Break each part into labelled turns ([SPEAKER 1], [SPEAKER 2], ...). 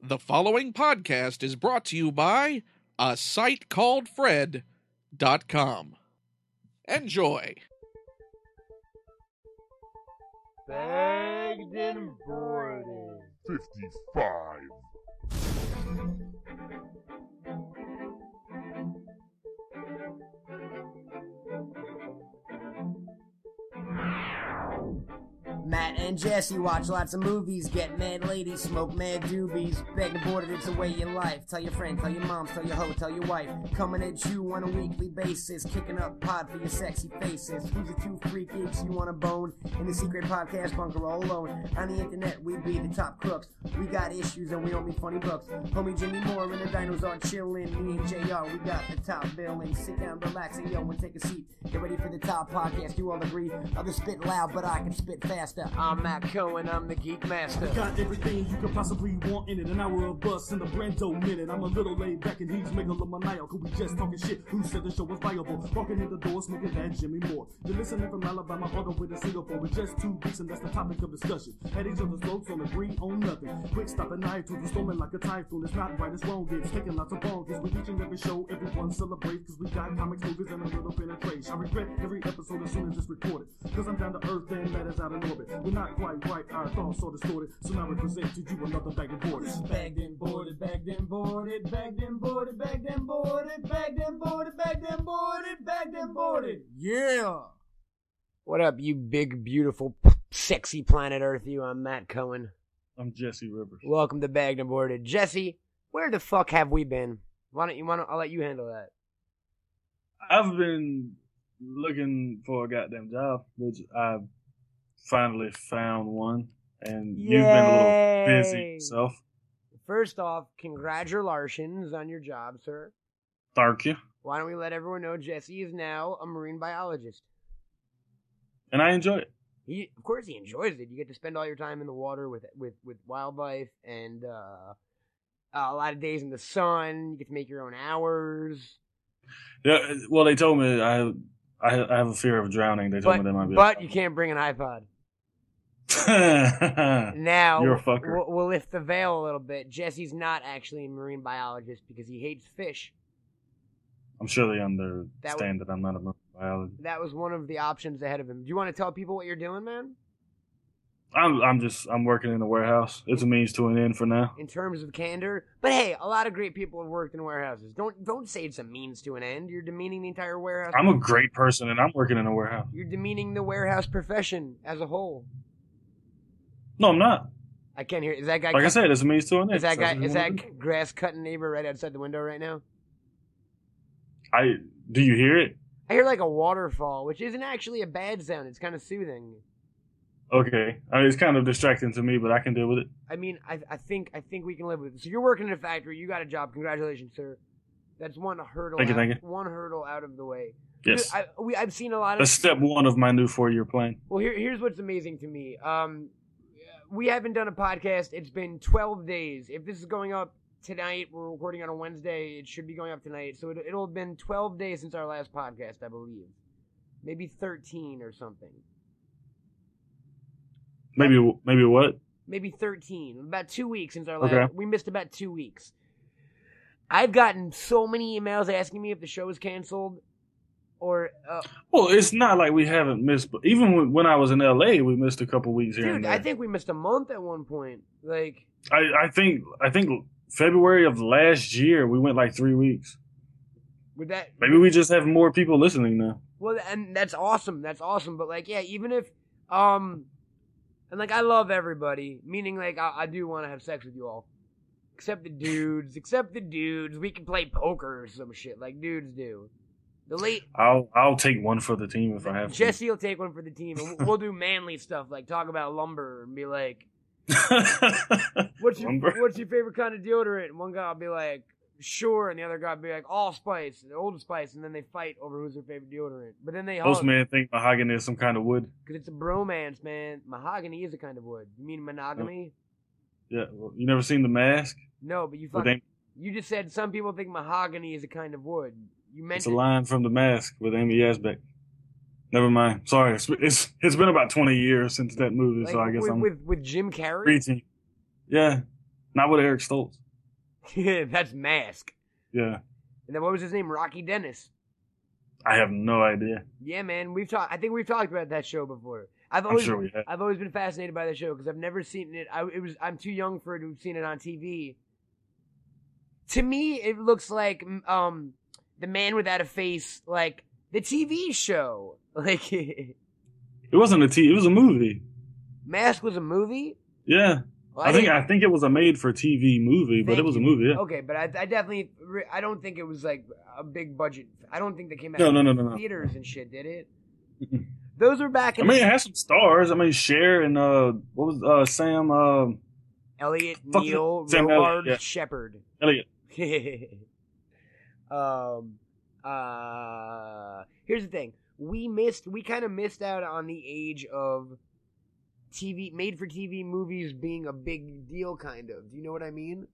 [SPEAKER 1] The following podcast is brought to you by a site called Fred.com. Enjoy.
[SPEAKER 2] Bagged and boarded.
[SPEAKER 3] 55.
[SPEAKER 4] Matt and Jesse watch lots of movies, get mad ladies, smoke mad doobies. Begging boarded, it's a way in life. Tell your friend, tell your mom, tell your hoe, tell your wife. Coming at you on a weekly basis, kicking up pod for your sexy faces. Who's the two free geeks you want to bone? In the secret podcast bunker all alone. On the internet, we be the top crooks. We got issues and we don't be funny books. Homie Jimmy Moore and the dinos are chilling. Me and JR, we got the top billing. Sit down, relax, and yo, and take a seat. Get ready for the top podcast, you all agree. Others spit loud, but I can spit faster. I'm Matt Cohen, I'm the Geek Master.
[SPEAKER 5] Got everything you could possibly want in it. An hour of us in the Brando minute. I'm a little laid back and he's megalomaniacal. We just talking shit. Who said the show was viable? Walking in the door, smoking that Jimmy Moore. You're listening from Alabama, all the way to Singapore. With just two weeks and that's the topic of discussion. At each other's throats on the green, on nothing. Quick stop at night to the storming like a typhoon. It's not right, it's wrong. It's taking lots of bonkers. We're each and every show, everyone celebrates. Cause we got comics, movies, and a little penetration. I regret every episode as soon as it's recorded. Cause I'm down to earth and that is out of orbit. We're not quite right, our thoughts are distorted. So now we present to you another bag of borders.
[SPEAKER 4] Bagged and boarded, bagged and boarded, bagged and boarded, bagged and boarded, bagged and boarded, bagged and boarded, bagged and boarded. Yeah.
[SPEAKER 6] What up, you big, beautiful, p- sexy planet Earth? You, I'm Matt Cohen.
[SPEAKER 5] I'm Jesse Rivers.
[SPEAKER 6] Welcome to Bagged and Boarded. Jesse, where the fuck have we been? Why don't you? Why don't I'll let you handle that?
[SPEAKER 7] I've been looking for a goddamn job, which I finally found one, and you've been a little busy
[SPEAKER 6] Yay.
[SPEAKER 7] yourself.
[SPEAKER 6] First off, congratulations on your job, sir.
[SPEAKER 7] Thank you.
[SPEAKER 6] Why don't we let everyone know Jesse is now a marine biologist?
[SPEAKER 7] And I enjoy it.
[SPEAKER 6] He, of course, he enjoys it. You get to spend all your time in the water with with with wildlife and uh, a lot of days in the sun. You get to make your own hours.
[SPEAKER 7] Yeah. Well, they told me I I, I have a fear of drowning. They told
[SPEAKER 6] But,
[SPEAKER 7] me that might be.
[SPEAKER 6] but you can't bring an iPod. Now
[SPEAKER 7] You're a fucker.
[SPEAKER 6] We'll, we'll lift the veil a little bit. Jesse's not actually a marine biologist because he hates fish.
[SPEAKER 7] I'm sure they understand that, I'm not a marine biologist.
[SPEAKER 6] That was one of the options ahead of him. Do you want to tell people what you're doing, man?
[SPEAKER 7] I'm I'm just I'm working in the warehouse. It's a means to an end for now.
[SPEAKER 6] In terms of candor, but hey, a lot of great people have worked in warehouses. Don't don't say it's a means to an end. You're demeaning the entire warehouse.
[SPEAKER 7] I'm a great person, and I'm working in a warehouse.
[SPEAKER 6] You're demeaning the warehouse profession as a whole.
[SPEAKER 7] No, I'm not.
[SPEAKER 6] I can't hear. Is that guy?
[SPEAKER 7] Like I said, it's a means to an end.
[SPEAKER 6] is that
[SPEAKER 7] So
[SPEAKER 6] guy?
[SPEAKER 7] if you
[SPEAKER 6] Is
[SPEAKER 7] wanna
[SPEAKER 6] that
[SPEAKER 7] do-
[SPEAKER 6] grass cutting neighbor right outside the window right now?
[SPEAKER 7] I do you hear it?
[SPEAKER 6] I hear like a waterfall, which isn't actually a bad sound. It's kind of soothing.
[SPEAKER 7] Okay, I mean, it's kind of distracting to me, but I can deal with it.
[SPEAKER 6] I mean, I, I think I think we can live with it. So you're working in a factory. You got a job. Congratulations, sir. That's one hurdle.
[SPEAKER 7] Thank you,
[SPEAKER 6] out,
[SPEAKER 7] thank
[SPEAKER 6] One hurdle out of the way.
[SPEAKER 7] Yes,
[SPEAKER 6] I, we, I've seen a lot of.
[SPEAKER 7] that's step one of my new four-year plan.
[SPEAKER 6] Well, here, here's what's amazing to me. Um, we haven't done a podcast. It's been 12 days. If this is going up tonight, we're recording on a Wednesday. It should be going up tonight. So it, it'll have been 12 days since our last podcast, I believe. Maybe 13 or something.
[SPEAKER 7] Maybe, maybe what?
[SPEAKER 6] maybe 13 about two weeks since our last
[SPEAKER 7] Okay.
[SPEAKER 6] we missed about two weeks i've gotten so many emails asking me if the show is canceled or uh,
[SPEAKER 7] Well, it's not like we haven't missed. But even when, when I was in LA, we missed a couple weeks here.
[SPEAKER 6] dude
[SPEAKER 7] and there.
[SPEAKER 6] i think we missed a month at one point like
[SPEAKER 7] I, I think, I think February of last year we went like three weeks.
[SPEAKER 6] with that
[SPEAKER 7] Maybe we just have more people listening now.
[SPEAKER 6] Well, and that's awesome. That's awesome. But like, yeah, even if, um, and like, I love everybody. Meaning, like, I, I do want to have sex with you all, except the dudes. Except the dudes. We can play poker or some shit like dudes do. The late
[SPEAKER 7] I'll, I'll take one for the team if I have
[SPEAKER 6] Jesse will take one for the team, and we'll- we'll do manly stuff like talk about lumber and be like,
[SPEAKER 7] to.
[SPEAKER 6] "What's your
[SPEAKER 7] Lumber.
[SPEAKER 6] what's your favorite kind of deodorant?" And one guy will be like, "Sure," and the other guy will be like, "Allspice," and Old Spice, and then they fight over who's their favorite deodorant. But then they
[SPEAKER 7] Most
[SPEAKER 6] hug
[SPEAKER 7] men think mahogany is some kind of wood.
[SPEAKER 6] because it's a bromance, man. Mahogany is a kind of wood. You mean monogamy?
[SPEAKER 7] Yeah, well, you never seen the mask?
[SPEAKER 6] No, but you
[SPEAKER 7] Well,
[SPEAKER 6] fucking,
[SPEAKER 7] they-
[SPEAKER 6] you just said some people think mahogany is a kind of wood. You
[SPEAKER 7] It's a
[SPEAKER 6] mentioned
[SPEAKER 7] line from The Mask with Amy Asbeck. Never mind. Sorry, it's it's, it's been about twenty years since that movie,
[SPEAKER 6] like,
[SPEAKER 7] so I guess
[SPEAKER 6] with,
[SPEAKER 7] I'm
[SPEAKER 6] with with Jim Carrey.
[SPEAKER 7] reaching. Yeah, Not with Eric Stoltz.
[SPEAKER 6] Yeah, that's Mask.
[SPEAKER 7] Yeah.
[SPEAKER 6] And then what was his name? Rocky Dennis.
[SPEAKER 7] I have no idea.
[SPEAKER 6] Yeah, man, we've talked. I think we've talked about that show before. I've
[SPEAKER 7] I'm
[SPEAKER 6] always,
[SPEAKER 7] sure we have.
[SPEAKER 6] I've always been fascinated by the show because I've never seen it. I it was I'm too young for it to have seen it on TV. To me, it looks like mm, um, the Man Without a Face, like the TV show. Like
[SPEAKER 7] It wasn't a T. It was a movie.
[SPEAKER 6] Mask was a movie.
[SPEAKER 7] Yeah.
[SPEAKER 6] Well,
[SPEAKER 7] I think
[SPEAKER 6] didn't-
[SPEAKER 7] I think it was a made for TV movie, but
[SPEAKER 6] Thank
[SPEAKER 7] it was a
[SPEAKER 6] you.
[SPEAKER 7] movie. Yeah.
[SPEAKER 6] Okay, but I, I definitely re- I don't think it was like a big budget. I don't think they came out
[SPEAKER 7] No,
[SPEAKER 6] of
[SPEAKER 7] no, no, no, no.
[SPEAKER 6] theaters and shit. Did it?
[SPEAKER 7] Mm-mm.
[SPEAKER 6] Those were back
[SPEAKER 7] I
[SPEAKER 6] in
[SPEAKER 7] mean, it has some stars. I mean, Cher and uh, what was uh Sam uh,
[SPEAKER 6] Elliot
[SPEAKER 7] Fuck
[SPEAKER 6] Neil
[SPEAKER 7] Sam Elliott,
[SPEAKER 6] Robard
[SPEAKER 7] yeah.
[SPEAKER 6] Shepard.
[SPEAKER 7] Elliot?
[SPEAKER 6] um, uh, here's the thing: we missed, we kind of missed out on the age of TV made-for-TV movies being a big deal. Kind of, do you know what I mean?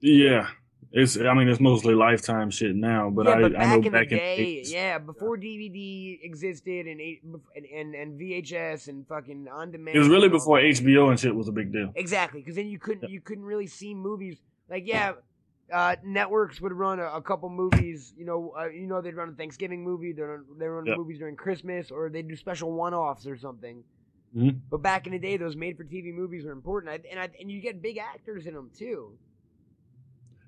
[SPEAKER 7] Yeah. It's I mean, it's mostly Lifetime shit now, but
[SPEAKER 6] yeah,
[SPEAKER 7] I
[SPEAKER 6] but
[SPEAKER 7] I
[SPEAKER 6] back
[SPEAKER 7] know
[SPEAKER 6] in
[SPEAKER 7] back
[SPEAKER 6] the
[SPEAKER 7] in
[SPEAKER 6] day,
[SPEAKER 7] the 80s.
[SPEAKER 6] yeah, before DVD existed and eight- bef- and and, and VHS and fucking on demand,
[SPEAKER 7] It was really
[SPEAKER 6] and all
[SPEAKER 7] before
[SPEAKER 6] that.
[SPEAKER 7] HBO and shit was a big deal.
[SPEAKER 6] Exactly, because then you couldn't you couldn't really see movies. Like yeah, uh, networks would run a, a couple movies. You know, uh, you know they'd run a Thanksgiving movie. They run, they run
[SPEAKER 7] Yeah.
[SPEAKER 6] movies during Christmas, or they would do special one offs or something.
[SPEAKER 7] Mhm.
[SPEAKER 6] But back in the day, those made for TV movies were important, I, and I, and you get big actors in them too.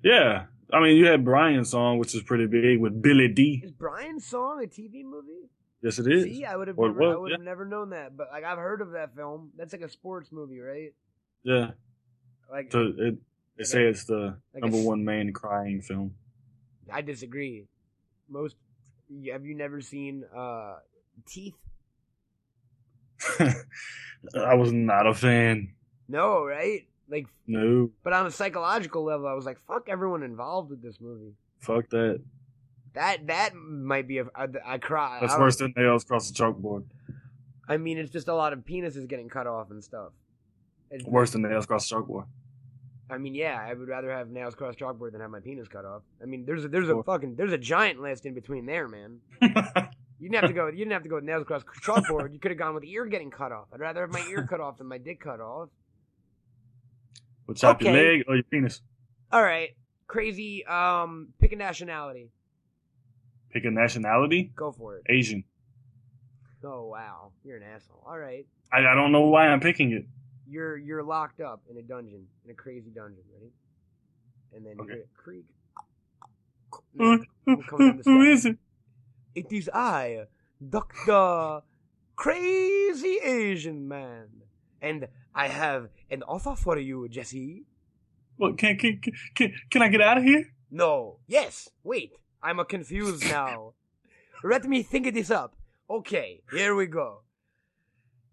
[SPEAKER 7] Yeah. I mean, you had Brian's song, which is pretty big, with Billy D.
[SPEAKER 6] Is Brian's Song a TV movie?
[SPEAKER 7] Yes, it is.
[SPEAKER 6] See, I would have
[SPEAKER 7] Or it
[SPEAKER 6] never, I
[SPEAKER 7] was,
[SPEAKER 6] would have never known that, but like I've heard of that film. That's like a sports movie, right?
[SPEAKER 7] Yeah.
[SPEAKER 6] Like
[SPEAKER 7] So it, they say it's the
[SPEAKER 6] Like
[SPEAKER 7] number
[SPEAKER 6] it's-
[SPEAKER 7] one man crying film.
[SPEAKER 6] I disagree. Most have you never seen uh, Teeth?
[SPEAKER 7] I was not a fan.
[SPEAKER 6] No, right? Like,
[SPEAKER 7] No,
[SPEAKER 6] but on a psychological level, I was like, "Fuck everyone involved with this movie."
[SPEAKER 7] fuck that.
[SPEAKER 6] That that might be a I, I cry. I
[SPEAKER 7] That's
[SPEAKER 6] don't-
[SPEAKER 7] worse than nails across the chalkboard.
[SPEAKER 6] I mean, it's just a lot of penises getting cut off and stuff. It's,
[SPEAKER 7] Worse than nails across the chalkboard.
[SPEAKER 6] I mean, yeah, I would rather have nails cross chalkboard than have my penis cut off. I mean, there's a, there's a
[SPEAKER 7] Sure.
[SPEAKER 6] fucking there's a giant list in between there, man. You didn't have to go. You didn't have to go with nails across chalkboard. You could have gone with ear getting cut off. I'd rather have my ear cut off than my dick cut off.
[SPEAKER 7] Will chop your
[SPEAKER 6] Okay.
[SPEAKER 7] leg or your penis.
[SPEAKER 6] All right, crazy. Um, pick a nationality.
[SPEAKER 7] Pick a nationality.
[SPEAKER 6] Go for it.
[SPEAKER 7] Asian.
[SPEAKER 6] Oh wow, you're an asshole. All right,
[SPEAKER 7] I, I don't know why I'm picking it.
[SPEAKER 6] you're you're locked up in a dungeon, in a crazy dungeon. Ready? And then
[SPEAKER 7] Okay.
[SPEAKER 6] you hear a creak.
[SPEAKER 7] Who-
[SPEAKER 6] I'm coming down the
[SPEAKER 7] who
[SPEAKER 6] steps.
[SPEAKER 7] is it?
[SPEAKER 6] It is I, Doctor Crazy Asian Man, and I have an offer for you, Jesse.
[SPEAKER 7] What can can can, can I get out of here?
[SPEAKER 6] No. Yes. Wait. I'm a confused now. Let me think this up. Okay. Here we go.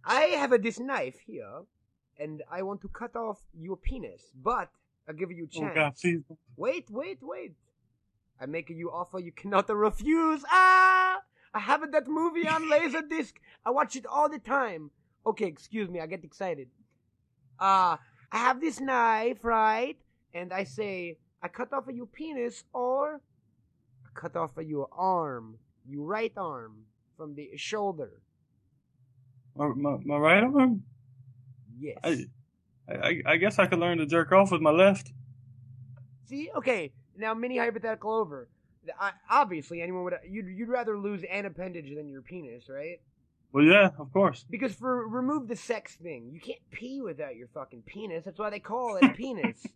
[SPEAKER 6] I have a, this knife here, and I want to cut off your penis, but I'll give you a
[SPEAKER 7] Oh
[SPEAKER 6] chance.
[SPEAKER 7] God, please.
[SPEAKER 6] Wait, wait, wait. I make you offer you cannot refuse. Ah! I have that movie on Laserdisc. I watch it all the time. Okay, excuse me, I get excited. Uh, I have this knife, right? And I say, I cut off your penis or I cut off your arm, your right arm from the shoulder.
[SPEAKER 7] My, my, my right arm.
[SPEAKER 6] Yes.
[SPEAKER 7] I, I I guess I could learn to jerk off with my left.
[SPEAKER 6] See, okay, now mini hypothetical over. I, obviously, anyone would you'd you'd rather lose an appendage than your penis, right?
[SPEAKER 7] Well, yeah, of course.
[SPEAKER 6] Because for remove the sex thing, you can't pee without your fucking penis. That's why they call it a penis.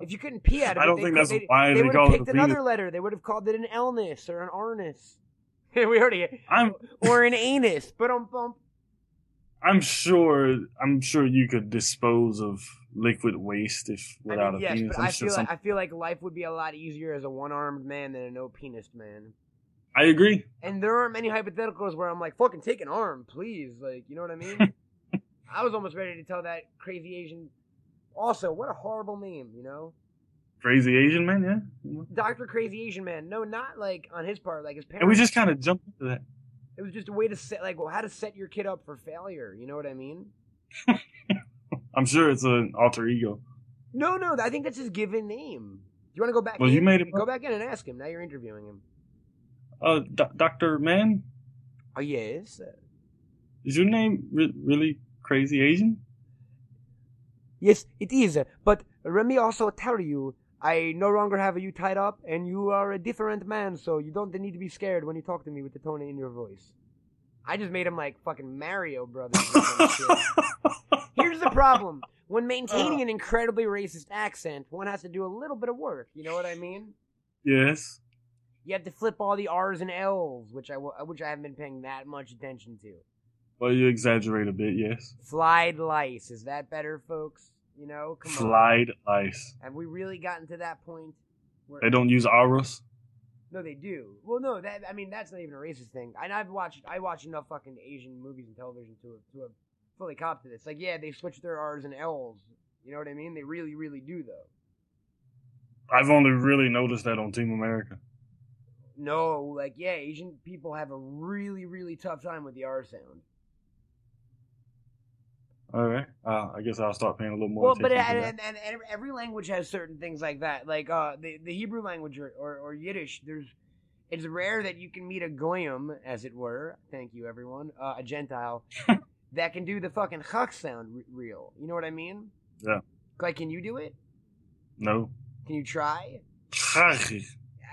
[SPEAKER 6] If you couldn't pee out of it,
[SPEAKER 7] I don't
[SPEAKER 6] they
[SPEAKER 7] think
[SPEAKER 6] could-
[SPEAKER 7] that's
[SPEAKER 6] they,
[SPEAKER 7] why
[SPEAKER 6] they
[SPEAKER 7] they
[SPEAKER 6] would
[SPEAKER 7] call
[SPEAKER 6] have
[SPEAKER 7] it a
[SPEAKER 6] picked another
[SPEAKER 7] penis.
[SPEAKER 6] letter. They would have called it an illness or an arnus. we already
[SPEAKER 7] I'm
[SPEAKER 6] or an anus. But um, bump.
[SPEAKER 7] I'm sure I'm sure you could dispose of liquid waste if
[SPEAKER 6] I
[SPEAKER 7] without
[SPEAKER 6] mean,
[SPEAKER 7] a
[SPEAKER 6] yes,
[SPEAKER 7] penis.
[SPEAKER 6] but
[SPEAKER 7] I'm
[SPEAKER 6] I
[SPEAKER 7] sure
[SPEAKER 6] feel
[SPEAKER 7] some-
[SPEAKER 6] like I feel like life would be a lot easier as a one-armed man than a no-penis man.
[SPEAKER 7] I agree.
[SPEAKER 6] And there aren't many hypotheticals where I'm like, fucking take an arm, please. Like, you know what I mean? I was almost ready to tell that crazy Asian. Also, what a horrible name, you know?
[SPEAKER 7] Crazy Asian man, yeah.
[SPEAKER 6] Dr. Crazy Asian Man. No, not like on his part, like his parents.
[SPEAKER 7] And we just kind of jumped into that.
[SPEAKER 6] it was just a way to set, like, well, how to set your kid up for failure. You know what I mean?
[SPEAKER 7] I'm sure it's an alter ego.
[SPEAKER 6] No, no, I think that's his given name. Do you want to go back
[SPEAKER 7] Well,
[SPEAKER 6] in?
[SPEAKER 7] you made him
[SPEAKER 6] Go
[SPEAKER 7] up.
[SPEAKER 6] back in and ask him. Now you're interviewing him.
[SPEAKER 7] Uh, doc Doctor Man,
[SPEAKER 6] Oh, yes.
[SPEAKER 7] is your name re- really Crazy Asian?
[SPEAKER 6] Yes, it is. But Let me also tell you, I no longer have you tied up, and you are a different man, so you don't need to be scared when you talk to me with the tone in your voice. I just made him like fucking Mario Brothers. or some shit. Here's the problem. When maintaining an incredibly racist accent, one has to do a little bit of work. You know what I mean?
[SPEAKER 7] yes.
[SPEAKER 6] You have to flip all the R's and L's, which I, wa- which I haven't been paying that much attention to.
[SPEAKER 7] Well, you exaggerate a bit, yes.
[SPEAKER 6] Flied lice. Is that better, folks? You know, come on.
[SPEAKER 7] Slide ice.
[SPEAKER 6] Have we really gotten to that point? Where
[SPEAKER 7] They don't use auras.
[SPEAKER 6] No, they do. Well, no, that I mean that's not even a racist thing. And I've watched I watch enough fucking Asian movies and television to have, to have fully copped to this. Like, yeah, they switch their R's and L's. You know what I mean? They really, really do though.
[SPEAKER 7] I've only really noticed that on Team America.
[SPEAKER 6] No, like yeah, Asian people have a really, really tough time with the R sound.
[SPEAKER 7] All right. Uh, I guess I'll start paying a little more
[SPEAKER 6] Well, but
[SPEAKER 7] attention.
[SPEAKER 6] and,
[SPEAKER 7] to that.
[SPEAKER 6] and, and, and every language has certain things like that. Like uh, the the Hebrew language or, or, or Yiddish, there's it's rare that you can meet a goyim, as it were. Thank you, everyone. Uh, a gentile that can do the fucking chuk sound re- real. You know what I mean?
[SPEAKER 7] Yeah.
[SPEAKER 6] Like, can you do it?
[SPEAKER 7] No.
[SPEAKER 6] Can you try?
[SPEAKER 7] I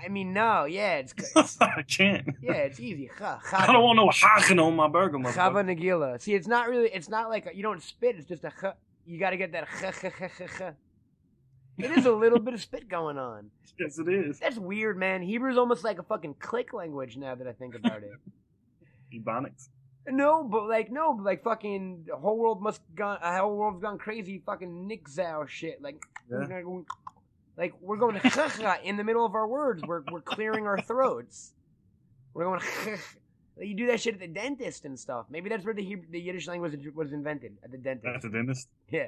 [SPEAKER 6] I mean, no. Yeah, it's, it's
[SPEAKER 7] can't.
[SPEAKER 6] yeah, it's easy. Chuk,
[SPEAKER 7] I
[SPEAKER 6] chuk.
[SPEAKER 7] don't want no hagen on my burger,
[SPEAKER 6] Chava
[SPEAKER 7] motherfucker.
[SPEAKER 6] Nagila. See, it's not really. It's not like a, you don't spit. It's just a. Ch- you got to get that. It is a little bit of spit going on.
[SPEAKER 7] Yes, it is.
[SPEAKER 6] That's weird, man. Hebrew's almost like a fucking click language now that I think about it.
[SPEAKER 7] Ebonics.
[SPEAKER 6] no, but like no, but like fucking the whole world must gone. A whole world's gone crazy. Fucking Nick Zao shit. Like,
[SPEAKER 7] Yeah.
[SPEAKER 6] like we're going in the middle of our words. We're we're clearing our throats. We're going. Like, you do that shit at the dentist and stuff. Maybe that's where the Hebrew, the Yiddish language was invented at the dentist.
[SPEAKER 7] That's a dentist.
[SPEAKER 6] Yeah.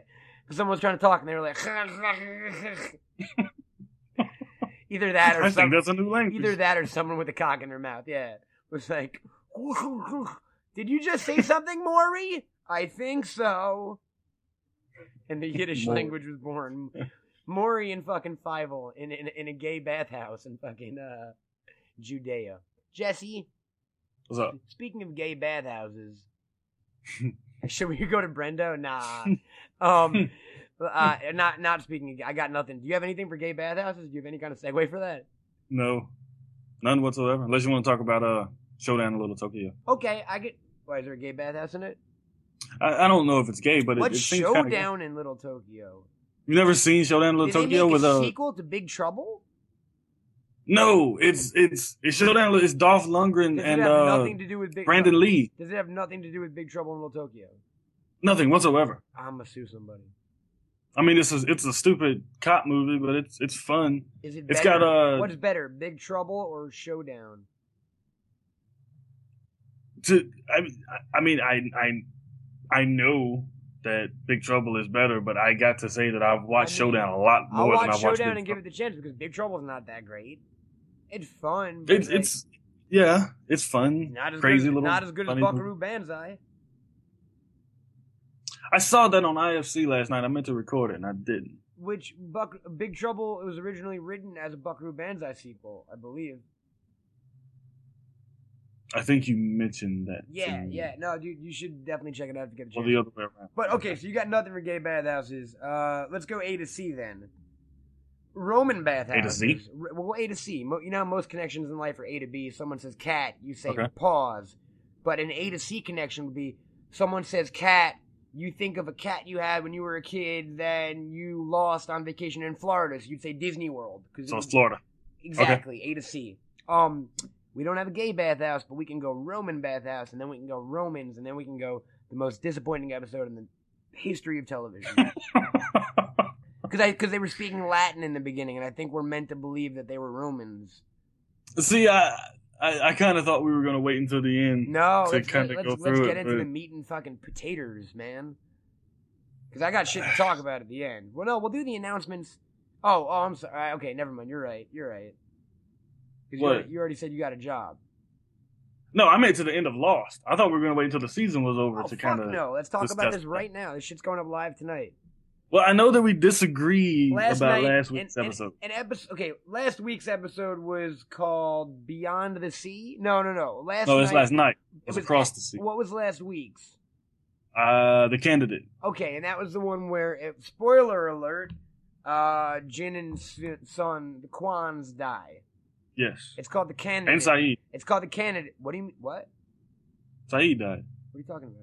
[SPEAKER 6] 'Cause Someone was trying to talk and they were like, either that or
[SPEAKER 7] I think
[SPEAKER 6] some,
[SPEAKER 7] that's a new language.
[SPEAKER 6] either that or someone with a cock in their mouth. Yeah, was like, did you just say something, Maury? I think so. And the Yiddish
[SPEAKER 7] Maury.
[SPEAKER 6] language was born. Maury in fucking Fievel in, in in a gay bathhouse in fucking uh, Judea. Jesse,
[SPEAKER 7] What's up?
[SPEAKER 6] Speaking of gay bathhouses, should we go to Brendo? Nah. Um, uh, not not speaking. Of, I got nothing. Do you have anything for gay bathhouses? Do you have any kind of segue for that?
[SPEAKER 7] No. None whatsoever. Unless you want to talk about uh Showdown in Little Tokyo.
[SPEAKER 6] Okay, I get. Why is there a gay bathhouse in it?
[SPEAKER 7] I, I don't know if it's gay, but it,
[SPEAKER 6] What
[SPEAKER 7] it seems kinda gay.
[SPEAKER 6] showdown in Little Tokyo?
[SPEAKER 7] You never seen Showdown in Little
[SPEAKER 6] Did they
[SPEAKER 7] Tokyo
[SPEAKER 6] make
[SPEAKER 7] with
[SPEAKER 6] a
[SPEAKER 7] uh
[SPEAKER 6] sequel to Big Trouble?
[SPEAKER 7] No, it's it's it's Showdown in- it's Dolph Lundgren
[SPEAKER 6] Does
[SPEAKER 7] and
[SPEAKER 6] it have
[SPEAKER 7] uh
[SPEAKER 6] nothing to do with Big
[SPEAKER 7] Brandon Lee.
[SPEAKER 6] Does it have nothing to do with Big Trouble in Little Tokyo?
[SPEAKER 7] Nothing whatsoever.
[SPEAKER 6] I'm gonna sue somebody.
[SPEAKER 7] I mean it's a it's a stupid cop movie, but it's it's fun.
[SPEAKER 6] Is it?
[SPEAKER 7] It's
[SPEAKER 6] better?
[SPEAKER 7] got, uh,
[SPEAKER 6] What's better, Big Trouble or Showdown?
[SPEAKER 7] To I mean, I- I mean I I I know that Big Trouble is better, but I got to say that I've watched
[SPEAKER 6] I mean,
[SPEAKER 7] Showdown a lot
[SPEAKER 6] I'll
[SPEAKER 7] more
[SPEAKER 6] watch
[SPEAKER 7] than I've
[SPEAKER 6] Showdown
[SPEAKER 7] watched Big
[SPEAKER 6] and give it the chance because Big Trouble's not that great. It's fun. But
[SPEAKER 7] It's
[SPEAKER 6] like,
[SPEAKER 7] it's yeah, it's fun.
[SPEAKER 6] not as
[SPEAKER 7] crazy
[SPEAKER 6] good,
[SPEAKER 7] little
[SPEAKER 6] not as good as
[SPEAKER 7] funny
[SPEAKER 6] Buckaroo Banzai.
[SPEAKER 7] little- I saw that on IFC last night. I meant to record it and I didn't.
[SPEAKER 6] Which Buck Big Trouble was originally written as a Buckaroo Banzai sequel, I believe.
[SPEAKER 7] I think you mentioned that. to
[SPEAKER 6] Yeah,
[SPEAKER 7] me.
[SPEAKER 6] yeah. No, dude, you should definitely check it out to get a
[SPEAKER 7] Or
[SPEAKER 6] chance.
[SPEAKER 7] the other way around.
[SPEAKER 6] but okay, so you got nothing for gay bathhouses. Uh, let's go A to C then. Roman bathhouses.
[SPEAKER 7] Z?
[SPEAKER 6] R- Well, A to C. Mo- you know, how most connections in life are A to B. Someone says cat, you say
[SPEAKER 7] Okay.
[SPEAKER 6] pause. But an A to C connection would be someone says cat, you think of a cat you had when you were a kid, then you lost on vacation in Florida, so you'd say Disney World. Cause
[SPEAKER 7] So
[SPEAKER 6] it-
[SPEAKER 7] it's Florida.
[SPEAKER 6] Exactly, A to C. Um, we don't have a gay bathhouse, but we can go Roman bathhouse, and then we can go Romans, and then we can go the most disappointing episode in the history of television. Because I because they were speaking Latin in the beginning, and I think we're meant to believe that they were Romans.
[SPEAKER 7] See, I I, I kind of thought we were gonna wait until the end.
[SPEAKER 6] No,
[SPEAKER 7] To
[SPEAKER 6] let's,
[SPEAKER 7] kinda
[SPEAKER 6] let's,
[SPEAKER 7] go
[SPEAKER 6] let's
[SPEAKER 7] through
[SPEAKER 6] get
[SPEAKER 7] it,
[SPEAKER 6] into
[SPEAKER 7] but-
[SPEAKER 6] the meat and fucking potatoes, man. Because I got shit to talk about at the end. Well, no, we'll do the announcements. Oh, oh, I'm sorry. Okay, never mind. You're right. You're right. 'Cause you
[SPEAKER 7] What?
[SPEAKER 6] already- you already said you got a job.
[SPEAKER 7] No, I meant to the end of Lost. I thought we were gonna wait until the season was over
[SPEAKER 6] Oh,
[SPEAKER 7] to
[SPEAKER 6] fuck
[SPEAKER 7] kind of.
[SPEAKER 6] no. Let's talk about
[SPEAKER 7] discuss
[SPEAKER 6] this right now. This shit's going up live tonight.
[SPEAKER 7] Well, I know that we disagree
[SPEAKER 6] Last
[SPEAKER 7] Mm, about
[SPEAKER 6] night,
[SPEAKER 7] last week's
[SPEAKER 6] an,
[SPEAKER 7] episode.
[SPEAKER 6] An, an episode. Okay, last week's episode was called Beyond the Sea. No, no, no. Last
[SPEAKER 7] no,
[SPEAKER 6] night,
[SPEAKER 7] it's last night.
[SPEAKER 6] it
[SPEAKER 7] It's across the sea.
[SPEAKER 6] What was last week's?
[SPEAKER 7] Uh, the candidate.
[SPEAKER 6] Okay, and that was the one where, it, spoiler alert, uh, Jin and S- Son, the Kwans die.
[SPEAKER 7] Yes.
[SPEAKER 6] It's called the candidate.
[SPEAKER 7] And Saeed.
[SPEAKER 6] It's called the candidate. What do you mean? What?
[SPEAKER 7] Saeed died.
[SPEAKER 6] What are you talking about?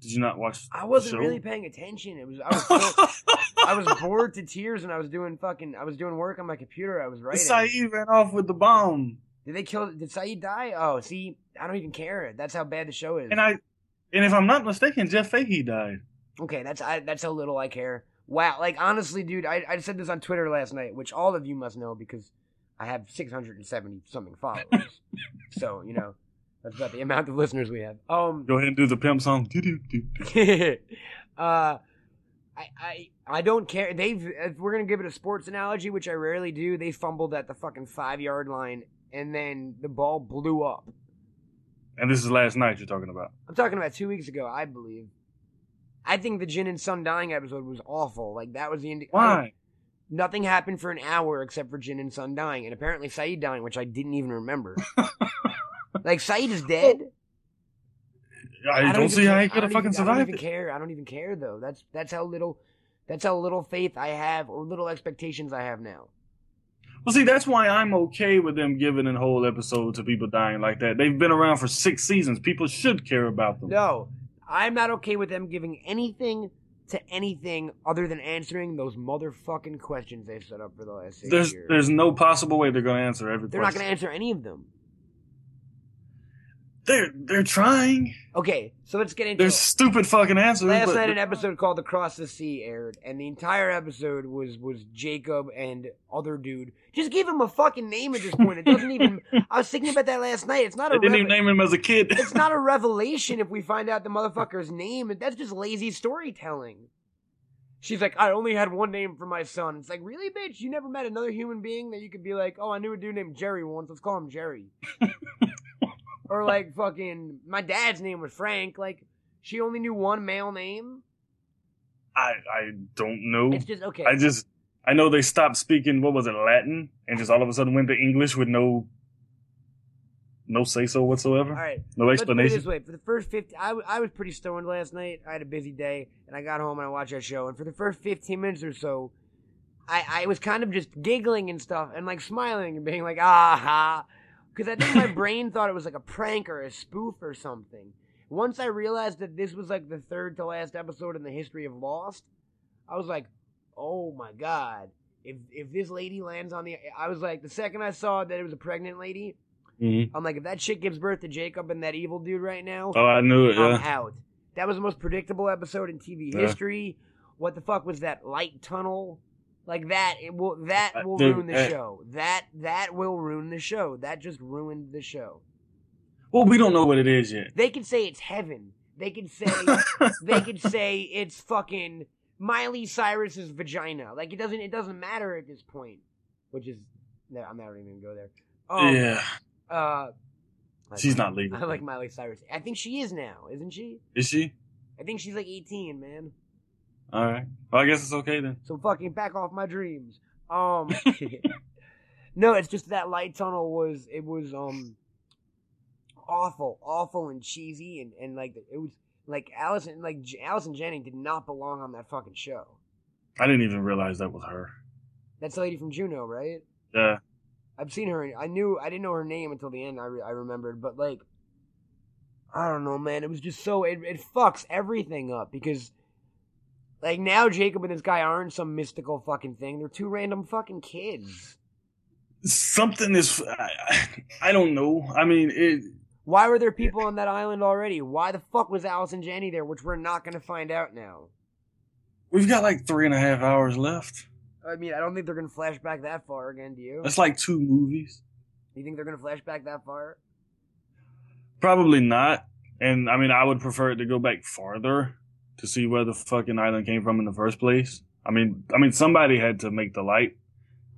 [SPEAKER 7] Did you not watch?
[SPEAKER 6] I
[SPEAKER 7] the
[SPEAKER 6] wasn't
[SPEAKER 7] show?
[SPEAKER 6] really paying attention. It was I was, so, I was bored to tears, and I was doing fucking I was doing work on my computer. I was writing.
[SPEAKER 7] Saeed ran off with the bomb,
[SPEAKER 6] Did they kill? Did Saeed die? Oh, see, I don't even care. That's how bad the show is.
[SPEAKER 7] and I, and if I'm not mistaken, Jeff Fahey died.
[SPEAKER 6] okay, that's I, that's how little I care. Wow, like honestly, dude, I, I said this on Twitter last night, which all of you must know because I have 670 something followers. so you know, that's about the amount of listeners we have. Um,
[SPEAKER 7] Go ahead and do the pimp song.
[SPEAKER 6] uh, I, I I don't care. They've if we're gonna give it a sports analogy, which I rarely do. They fumbled at the fucking five yard line, and then the ball blew up.
[SPEAKER 7] And this is last night you're talking about.
[SPEAKER 6] I'm talking about two weeks ago, I believe. I think the Jin and Sun dying episode was awful. Like that was the end.
[SPEAKER 7] Why?
[SPEAKER 6] Nothing happened for an hour except for Jin and Sun dying, and apparently Saeed dying, which I didn't even remember. like Saeed is dead.
[SPEAKER 7] I, don't,
[SPEAKER 6] even
[SPEAKER 7] see how
[SPEAKER 6] care-
[SPEAKER 7] he could
[SPEAKER 6] I
[SPEAKER 7] have
[SPEAKER 6] don't even- I
[SPEAKER 7] fucking
[SPEAKER 6] don't
[SPEAKER 7] survived
[SPEAKER 6] even
[SPEAKER 7] it.
[SPEAKER 6] care. I don't even care though. That's that's how little that's how little faith I have or little expectations I have now.
[SPEAKER 7] Well, see, that's why I'm okay with them giving a whole episode to people dying like that. They've been around for six seasons. People should care about them.
[SPEAKER 6] No, I'm not okay with them giving anything to anything other than answering those motherfucking questions they set up for the last six
[SPEAKER 7] There's
[SPEAKER 6] years.
[SPEAKER 7] there's no possible way they're gonna answer every
[SPEAKER 6] They're not
[SPEAKER 7] question.
[SPEAKER 6] going to answer any of them.
[SPEAKER 7] They're they're trying.
[SPEAKER 6] Okay, so let's get into
[SPEAKER 7] They're
[SPEAKER 6] it.
[SPEAKER 7] stupid fucking answers.
[SPEAKER 6] Last
[SPEAKER 7] but-
[SPEAKER 6] night, an episode called "Across the Sea" aired, and the entire episode was was Jacob and other dude. Just give him a fucking name at this point. It doesn't even. I was thinking about that last night. It's not
[SPEAKER 7] They
[SPEAKER 6] a.
[SPEAKER 7] didn't even
[SPEAKER 6] revel-
[SPEAKER 7] name him as a kid.
[SPEAKER 6] it's not a revelation if we find out the motherfucker's name. That's just lazy storytelling. She's like, I only had one name for my son. It's like, really, bitch? You never met another human being that you could be like, oh, I knew a dude named Jerry once. Let's call him Jerry. or like, fucking, my dad's name was Frank. Like, she only knew one male name.
[SPEAKER 7] I I don't know.
[SPEAKER 6] It's just okay.
[SPEAKER 7] I just I know they stopped speaking. What was it, Latin, and just all of a sudden went to English with no no say so whatsoever,
[SPEAKER 6] All right.
[SPEAKER 7] no
[SPEAKER 6] Let's put it
[SPEAKER 7] explanation.
[SPEAKER 6] this way: for the first fifty, I, w- I was pretty stoned last night. I had a busy day, and I got home and I watched that show. And for the first fifteen minutes or so, I, I was kind of just giggling and stuff, and like smiling and being like, "Aha," because I think my brain thought it was like a prank or a spoof or something. Once I realized that this was like the third to last episode in the history of Lost, I was like, "Oh my god." If, if this lady lands on the, I was like the second I saw that it was a pregnant lady,
[SPEAKER 7] Mhm.
[SPEAKER 6] I'm like, if that shit gives birth to Jacob and that evil dude right now,
[SPEAKER 7] Oh, I knew it.
[SPEAKER 6] I'm
[SPEAKER 7] Yeah.
[SPEAKER 6] out. That was the most predictable episode in TV
[SPEAKER 7] Yeah.
[SPEAKER 6] history. What the fuck was that light tunnel? Like that, it will that
[SPEAKER 7] Uh,
[SPEAKER 6] will
[SPEAKER 7] dude,
[SPEAKER 6] ruin the
[SPEAKER 7] uh,
[SPEAKER 6] show. That that will ruin the show. That just ruined the show.
[SPEAKER 7] Well, we don't know what it is yet.
[SPEAKER 6] They could say it's heaven. They could say they could say it's fucking Miley Cyrus's vagina. Like it doesn't it doesn't matter at this point. Which is no, I'm not even gonna go there. Um,
[SPEAKER 7] yeah,
[SPEAKER 6] Uh,
[SPEAKER 7] she's not legal.
[SPEAKER 6] I like Miley Cyrus. I think she is now, isn't she?
[SPEAKER 7] Is she?
[SPEAKER 6] I think she's like 18, man.
[SPEAKER 7] All right. Well, I guess it's okay then.
[SPEAKER 6] So fucking back off my dreams. Um, no, it's just that light tunnel was it was um awful, awful and cheesy, and and like it was like Allison like J- Allison Janney did not belong on that fucking show.
[SPEAKER 7] I didn't even realize that was her.
[SPEAKER 6] That's the lady from Juno, right?
[SPEAKER 7] Yeah.
[SPEAKER 6] I've seen her. I knew I didn't know her name until the end. I, re- I remembered, but like, I don't know, man. It was just so it it fucks everything up because, like, now Jacob and this guy aren't some mystical fucking thing. They're two random fucking kids.
[SPEAKER 7] Something is. I, I- I don't know. I mean, it.
[SPEAKER 6] Why were there people on that island already? Why the fuck was Alice and Jenny there? Which we're not gonna find out now.
[SPEAKER 7] We've got like three and a half hours left.
[SPEAKER 6] I mean, I don't think they're gonna flash back that far again. Do you?
[SPEAKER 7] That's like two movies.
[SPEAKER 6] You think they're gonna flash back that far?
[SPEAKER 7] Probably not. And I mean, I would prefer it to go back farther to see where the fucking island came from in the first place. I mean, I mean, somebody had to make the light.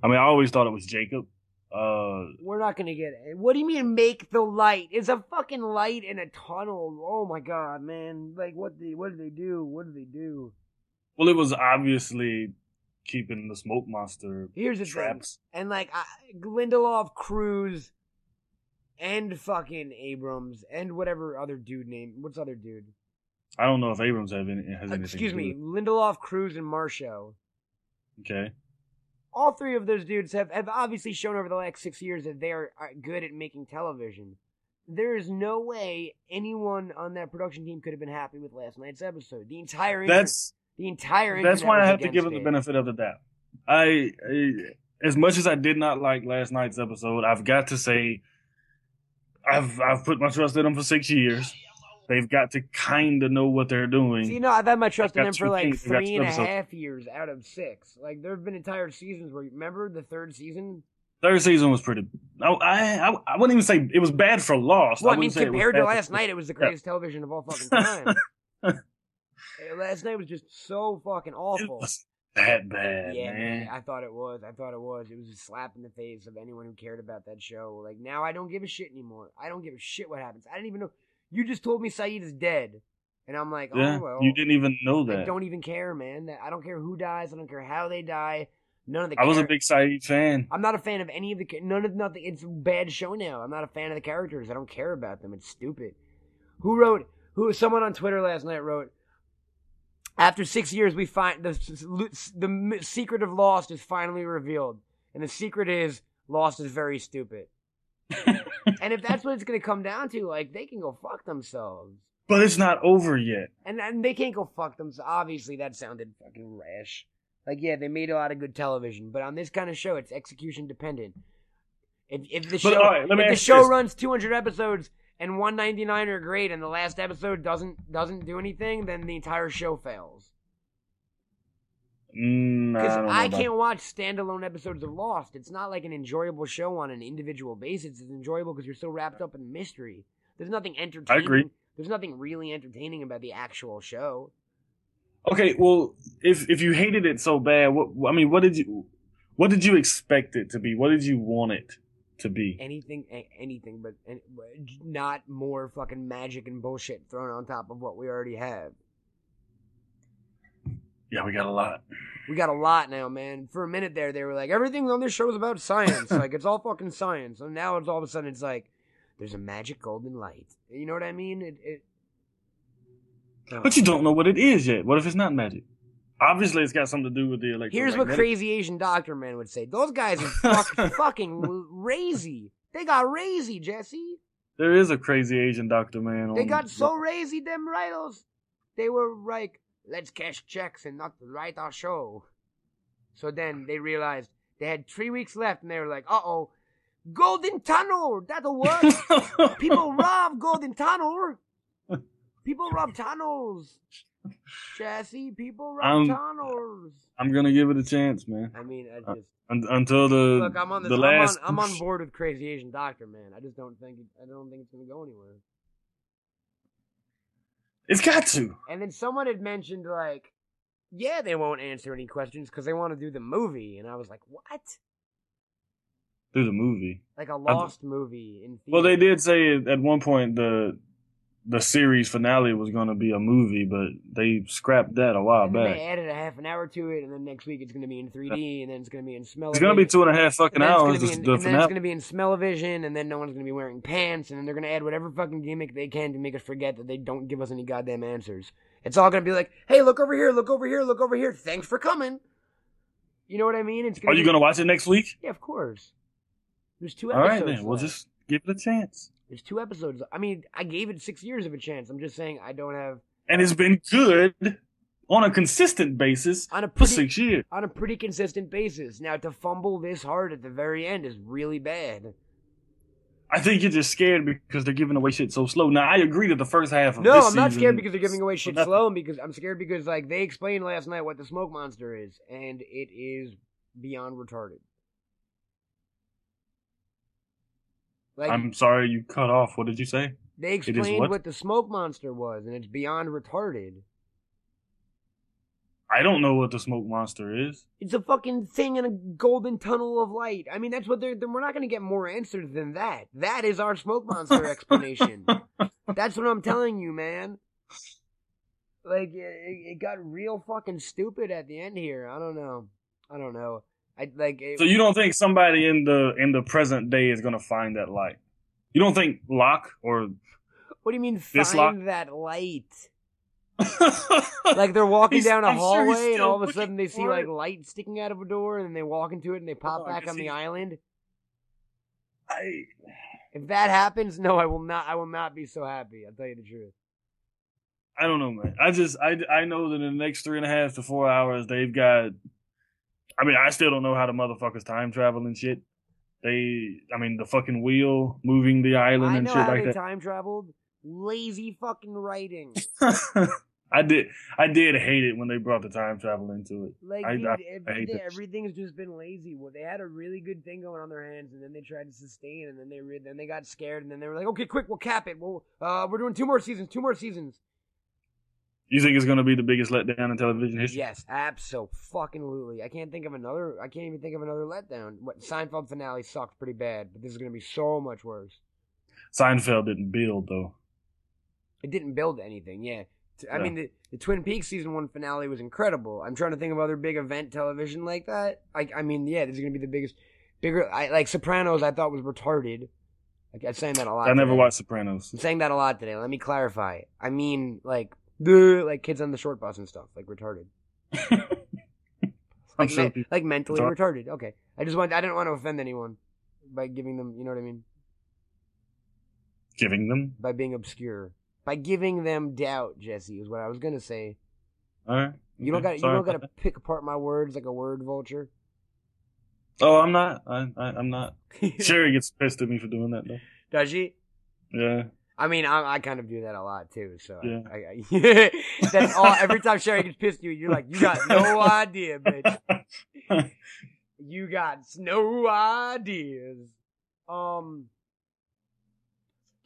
[SPEAKER 7] I mean, I always thought it was Jacob. Uh,
[SPEAKER 6] We're not gonna get it. What do you mean make the light? It's a fucking light in a tunnel. Oh my god, man! Like what the what did they do? What did they do?
[SPEAKER 7] well, it was obviously keeping the smoke monster
[SPEAKER 6] Here's the
[SPEAKER 7] traps.
[SPEAKER 6] thing, and like I, Lindelof, Cruz, and fucking Abrams, and whatever other dude name. What's other dude?
[SPEAKER 7] I don't know if Abrams have any, has anything.
[SPEAKER 6] Excuse
[SPEAKER 7] to do
[SPEAKER 6] me,
[SPEAKER 7] with
[SPEAKER 6] Lindelof, Cruz, and Marshall.
[SPEAKER 7] Okay.
[SPEAKER 6] all three of those dudes have, have obviously shown over the last six years that they are, are good at making television. There is no way anyone on that production team could have been happy with last night's episode. The entire inter-
[SPEAKER 7] That's
[SPEAKER 6] the entire
[SPEAKER 7] that's
[SPEAKER 6] internet
[SPEAKER 7] why I
[SPEAKER 6] was
[SPEAKER 7] have to give
[SPEAKER 6] against
[SPEAKER 7] it the
[SPEAKER 6] it.
[SPEAKER 7] benefit of the doubt. I, I as much as I did not like last night's episode, I've got to say I've I've put my trust in them for 6 years. They've got to kind of know what they're doing.
[SPEAKER 6] See, no, I've had my trust in
[SPEAKER 7] got
[SPEAKER 6] them for
[SPEAKER 7] two
[SPEAKER 6] like
[SPEAKER 7] teams, I got
[SPEAKER 6] three
[SPEAKER 7] two
[SPEAKER 6] and a
[SPEAKER 7] episodes.
[SPEAKER 6] half years out of six. Like there have been entire seasons where remember the third season.
[SPEAKER 7] Third season was pretty. I, I I- I wouldn't even say it was bad for Lost.
[SPEAKER 6] Well, I, mean,
[SPEAKER 7] wouldn't say it was
[SPEAKER 6] compared to
[SPEAKER 7] bad for-
[SPEAKER 6] last night, it was the greatest television of all fucking time. Eh, last night was just so fucking
[SPEAKER 7] It
[SPEAKER 6] awful.
[SPEAKER 7] was that bad,
[SPEAKER 6] yeah,
[SPEAKER 7] man.
[SPEAKER 6] I thought it was. I thought it was. It was a slap in the face of anyone who cared about that show. Like now, I don't give a shit anymore. I don't give a shit what happens. I didn't even know. You just told me Saeed is dead, and I'm like,
[SPEAKER 7] yeah,
[SPEAKER 6] oh well.
[SPEAKER 7] you didn't even know
[SPEAKER 6] I
[SPEAKER 7] that.
[SPEAKER 6] don't even care, man. That- I don't care who dies. I don't care how they die. None of the.
[SPEAKER 7] I was a
[SPEAKER 6] char-
[SPEAKER 7] big Saeed fan.
[SPEAKER 6] I'm not a fan of any of the. cha- None of nothing. It's a bad show now. I'm not a fan of the characters. I don't care about them. It's stupid. Who wrote? Who? Someone on Twitter last night wrote. After six years, we find the the m- secret of Lost is finally revealed, and the secret is Lost is very stupid. and if that's what it's going to come down to, like they can go fuck themselves,
[SPEAKER 7] But it's not over yet.
[SPEAKER 6] and and they can't go fuck themselves. Obviously, that sounded fucking rash. Like yeah, they made a lot of good television, but on this kind of show, it's execution dependent. If if the
[SPEAKER 7] But,
[SPEAKER 6] show
[SPEAKER 7] all right, let me
[SPEAKER 6] if the
[SPEAKER 7] ask you
[SPEAKER 6] show
[SPEAKER 7] this.
[SPEAKER 6] runs 200 episodes and 199 are great, and the last episode doesn't doesn't do anything, then the entire show fails.
[SPEAKER 7] Mm, I,
[SPEAKER 6] Because
[SPEAKER 7] don't know
[SPEAKER 6] I
[SPEAKER 7] about-
[SPEAKER 6] can't watch standalone episodes of Lost. It's not like an enjoyable show on an individual basis. It's enjoyable because you're so wrapped up in mystery. There's nothing entertaining. There's nothing really entertaining about the actual show.
[SPEAKER 7] Okay, well, if if you hated it so bad, what I mean, what did you what did you expect it to be? What did you want it to be?
[SPEAKER 6] Anything, a- anything, but an- not more fucking magic and bullshit thrown on top of what we already have.
[SPEAKER 7] Yeah, we got a lot.
[SPEAKER 6] We got a lot now, man. For a minute there, they were like, everything on this show is about science. like, it's all fucking science. And now it's all of a sudden, it's like, there's a magic golden light. You know what I mean? It, it,
[SPEAKER 7] But you don't know what it is yet. What if it's not magic? Obviously, it's got something to do with the electromagnetic.
[SPEAKER 6] Here's what crazy Asian doctor man would say. Those guys are fuck, fucking crazy. They got crazy, Jesse.
[SPEAKER 7] There is a crazy Asian doctor man.
[SPEAKER 6] They
[SPEAKER 7] on-
[SPEAKER 6] got so crazy, them writers. They were like, let's cash checks and not write our show. So then they realized they had three weeks left and they were like, uh oh, Golden Tunnel, that'll work. People rob Golden Tunnel. People rob tunnels. Jesse, people rob
[SPEAKER 7] Um,
[SPEAKER 6] tunnels.
[SPEAKER 7] I'm gonna give it a chance, man.
[SPEAKER 6] I mean, I just.
[SPEAKER 7] Un- until uh, the
[SPEAKER 6] Look, I'm on this,
[SPEAKER 7] the
[SPEAKER 6] I'm,
[SPEAKER 7] last.
[SPEAKER 6] on, I'm on board with Crazy Asian Doctor, man. I just don't think I don't think it's gonna go anywhere.
[SPEAKER 7] It's got to.
[SPEAKER 6] And then someone had mentioned like, yeah, they won't answer any questions because they want to do the movie, and I was like, what?
[SPEAKER 7] through the movie.
[SPEAKER 6] Like a lost movie in theaters.
[SPEAKER 7] Well, they did say at one point the the series finale was going to be a movie, but they scrapped that a while
[SPEAKER 6] And then they
[SPEAKER 7] back.
[SPEAKER 6] added a half an hour to it, and then next week it's gonna be in 3D, and then it's gonna be in smell.
[SPEAKER 7] It's going to be two and a half fucking
[SPEAKER 6] And then, it's gonna
[SPEAKER 7] hours.
[SPEAKER 6] be
[SPEAKER 7] The,
[SPEAKER 6] in,
[SPEAKER 7] the
[SPEAKER 6] and then it's
[SPEAKER 7] finale.
[SPEAKER 6] gonna be in smell-o-vision, and then no one's gonna be wearing pants, and then they're gonna add whatever fucking gimmick they can to make us forget that they don't give us any goddamn answers. It's all gonna be like, hey, look over here, look over here, look over here. Thanks for coming. You know what I mean? It's
[SPEAKER 7] Are
[SPEAKER 6] be-
[SPEAKER 7] you going to watch it next week?
[SPEAKER 6] Yeah, of course. There's two
[SPEAKER 7] All
[SPEAKER 6] episodes.
[SPEAKER 7] right, then we'll
[SPEAKER 6] left.
[SPEAKER 7] just give it a chance.
[SPEAKER 6] There's two episodes. I mean, I gave it six years of a chance. I'm just saying I don't have
[SPEAKER 7] And it's been good on a consistent basis
[SPEAKER 6] on a
[SPEAKER 7] for
[SPEAKER 6] pretty
[SPEAKER 7] six years.
[SPEAKER 6] on a pretty consistent basis. Now to fumble this hard at the very end is really bad.
[SPEAKER 7] I think you're just scared because they're giving away shit so slow. Now I agree that the first half of
[SPEAKER 6] No,
[SPEAKER 7] this
[SPEAKER 6] I'm not
[SPEAKER 7] season-
[SPEAKER 6] scared because they're giving away shit
[SPEAKER 7] Nothing.
[SPEAKER 6] slow, and because I'm scared because like they explained last night what the smoke monster is, and it is beyond retarded. Like
[SPEAKER 7] I'm sorry you cut off. What did you say?
[SPEAKER 6] they
[SPEAKER 7] is
[SPEAKER 6] explained
[SPEAKER 7] what?
[SPEAKER 6] what the smoke monster was, and it's beyond retarded.
[SPEAKER 7] I don't know what the smoke monster is.
[SPEAKER 6] It's a fucking thing in a golden tunnel of light. I mean, that's what they're. they're- We're not going to get more answers than that. That is our smoke monster explanation. That's what I'm telling you, man. Like it, it it got real fucking stupid at the end here. I don't know. I don't know. I like. It,
[SPEAKER 7] So you don't think somebody in the in the present day is gonna find that light? You don't think Locke or
[SPEAKER 6] what do you mean
[SPEAKER 7] This
[SPEAKER 6] find
[SPEAKER 7] lock-
[SPEAKER 6] that light? Like they're walking
[SPEAKER 7] He's-
[SPEAKER 6] down a
[SPEAKER 7] I'm sure he's
[SPEAKER 6] hallway, and
[SPEAKER 7] still
[SPEAKER 6] all of a
[SPEAKER 7] looking
[SPEAKER 6] sudden they see
[SPEAKER 7] for
[SPEAKER 6] like
[SPEAKER 7] it.
[SPEAKER 6] light sticking out of a door, and then they walk into it and they pop
[SPEAKER 7] Oh, I
[SPEAKER 6] back
[SPEAKER 7] can
[SPEAKER 6] on
[SPEAKER 7] see
[SPEAKER 6] the
[SPEAKER 7] it.
[SPEAKER 6] island.
[SPEAKER 7] I,
[SPEAKER 6] If that happens, no, I will not. I will not be so happy. I'll tell you the truth.
[SPEAKER 7] I don't know, man. I just I I know that in the next three and a half to four hours they've got. I mean, I still don't know how the motherfuckers time travel and shit. They, I mean, the fucking wheel moving the island
[SPEAKER 6] I
[SPEAKER 7] and
[SPEAKER 6] know
[SPEAKER 7] shit
[SPEAKER 6] how
[SPEAKER 7] like
[SPEAKER 6] they
[SPEAKER 7] that.
[SPEAKER 6] time traveled. Lazy fucking writing.
[SPEAKER 7] I did, I did hate it when they brought the time travel into it.
[SPEAKER 6] Like
[SPEAKER 7] I-
[SPEAKER 6] dude,
[SPEAKER 7] I- I
[SPEAKER 6] every
[SPEAKER 7] hate
[SPEAKER 6] day,
[SPEAKER 7] that.
[SPEAKER 6] everything's just been lazy. Well, they had a really good thing going on their hands, and then they tried to sustain, and then they re- then they got scared, and then they were like, "Okay, quick, we'll cap it. Well, uh, we're doing two more seasons, two more seasons."
[SPEAKER 7] You think it's gonna be the biggest letdown in television history?
[SPEAKER 6] Yes, absolutely. I can't think of another. I can't even think of another letdown. What Seinfeld finale sucked pretty bad, but this is gonna be so much worse.
[SPEAKER 7] Seinfeld didn't build though.
[SPEAKER 6] It didn't build anything. Yeah, T- I
[SPEAKER 7] No.
[SPEAKER 6] mean the, the Twin Peaks season one finale was incredible. I'm trying to think of other big event television like that. I, I mean, yeah, this is gonna be the biggest, bigger. I like Sopranos. I thought was retarded. Like, I'm saying that a lot.
[SPEAKER 7] I never
[SPEAKER 6] today.
[SPEAKER 7] watched Sopranos.
[SPEAKER 6] I'm saying that a lot today. Let me clarify. I mean, like, the like kids on the short bus and stuff, like retarded.
[SPEAKER 7] I'm
[SPEAKER 6] Like,
[SPEAKER 7] sure.
[SPEAKER 6] me-
[SPEAKER 7] people-
[SPEAKER 6] like mentally
[SPEAKER 7] Sorry.
[SPEAKER 6] retarded. Okay, I just want. I didn't want to offend anyone by giving them. You know what I mean?
[SPEAKER 7] giving them.
[SPEAKER 6] By being obscure, by giving them doubt. Jesse is what I was gonna say.
[SPEAKER 7] All right.
[SPEAKER 6] You don't
[SPEAKER 7] Okay,
[SPEAKER 6] got. You
[SPEAKER 7] sorry
[SPEAKER 6] don't got
[SPEAKER 7] about
[SPEAKER 6] to pick apart my words like a word vulture.
[SPEAKER 7] that. Oh, I'm not. I, I, I'm not. Sherry gets pissed at me for doing that though.
[SPEAKER 6] Does she?
[SPEAKER 7] Yeah.
[SPEAKER 6] I mean, I, I kind of do that a lot too. So I-
[SPEAKER 7] Yeah.
[SPEAKER 6] I, I, that's all. Every time Sherry gets pissed at you, you're like, you got no idea, bitch. You got no ideas. Um,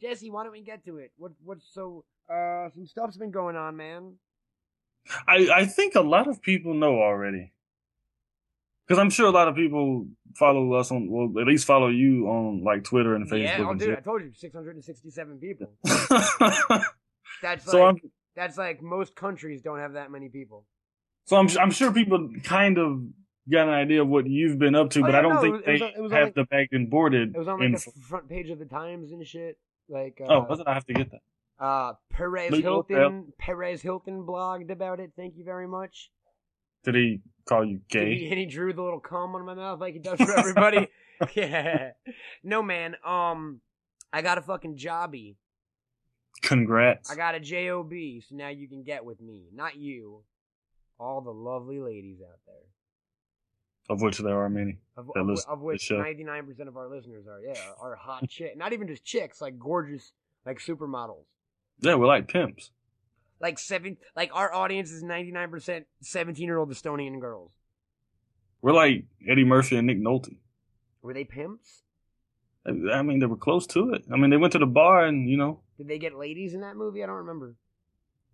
[SPEAKER 6] Jesse, why don't we get to it? What what's so? Uh, some stuff's been going on, man.
[SPEAKER 7] I, I think a lot of people know already. Because I'm sure a lot of people follow us on, well, at least follow you on like Twitter and Facebook
[SPEAKER 6] yeah, oh,
[SPEAKER 7] and
[SPEAKER 6] dude, I
[SPEAKER 7] shit.
[SPEAKER 6] told you, 667 people. That's
[SPEAKER 7] so
[SPEAKER 6] like
[SPEAKER 7] I'm
[SPEAKER 6] that's like most countries don't have that many people.
[SPEAKER 7] so I'm I'm sure people kind of got an idea of what you've been up to,
[SPEAKER 6] Oh,
[SPEAKER 7] but
[SPEAKER 6] yeah,
[SPEAKER 7] I don't
[SPEAKER 6] no, it
[SPEAKER 7] think
[SPEAKER 6] was-
[SPEAKER 7] they
[SPEAKER 6] it was- it was on,
[SPEAKER 7] have
[SPEAKER 6] like-
[SPEAKER 7] the bagged and boarded.
[SPEAKER 6] It was on like
[SPEAKER 7] in-
[SPEAKER 6] the front page of the Times and shit. Like uh,
[SPEAKER 7] oh, that's- I have to get that.
[SPEAKER 6] uh Perez
[SPEAKER 7] Legal,
[SPEAKER 6] Hilton Perez Hilton blogged about it. Thank you very much.
[SPEAKER 7] Did he call you
[SPEAKER 6] And
[SPEAKER 7] gay?
[SPEAKER 6] he, and he drew the little cum on my mouth like he does for everybody. yeah. No man, um I got a fucking jobby.
[SPEAKER 7] Congrats.
[SPEAKER 6] I got a job, so now you can get with me, not you. All the lovely ladies out there.
[SPEAKER 7] of which there are many.
[SPEAKER 6] Of,
[SPEAKER 7] That
[SPEAKER 6] of,
[SPEAKER 7] list-
[SPEAKER 6] of
[SPEAKER 7] this
[SPEAKER 6] which
[SPEAKER 7] show.
[SPEAKER 6] ninety nine percent of our listeners are yeah are hot chick, not even just chicks, like gorgeous, like supermodels,
[SPEAKER 7] Yeah, we're like pimps.
[SPEAKER 6] like seven, like our audience is ninety nine percent seventeen year old Estonian girls.
[SPEAKER 7] We're like Eddie Murphy and Nick Nolte.
[SPEAKER 6] Were they pimps?
[SPEAKER 7] I I mean, they were close to it. I mean, they went to the bar and you know,
[SPEAKER 6] Did they get ladies in that movie? I don't remember.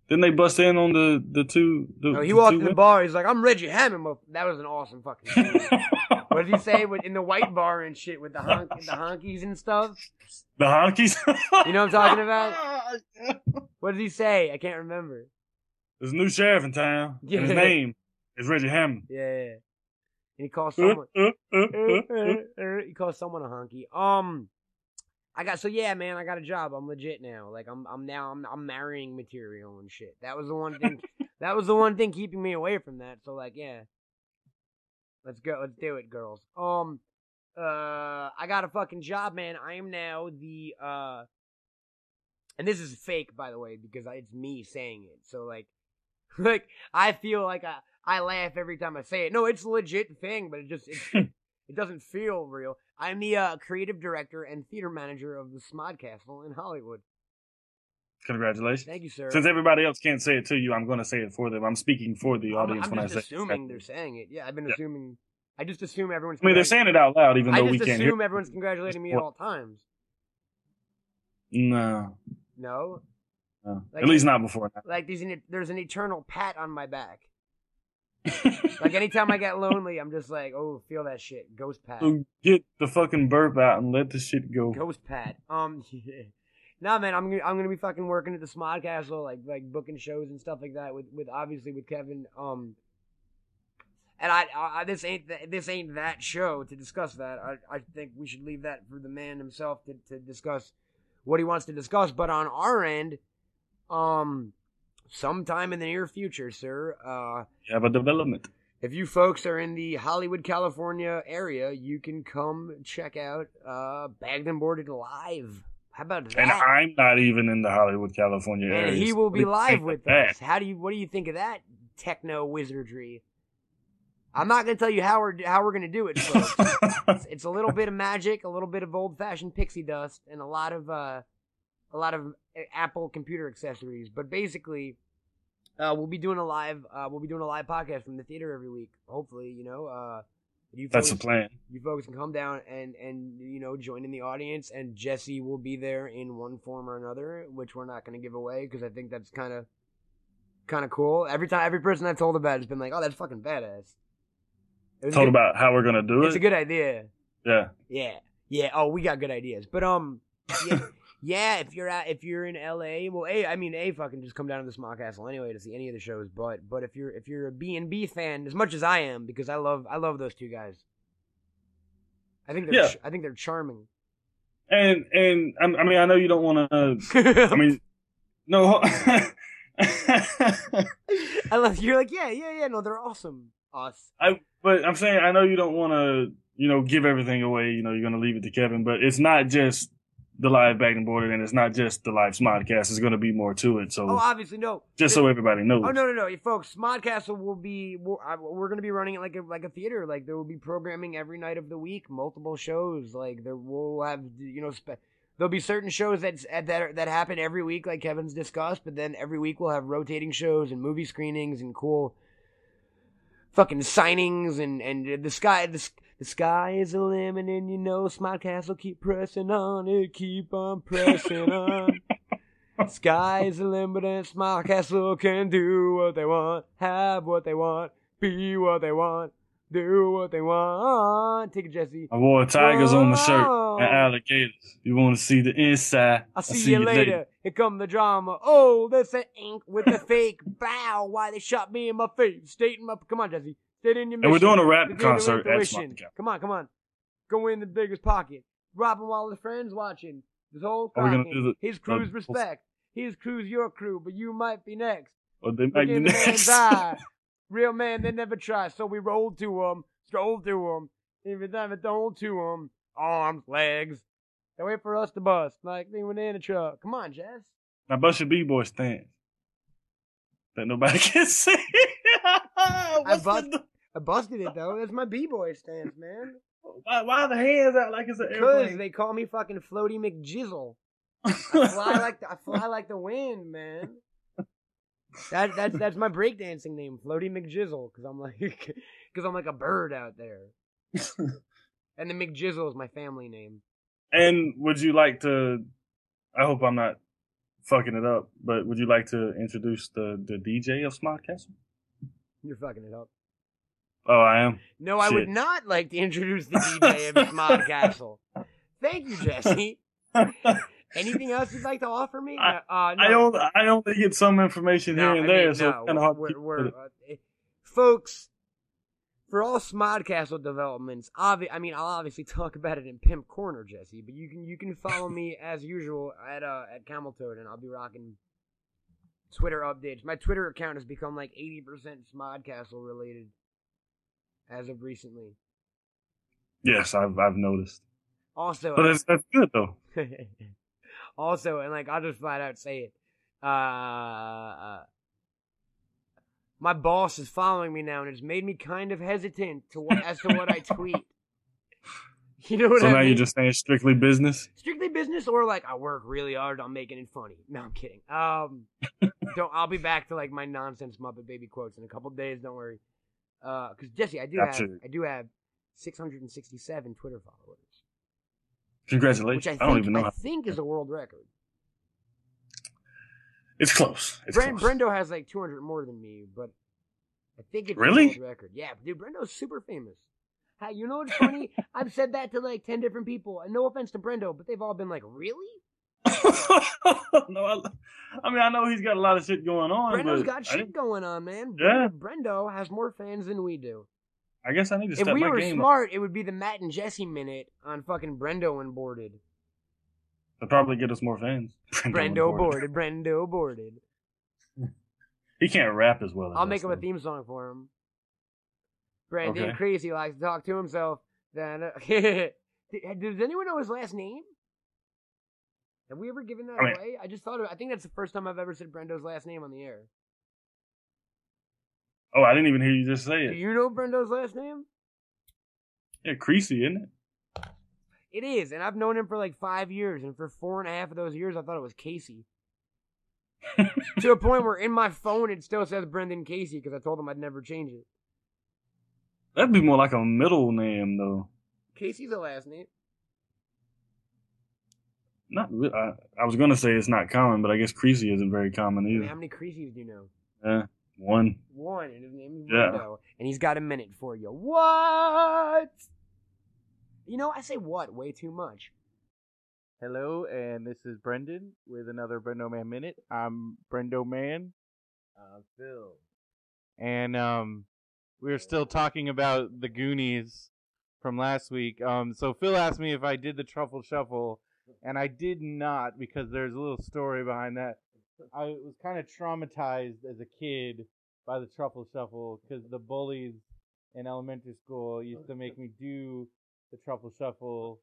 [SPEAKER 7] then they bust in on the the two. The,
[SPEAKER 6] No, he
[SPEAKER 7] the
[SPEAKER 6] walked
[SPEAKER 7] two
[SPEAKER 6] in the
[SPEAKER 7] women.
[SPEAKER 6] bar. He's like, "I'm Reggie Hammond." motherf-" That was an awesome fucking. Scene. what did he say with, in the white bar and shit with the honk, the honkies and stuff?
[SPEAKER 7] The honkies.
[SPEAKER 6] You know what I'm talking about? What did he say? I can't remember.
[SPEAKER 7] There's a new sheriff in town. and his
[SPEAKER 6] Yeah.
[SPEAKER 7] name is Reggie Hammond.
[SPEAKER 6] Yeah, yeah. yeah. And he calls
[SPEAKER 7] Uh,
[SPEAKER 6] someone.
[SPEAKER 7] uh, uh, uh, uh.
[SPEAKER 6] you call someone a honky. Um, I got so yeah, man. I got a job. I'm legit now. Like I'm, I'm now, I'm, I'm marrying material and shit. That was the one thing. that was the one thing keeping me away from that. So like, yeah, let's go. Let's do it, girls. Um, uh, I got a fucking job, man. I am now the uh, and this is fake, by the way, because it's me saying it. So like, like I feel like I, I laugh every time I say it. No, it's a legit thing, but it just it's, it doesn't feel real. I'm the uh, creative director and theater manager of the Smod Castle in Hollywood.
[SPEAKER 7] Congratulations.
[SPEAKER 6] Thank you, sir.
[SPEAKER 7] Since everybody else can't say it to you, I'm going to say it for them. I'm speaking for the
[SPEAKER 6] I'm,
[SPEAKER 7] audience
[SPEAKER 6] I'm
[SPEAKER 7] when
[SPEAKER 6] just
[SPEAKER 7] I say.
[SPEAKER 6] assuming they're saying it. Yeah, I've been
[SPEAKER 7] Yeah.
[SPEAKER 6] assuming. I just assume everyone's.
[SPEAKER 7] I mean, they're
[SPEAKER 6] congrat-
[SPEAKER 7] saying it out loud, even
[SPEAKER 6] I
[SPEAKER 7] though
[SPEAKER 6] just
[SPEAKER 7] we can't hear.
[SPEAKER 6] assume everyone's congratulating me at all times.
[SPEAKER 7] No,
[SPEAKER 6] No,
[SPEAKER 7] no.
[SPEAKER 6] Like-
[SPEAKER 7] at least not before now.
[SPEAKER 6] like there's an e, there's an eternal pat on my back. Like anytime I get lonely, I'm just like, oh, feel that shit, ghost pat.
[SPEAKER 7] So get the fucking burp out and let the shit go.
[SPEAKER 6] Ghost Pat. Um, yeah. nah, man, I'm gonna I'm gonna be fucking working at the Smod Castle, like like booking shows and stuff like that with with obviously with Kevin. Um, and I, I I- this ain't th- this ain't that show to discuss that. I I think we should leave that for the man himself to to discuss what he wants to discuss. But on our end, um, sometime in the near future, sir. Uh,
[SPEAKER 7] You have a development.
[SPEAKER 6] if you folks are in the Hollywood, California area, you can come check out uh, Bagged and Boarded live. How about that?
[SPEAKER 7] And I'm not even in the Hollywood, California area.
[SPEAKER 6] And he will be
[SPEAKER 7] What do you
[SPEAKER 6] live
[SPEAKER 7] think
[SPEAKER 6] with
[SPEAKER 7] of that?
[SPEAKER 6] us. How do you? What do you think of that techno wizardry? I'm not going to tell you how we're how we're going to do it. Folks. it's, it's a little bit of magic, a little bit of old fashioned pixie dust, and a lot of uh, a lot of uh, Apple computer accessories. But basically, uh, we'll be doing a live uh, we'll be doing a live podcast from the theater every week. Hopefully, you know. Uh, you
[SPEAKER 7] That's the
[SPEAKER 6] folks-
[SPEAKER 7] plan.
[SPEAKER 6] you folks can come down and and you know join in the audience and jesse will be there in one form or another which we're not going to give away because i think that's kind of kind of cool every time every person i've told about it has been like oh that's fucking badass It was a
[SPEAKER 7] Told
[SPEAKER 6] good-
[SPEAKER 7] about how we're gonna do
[SPEAKER 6] it's a
[SPEAKER 7] it.
[SPEAKER 6] good idea
[SPEAKER 7] yeah,
[SPEAKER 6] yeah yeah oh we got good ideas but um yeah, yeah if you're at if you're in la well a i mean a fucking just come down to the small castle anyway to see any of the shows but but if you're if you're a b&b fan as much as i am because i love i love those two guys i think they're
[SPEAKER 7] Yeah.
[SPEAKER 6] ch- i think they're charming
[SPEAKER 7] and and I I mean, I know you don't want to. I mean, no.
[SPEAKER 6] i love you're like yeah yeah yeah no they're awesome us
[SPEAKER 7] But I'm saying I know you don't want to, you know, give everything away. You know, you're going to leave it to Kevin. But it's not just the live back and boarded, and it's not just the live smodcast. It's going to be more to it. So
[SPEAKER 6] oh obviously no
[SPEAKER 7] just so everybody knows,
[SPEAKER 6] Oh no no no, you folks! Smodcastle will be we're, I- we're going to be running it like a like a theater. Like there will be programming every night of the week, multiple shows. Like there will have you know spe- there'll be certain shows that that are- that happen every week, like Kevin's discussed. But then every week we'll have rotating shows and movie screenings and cool fucking signings and and the sky the, s- the sky is a limit and you know Smodcastle keep pressing on it keep on pressing on sky is the limit and Smodcastle can do what they want have what they want be what they want do what they want take it Jesse
[SPEAKER 7] I wore tigers on my shirt Uh,
[SPEAKER 6] Whoa.
[SPEAKER 7] and alligators. You want to see the inside?
[SPEAKER 6] Oh. I'll see, you later. Here come the drama. Oh, that's an ink with the fake bow. Why they shot me in my face? State in my come on, Jesse. State in your
[SPEAKER 7] And we're
[SPEAKER 6] mission.
[SPEAKER 7] doing a rap
[SPEAKER 6] You're doing
[SPEAKER 7] concert
[SPEAKER 6] the
[SPEAKER 7] at
[SPEAKER 6] intuition.
[SPEAKER 7] Smart Cap.
[SPEAKER 6] Come on, come on. Go in the biggest pocket. Robin while his friends watching. This whole
[SPEAKER 7] Are we gonna
[SPEAKER 6] cracking.
[SPEAKER 7] do the-
[SPEAKER 6] His crew's
[SPEAKER 7] uh,
[SPEAKER 6] respect. His crew's your crew, but you might be next.
[SPEAKER 7] Or they
[SPEAKER 6] Look
[SPEAKER 7] might be
[SPEAKER 6] in the man's
[SPEAKER 7] next.
[SPEAKER 6] eye. Real man, they never try. So we rolled to him, strolled to him, even time it told to him. Arms, legs. They wait for us to bust. Like they went in a truck. Come on, Jess.
[SPEAKER 7] now bust your b-boy stance that nobody can see. What's
[SPEAKER 6] bust-
[SPEAKER 7] the-
[SPEAKER 6] I busted it though. That's my b-boy stance, man.
[SPEAKER 7] why, why are the hands out like it's an
[SPEAKER 6] Cause
[SPEAKER 7] airplane?
[SPEAKER 6] they call me fucking Floaty McJizzle. I fly like the, I fly like the wind, man. That that's that's my breakdancing name, Floaty McJizzle, because I'm like, because I'm like a bird out there. And the McJizzle is my family name.
[SPEAKER 7] And would you like to? I hope I'm not fucking it up, but would you like to introduce the the DJ of Smodcastle?
[SPEAKER 6] You're fucking it up.
[SPEAKER 7] Oh, I am.
[SPEAKER 6] No, I would
[SPEAKER 7] Shit.
[SPEAKER 6] not like to introduce the DJ of Mod Castle. Thank you, Jesse. Anything else you'd like to offer me?
[SPEAKER 7] I-
[SPEAKER 6] uh, no.
[SPEAKER 7] I only I only get some information
[SPEAKER 6] No,
[SPEAKER 7] here and
[SPEAKER 6] I mean,
[SPEAKER 7] there, so
[SPEAKER 6] no,
[SPEAKER 7] it's kind of hard.
[SPEAKER 6] We're,
[SPEAKER 7] to
[SPEAKER 6] we're,
[SPEAKER 7] keep it.
[SPEAKER 6] uh, eh, folks, for all Smodcastle developments, obvi- I mean, I'll obviously talk about it in Pimp Corner, Jesse, but you can you can follow me as usual at uh, at Camel Toad, and I'll be rocking Twitter updates. My Twitter account has become like eighty percent Smodcastle related as of recently.
[SPEAKER 7] yes, I've I've noticed,
[SPEAKER 6] Also,
[SPEAKER 7] but it's, that's good though.
[SPEAKER 6] also, and like I'll just flat out say it. Uh, uh, my boss is following me now, and it's made me kind of hesitant to what, as to what I tweet. You know what
[SPEAKER 7] So
[SPEAKER 6] I
[SPEAKER 7] now
[SPEAKER 6] mean?
[SPEAKER 7] you're just saying strictly business.
[SPEAKER 6] strictly business, or like I work really hard on making it funny. No, I'm kidding. Um, don't. I'll be back to like my nonsense Muppet Baby quotes in a couple days. Don't worry. Uh, because Jesse, I do have
[SPEAKER 7] Gotcha.
[SPEAKER 6] I do have 667 Twitter followers,
[SPEAKER 7] Congratulations!
[SPEAKER 6] which I,
[SPEAKER 7] I,
[SPEAKER 6] think,
[SPEAKER 7] don't even know.
[SPEAKER 6] I
[SPEAKER 7] how.
[SPEAKER 6] think is a world record.
[SPEAKER 7] It's close. It's
[SPEAKER 6] Bren,
[SPEAKER 7] close.
[SPEAKER 6] Brendo has like 200 more than me, but I think it's a
[SPEAKER 7] Really?
[SPEAKER 6] world record. Yeah, dude, Brendo's super famous. How you know what's funny? I've said that to like 10 different people, and no offense to Brendo, but they've all been like, "Really?
[SPEAKER 7] no, I, I mean I know he's got a lot of shit going on.
[SPEAKER 6] Brendo's
[SPEAKER 7] but I
[SPEAKER 6] got shit
[SPEAKER 7] didn't-
[SPEAKER 6] going on, man."
[SPEAKER 7] Yeah.
[SPEAKER 6] Brendo has more fans than we do.
[SPEAKER 7] I guess I need to
[SPEAKER 6] if
[SPEAKER 7] step
[SPEAKER 6] we
[SPEAKER 7] my
[SPEAKER 6] were
[SPEAKER 7] game up.
[SPEAKER 6] smart, it would be the Matt and Jesse minute on fucking Brendo and boarded.
[SPEAKER 7] They'll probably get us more fans.
[SPEAKER 6] Brendo boarded. Brendo boarded.
[SPEAKER 7] He can't rap as well. As
[SPEAKER 6] I'll make him
[SPEAKER 7] us,
[SPEAKER 6] a
[SPEAKER 7] though.
[SPEAKER 6] theme song for him. Brandon
[SPEAKER 7] Okay.
[SPEAKER 6] Creasy likes to talk to himself. Then uh, does anyone know his last name? Have we ever given that
[SPEAKER 7] I mean-
[SPEAKER 6] away? I just thought of, I think that's the first time I've ever said Brendo's last name on the air.
[SPEAKER 7] Oh, I didn't even hear you just say
[SPEAKER 6] Do
[SPEAKER 7] it.
[SPEAKER 6] you know Brendo's last name?
[SPEAKER 7] Yeah, Creasy, isn't it?
[SPEAKER 6] It is, and I've known him for like five years, and for four and a half of those years, I thought it was Casey. to a point where in my phone it still says Brendan Casey because I told him I'd never change it.
[SPEAKER 7] That'd be more like a middle name, though.
[SPEAKER 6] Casey's a last name.
[SPEAKER 7] Not. re- I, I was gonna say it's not common, but I guess Creasy isn't very common
[SPEAKER 6] I mean, how
[SPEAKER 7] either.
[SPEAKER 6] many Creaseys do you know?
[SPEAKER 7] Yeah, one.
[SPEAKER 6] One, and his name is
[SPEAKER 7] Yeah.
[SPEAKER 6] Brendo, and he's got a minute for you. What? You know, I say what way too much.
[SPEAKER 2] Hello, and this is Brendan with another Brendo Man Minute. I'm Brendo Man. Uh, Phil. And um, we were still talking about the Goonies from last week. Um, so Phil asked me if I did the Truffle Shuffle, and I did not because there's a little story behind that. I was kind of traumatized as a kid by the Truffle Shuffle because the bullies in elementary school used to make me do the Truffle Shuffle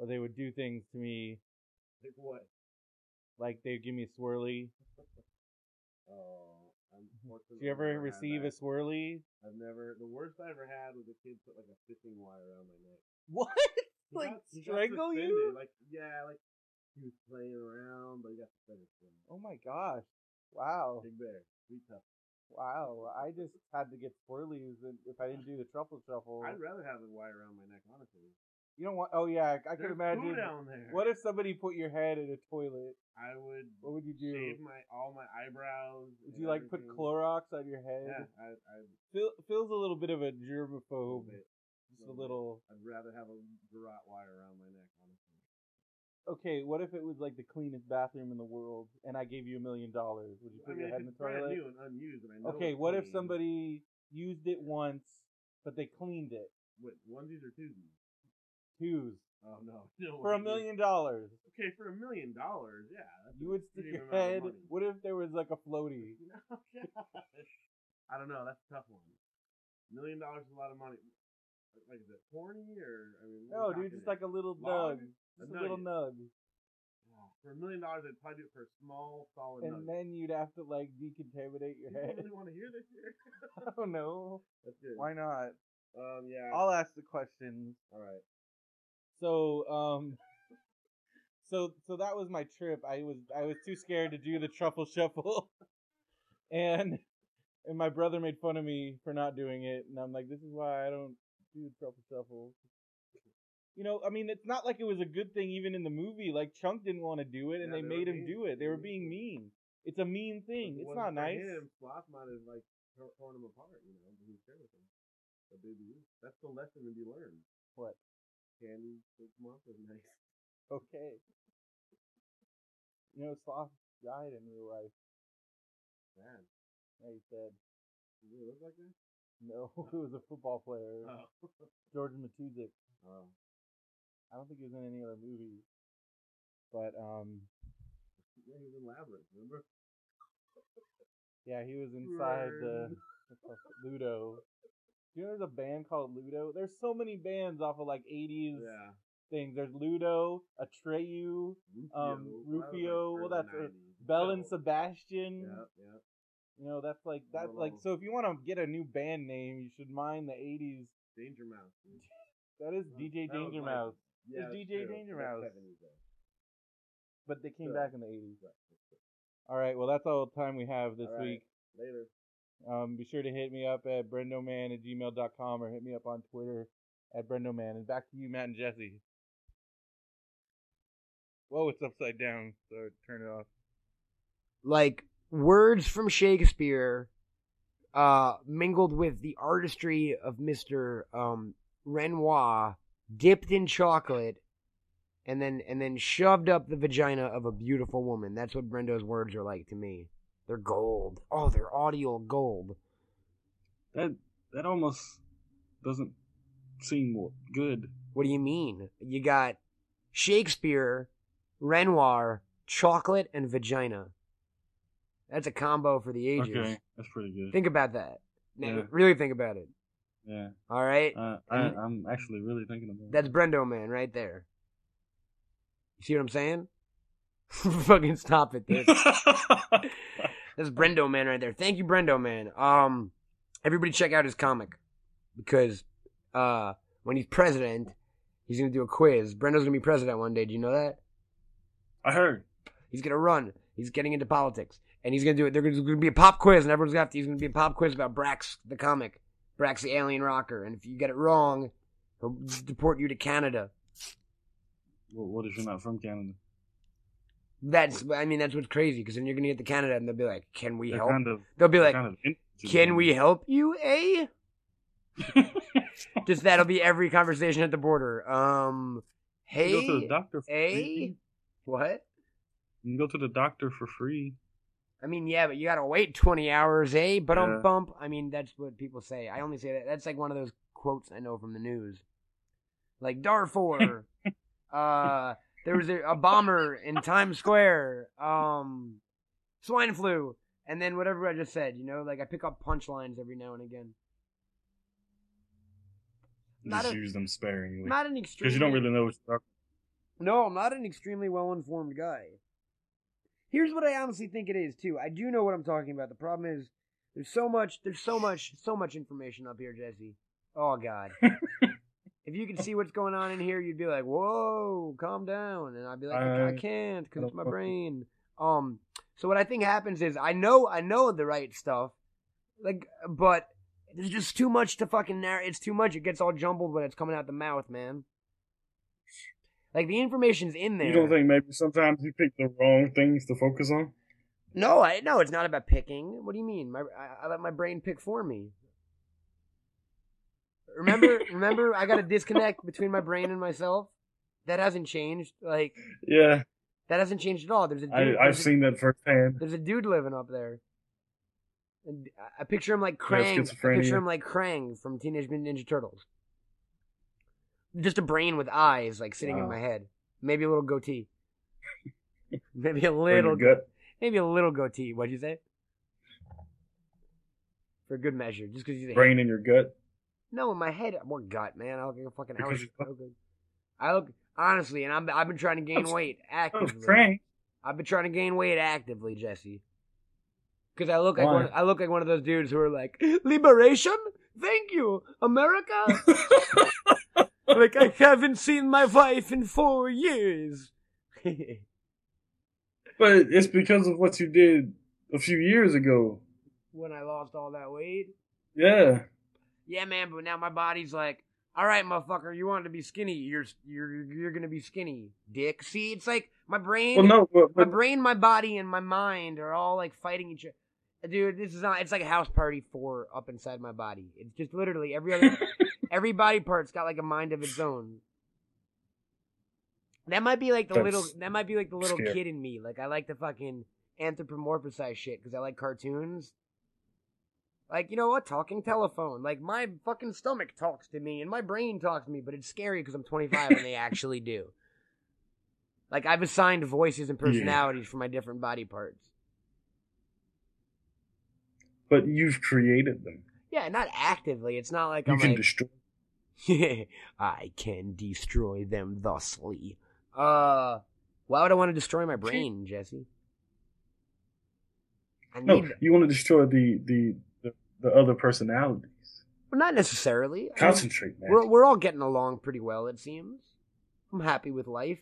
[SPEAKER 2] or they would do things to me. Like what? Like they'd give me a swirly.
[SPEAKER 3] Oh, unfortunately.
[SPEAKER 2] Did you
[SPEAKER 3] I've
[SPEAKER 2] ever
[SPEAKER 3] never had
[SPEAKER 2] receive
[SPEAKER 3] that.
[SPEAKER 2] a swirly?
[SPEAKER 3] I've never. The worst I ever had was a kid put like a fishing wire around my neck.
[SPEAKER 2] What?
[SPEAKER 3] He
[SPEAKER 2] Like,
[SPEAKER 3] got- he got
[SPEAKER 2] strangle you?
[SPEAKER 3] suspended, Like yeah, like he was playing around, but he got suspended. From it.
[SPEAKER 2] Oh my gosh. Wow.
[SPEAKER 3] Big bear, sweet tough.
[SPEAKER 2] Wow. I just had to get swirlies and- if I didn't do the truffle shuffle.
[SPEAKER 3] I'd rather have the wire around my neck, honestly.
[SPEAKER 2] You don't want. Oh yeah, I could
[SPEAKER 3] There's Food
[SPEAKER 2] imagine.
[SPEAKER 3] down there.
[SPEAKER 2] What if somebody put your head in a toilet?
[SPEAKER 3] I would
[SPEAKER 2] What would you do?
[SPEAKER 3] shave my all my eyebrows? and
[SPEAKER 2] Would you like put
[SPEAKER 3] everything.
[SPEAKER 2] Clorox on your head?
[SPEAKER 3] Yeah, I, I,
[SPEAKER 2] Phil, Phil's a little bit of a germaphobe.
[SPEAKER 3] bit. Oh. Mm, Little
[SPEAKER 2] Just a
[SPEAKER 3] bit.
[SPEAKER 2] little.
[SPEAKER 3] I'd rather have a garrote wire around my neck, honestly.
[SPEAKER 2] Okay, what if it was like the cleanest bathroom in the world, and I gave you a million dollars? Would you
[SPEAKER 3] I
[SPEAKER 2] put
[SPEAKER 3] mean,
[SPEAKER 2] your head in
[SPEAKER 3] if
[SPEAKER 2] the
[SPEAKER 3] it's brand
[SPEAKER 2] toilet?
[SPEAKER 3] new and unused, and I know it's
[SPEAKER 2] Okay, what if
[SPEAKER 3] clean,
[SPEAKER 2] somebody used it once, but they cleaned it?
[SPEAKER 3] What onesies or twosies?
[SPEAKER 2] Twos.
[SPEAKER 3] Oh no, no
[SPEAKER 2] For a
[SPEAKER 3] onesies.
[SPEAKER 2] million dollars.
[SPEAKER 3] Okay, for a million dollars, yeah. that's
[SPEAKER 2] You
[SPEAKER 3] a
[SPEAKER 2] would stick
[SPEAKER 3] pretty
[SPEAKER 2] your
[SPEAKER 3] amount of
[SPEAKER 2] head.
[SPEAKER 3] money.
[SPEAKER 2] What if there was like a floaty?
[SPEAKER 3] No, Oh, gosh. I don't know. That's a tough one. A million dollars is a lot of money. Like, is it horny or? I mean,
[SPEAKER 2] No, dude, just like a little nug.
[SPEAKER 3] Log?
[SPEAKER 2] Just
[SPEAKER 3] A Oh,
[SPEAKER 2] a little nug.
[SPEAKER 3] for a million dollars, I'd probably do it for a small, solid.
[SPEAKER 2] And
[SPEAKER 3] nugget.
[SPEAKER 2] then you'd have to like decontaminate your
[SPEAKER 3] People
[SPEAKER 2] head.
[SPEAKER 3] really want to hear this here.
[SPEAKER 2] I don't know.
[SPEAKER 3] That's good.
[SPEAKER 2] Why not?
[SPEAKER 3] Um, yeah.
[SPEAKER 2] I'll ask the questions.
[SPEAKER 3] All right.
[SPEAKER 2] So, um, so so that was my trip. I was I was too scared to do the truffle shuffle, and and my brother made fun of me for not doing it, and I'm like, this is why I don't do truffle shuffle. You know, I mean, it's not like it was a good thing even in the movie. Like Chunk didn't want to do it, and
[SPEAKER 3] Yeah, they
[SPEAKER 2] they,
[SPEAKER 3] were
[SPEAKER 2] made him
[SPEAKER 3] mean.
[SPEAKER 2] do it. They were being mean. It's a mean thing.
[SPEAKER 3] If it
[SPEAKER 2] It's
[SPEAKER 3] wasn't for
[SPEAKER 2] not nice.
[SPEAKER 3] Him, Sloth might have like tor- torn him apart. You know, he was fair with him. But baby, that's the lesson to be learned.
[SPEAKER 2] What?
[SPEAKER 3] Can take him off as nice.
[SPEAKER 2] Okay. You know, Sloth died in real life.
[SPEAKER 3] Man,
[SPEAKER 2] Yeah, he said.
[SPEAKER 3] does he look like that?
[SPEAKER 2] No, it was a football player. George Matuzik.
[SPEAKER 3] Oh.
[SPEAKER 2] I don't think he was in any other movies. But um
[SPEAKER 3] Yeah, he was in Labyrinth, remember?
[SPEAKER 2] yeah, he was inside the Ludo. Do you know there's a band called Ludo? There's so many bands off of like eighties
[SPEAKER 3] Yeah.
[SPEAKER 2] things. There's Ludo, Atreyu, Um, Rufio, well, that's a- Bell and Sebastian.
[SPEAKER 3] Yeah, yeah.
[SPEAKER 2] You know, that's like
[SPEAKER 3] They're
[SPEAKER 2] that's like
[SPEAKER 3] little-
[SPEAKER 2] so if you want to get a new band name, you should mind the eighties.
[SPEAKER 3] Danger Mouse. dude.
[SPEAKER 2] That is
[SPEAKER 3] Oh,
[SPEAKER 2] DJ
[SPEAKER 3] that was
[SPEAKER 2] Danger
[SPEAKER 3] my-
[SPEAKER 2] Mouse.
[SPEAKER 3] Yeah, that's
[SPEAKER 2] DJ
[SPEAKER 3] true.
[SPEAKER 2] Danger
[SPEAKER 3] That's
[SPEAKER 2] Mouse.
[SPEAKER 3] 70s though.
[SPEAKER 2] But they came
[SPEAKER 3] So-
[SPEAKER 2] back in the eighties. Alright, well that's all the time we have this
[SPEAKER 3] Alright.
[SPEAKER 2] week.
[SPEAKER 3] Later.
[SPEAKER 2] Um, be sure to hit me up at brendoman at gmail.com or hit me up on Twitter at brendoman. And back to you, Matt and Jesse. Whoa, it's upside down, so turn it off.
[SPEAKER 6] Like words from Shakespeare, uh, mingled with the artistry of Mister um, Renoir, dipped in chocolate, and then and then shoved up the vagina of a beautiful woman. That's what Brendo's words are like to me. They're gold. Oh, they're audio gold.
[SPEAKER 7] That that almost doesn't seem more good.
[SPEAKER 6] What do you mean? You got Shakespeare, Renoir, chocolate, and vagina. That's a combo for the ages.
[SPEAKER 7] Okay, that's pretty good.
[SPEAKER 6] Think about that. Now,
[SPEAKER 7] Yeah.
[SPEAKER 6] Really think about it.
[SPEAKER 7] yeah,
[SPEAKER 6] All right.
[SPEAKER 7] uh, I, I'm actually really thinking about
[SPEAKER 6] That's Brendo man right there. You see what I'm saying? Fucking stop it, dude.
[SPEAKER 7] that.
[SPEAKER 6] That's Brendo man right there. Thank you, Brendo man. Um, everybody check out his comic because uh, when he's president, he's gonna do a quiz. Brendo's gonna be president one day. Do you know that?
[SPEAKER 7] I heard.
[SPEAKER 6] He's gonna run. He's getting into politics, and he's gonna do it. There's gonna be a pop quiz, and everyone's gonna have to. He's gonna be a pop quiz about Brax the comic, Brax the alien rocker, and if you get it wrong, he'll deport you to Canada.
[SPEAKER 7] Well, what if you're not from Canada?
[SPEAKER 6] That's I mean that's what's crazy because then you're gonna get to Canada and they'll be like, "Can we
[SPEAKER 7] They're
[SPEAKER 6] help?"
[SPEAKER 7] kind of.
[SPEAKER 6] they'll be
[SPEAKER 7] they're
[SPEAKER 6] like,
[SPEAKER 7] kind of into
[SPEAKER 6] "Can
[SPEAKER 7] it.
[SPEAKER 6] we help you?" Eh? Just that'll be every conversation at the border. Um,
[SPEAKER 7] You can go to
[SPEAKER 6] hey,
[SPEAKER 7] the doctor for
[SPEAKER 6] hey,
[SPEAKER 7] free.
[SPEAKER 6] what?
[SPEAKER 7] You can go to the doctor for free.
[SPEAKER 6] I mean, yeah, but you gotta wait 20 hours, eh? But um
[SPEAKER 7] Yeah.
[SPEAKER 6] bump. I mean, that's what people say. I only say that. That's like one of those quotes I know from the news. Like Darfur. uh, there was a, a bomber in Times Square. Um, swine flu. And then whatever I just said, you know, like I pick up punchlines every now and again. Not
[SPEAKER 7] Just
[SPEAKER 6] a-
[SPEAKER 7] use them sparingly
[SPEAKER 6] Not an extreme.
[SPEAKER 7] because you don't really know what you're
[SPEAKER 6] No, I'm not an extremely well informed guy. Here's what I honestly think it is too. I do know what I'm talking about. The problem is there's so much there's so much so much information up here, Jesse. Oh god. if you could see what's going on in here, you'd be like, "Whoa, calm down." And I'd be like, "I, I
[SPEAKER 7] I-
[SPEAKER 6] can't cuz
[SPEAKER 7] Uh, I
[SPEAKER 6] it's my
[SPEAKER 7] don't-
[SPEAKER 6] brain." Um so what I think happens is I know I know the right stuff. Like but there's just too much to fucking narrow. It's too much. It gets all jumbled when it's coming out the mouth, man. Like the information's in there.
[SPEAKER 7] You don't think maybe sometimes you pick the wrong things to focus on?
[SPEAKER 6] No, I no, it's not about picking. What do you mean? My I, I let my brain pick for me. Remember, remember, I got a disconnect between my brain and myself. That hasn't changed. Like
[SPEAKER 7] Yeah,
[SPEAKER 6] that hasn't changed at all. There's a dude,
[SPEAKER 7] I, I've
[SPEAKER 6] there's,
[SPEAKER 7] seen that
[SPEAKER 6] a,
[SPEAKER 7] firsthand.
[SPEAKER 6] there's a dude living up there. And I- I picture him like
[SPEAKER 7] Yeah,
[SPEAKER 6] Krang. I picture
[SPEAKER 7] schizophrenia.
[SPEAKER 6] him like Krang from Teenage Mutant Ninja Turtles. Just a brain with eyes, like sitting in
[SPEAKER 7] Wow.
[SPEAKER 6] my head. Maybe a little goatee. maybe a
[SPEAKER 7] Or in your
[SPEAKER 6] little
[SPEAKER 7] gut.
[SPEAKER 6] Maybe a little goatee. What'd you say? For good measure, just because you
[SPEAKER 7] Brain in your gut.
[SPEAKER 6] No, in my head, more gut, man. I look like a fucking
[SPEAKER 7] Because
[SPEAKER 6] house.
[SPEAKER 7] you-
[SPEAKER 6] I look honestly, and I'm, I've been trying to gain
[SPEAKER 7] That's-
[SPEAKER 6] weight
[SPEAKER 7] Oh,
[SPEAKER 6] actively.
[SPEAKER 7] Frank.
[SPEAKER 6] I've been trying to gain weight actively, Jesse. Because I look like
[SPEAKER 7] Why?
[SPEAKER 6] one, I look like one of those dudes who are like liberation. Thank you, America. like I haven't seen my wife in four years.
[SPEAKER 7] But it's because of what you did a few years ago.
[SPEAKER 6] when I lost all that weight.
[SPEAKER 7] Yeah.
[SPEAKER 6] yeah, man, but now my body's like, all right, motherfucker, you wanted to be skinny, you're you're you're gonna be skinny, dick. See, it's like my brain,
[SPEAKER 7] Well, no, but,
[SPEAKER 6] my
[SPEAKER 7] but
[SPEAKER 6] brain, my body, and my mind are all like fighting each other. Dude, this is not. It's like a house party four up inside my body. It's just literally every other, every body part's got like a mind of its own. That might be like the
[SPEAKER 7] That's
[SPEAKER 6] little. That might be like the little
[SPEAKER 7] scary.
[SPEAKER 6] kid in me. Like I like the fucking anthropomorphize shit because I like cartoons. Like you know what? Talking telephone. Like my fucking stomach talks to me and my brain talks to me, but it's scary because I'm 25 and they actually do. Like I've assigned voices and personalities for my different body parts.
[SPEAKER 7] but you've created them.
[SPEAKER 6] Yeah, not actively. It's not like
[SPEAKER 7] You
[SPEAKER 6] I'm
[SPEAKER 7] can
[SPEAKER 6] like
[SPEAKER 7] destroy.
[SPEAKER 6] I can destroy them thusly. Uh, why would I want to destroy my brain, Jesse? I need
[SPEAKER 7] No, you want to destroy the the the, the other personalities.
[SPEAKER 6] well, not necessarily. I mean,
[SPEAKER 7] Concentrate, man.
[SPEAKER 6] we're we're all getting along pretty well, it seems. I'm happy with life.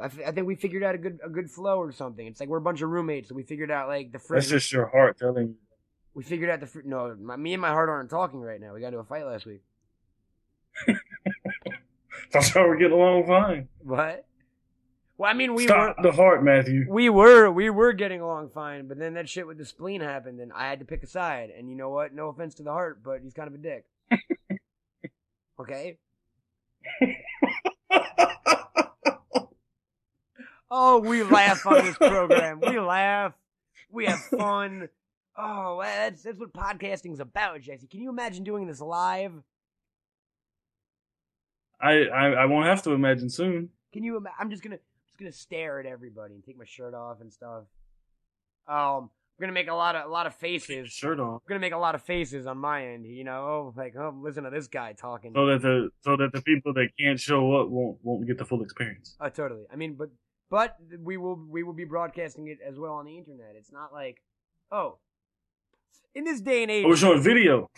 [SPEAKER 6] I, f- I think we figured out a good a good flow or something. It's like we're a bunch of roommates, and we figured out like the
[SPEAKER 7] That's
[SPEAKER 6] friends.
[SPEAKER 7] just your heart telling you.
[SPEAKER 6] We figured out the fr- no. My, me and my heart aren't talking right now. We got into a fight last week.
[SPEAKER 7] That's how we get along fine.
[SPEAKER 6] What? Well, I mean, we were
[SPEAKER 7] Stop the heart, Matthew.
[SPEAKER 6] we were we were getting along fine, but then that shit with the spleen happened, and I had to pick a side. And you know what? No offense to the heart, but he's kind of a dick. okay. Oh, we laugh on this program. We laugh. We have fun. Oh, that's that's what podcasting's about, Jesse. Can you imagine doing this live?
[SPEAKER 7] I, I I won't have to imagine soon.
[SPEAKER 6] Can you? Ima- I'm just gonna just gonna stare at everybody and take my shirt off and stuff. Um, We're gonna make a lot of a lot of faces.
[SPEAKER 7] Shirt on.
[SPEAKER 6] We're gonna make a lot of faces on my end. You know, oh, like oh, listen to this guy talking.
[SPEAKER 7] so that the so that the people that can't show up won't won't get the full experience.
[SPEAKER 6] Uh, totally. I mean, but but we will we will be broadcasting it as well on the internet. It's not like oh, in this day and age,
[SPEAKER 7] Oh, we're showing video.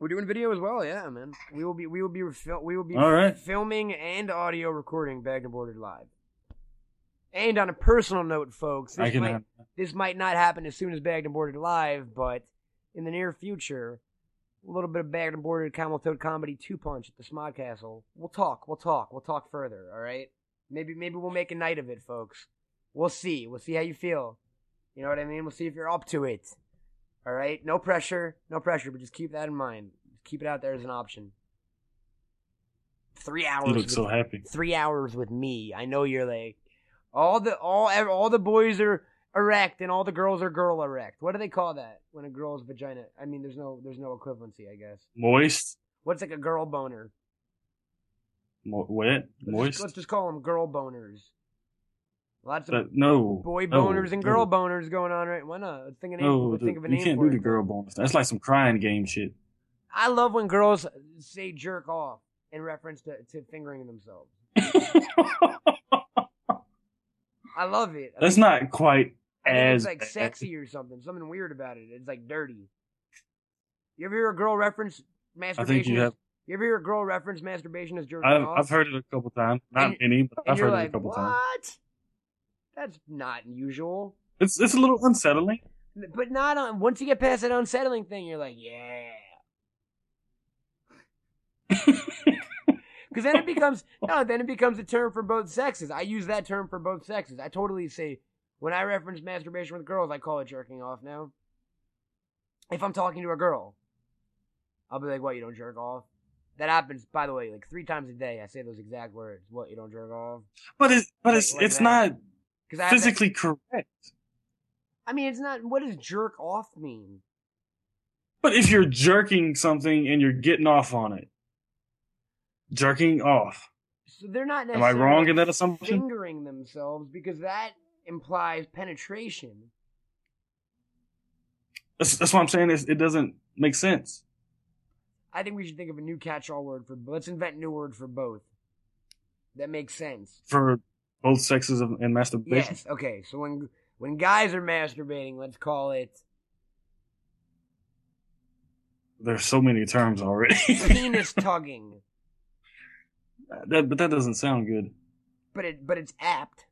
[SPEAKER 6] we're doing video as well. Yeah, man. We will be we will be fil- we will be
[SPEAKER 7] All right.
[SPEAKER 6] filming and audio recording Bagged and Boarded live. And on a personal note, folks,
[SPEAKER 7] I
[SPEAKER 6] this
[SPEAKER 7] can.
[SPEAKER 6] might, this might not happen as soon as Bagged and Boarded live, but in the near future, a little bit of Bagged and Boarded Camel Toad Comedy Two Punch at the Smod Castle. We'll talk. We'll talk. We'll talk further. All right. Maybe maybe we'll make a night of it, folks. We'll see. We'll see how you feel. You know what I mean? We'll see if you're up to it. All right. No pressure. No pressure. But just keep that in mind. Keep it out there as an option. Three hours.
[SPEAKER 7] You
[SPEAKER 6] with-
[SPEAKER 7] look so happy.
[SPEAKER 6] three hours with me. I know you're like all the all ev- all the boys are erect and all the girls are girl erect. What do they call that when a girl's vagina? I mean, there's no there's no equivalency, I guess.
[SPEAKER 7] Moist,
[SPEAKER 6] What's like a girl boner?
[SPEAKER 7] Mo- wet,
[SPEAKER 6] Let's just-
[SPEAKER 7] moist.
[SPEAKER 6] Let's just call them girl boners. Lots of
[SPEAKER 7] But no,
[SPEAKER 6] boy
[SPEAKER 7] no,
[SPEAKER 6] boners and girl
[SPEAKER 7] no,
[SPEAKER 6] boners going on right. Why not? Let's think, of a name,
[SPEAKER 7] No,
[SPEAKER 6] let's
[SPEAKER 7] dude,
[SPEAKER 6] think of a
[SPEAKER 7] you
[SPEAKER 6] name
[SPEAKER 7] can't
[SPEAKER 6] for
[SPEAKER 7] do Oh, the
[SPEAKER 6] it.
[SPEAKER 7] girl bonus. That's like some crying game shit.
[SPEAKER 6] I love when girls say jerk off in reference to, to fingering themselves. I love it. I
[SPEAKER 7] That's
[SPEAKER 6] think-
[SPEAKER 7] not quite
[SPEAKER 6] I think
[SPEAKER 7] as
[SPEAKER 6] it's like
[SPEAKER 7] bad.
[SPEAKER 6] sexy or something. Something weird about it. It's like dirty. You ever hear a girl reference masturbation?
[SPEAKER 7] you
[SPEAKER 6] as-
[SPEAKER 7] have.
[SPEAKER 6] You ever hear a girl reference masturbation as jerking
[SPEAKER 7] I've,
[SPEAKER 6] off?
[SPEAKER 7] I've heard it a couple times, not
[SPEAKER 6] And-
[SPEAKER 7] many, but
[SPEAKER 6] and
[SPEAKER 7] I've
[SPEAKER 6] you're
[SPEAKER 7] heard it
[SPEAKER 6] like,
[SPEAKER 7] a couple
[SPEAKER 6] what?
[SPEAKER 7] times.
[SPEAKER 6] That's not usual.
[SPEAKER 7] It's it's a little unsettling.
[SPEAKER 6] But not on. Once you get past that unsettling thing, you're like, yeah. Because then it becomes no. Then it becomes a term for both sexes. I use that term for both sexes. I totally say when I reference masturbation with girls, I call it jerking off now. If I'm talking to a girl, I'll be like, "What? You don't jerk off?" That happens, by the way, like three times a day. I say those exact words. What? You don't jerk off?
[SPEAKER 7] But it's but
[SPEAKER 6] Like-
[SPEAKER 7] it's
[SPEAKER 6] like
[SPEAKER 7] it's
[SPEAKER 6] that.
[SPEAKER 7] not
[SPEAKER 6] Because I have that-
[SPEAKER 7] physically correct.
[SPEAKER 6] I mean, it's not. What does jerk off mean?
[SPEAKER 7] But if you're jerking something and you're getting off on it, jerking off.
[SPEAKER 6] So they're not.
[SPEAKER 7] Am I
[SPEAKER 6] Necessarily
[SPEAKER 7] wrong in that assumption?
[SPEAKER 6] fingering themselves because that implies penetration.
[SPEAKER 7] That's, that's what I'm saying. It's, it doesn't make sense.
[SPEAKER 6] I think we should think of a new catch-all word for. Let's invent a new word for both. That makes sense.
[SPEAKER 7] for both sexes of, and masturbation.
[SPEAKER 6] Yes. Okay. So when when guys are masturbating, let's call it
[SPEAKER 7] There's so many terms already,
[SPEAKER 6] penis tugging,
[SPEAKER 7] that, but that doesn't sound good.
[SPEAKER 6] but it but it's apt.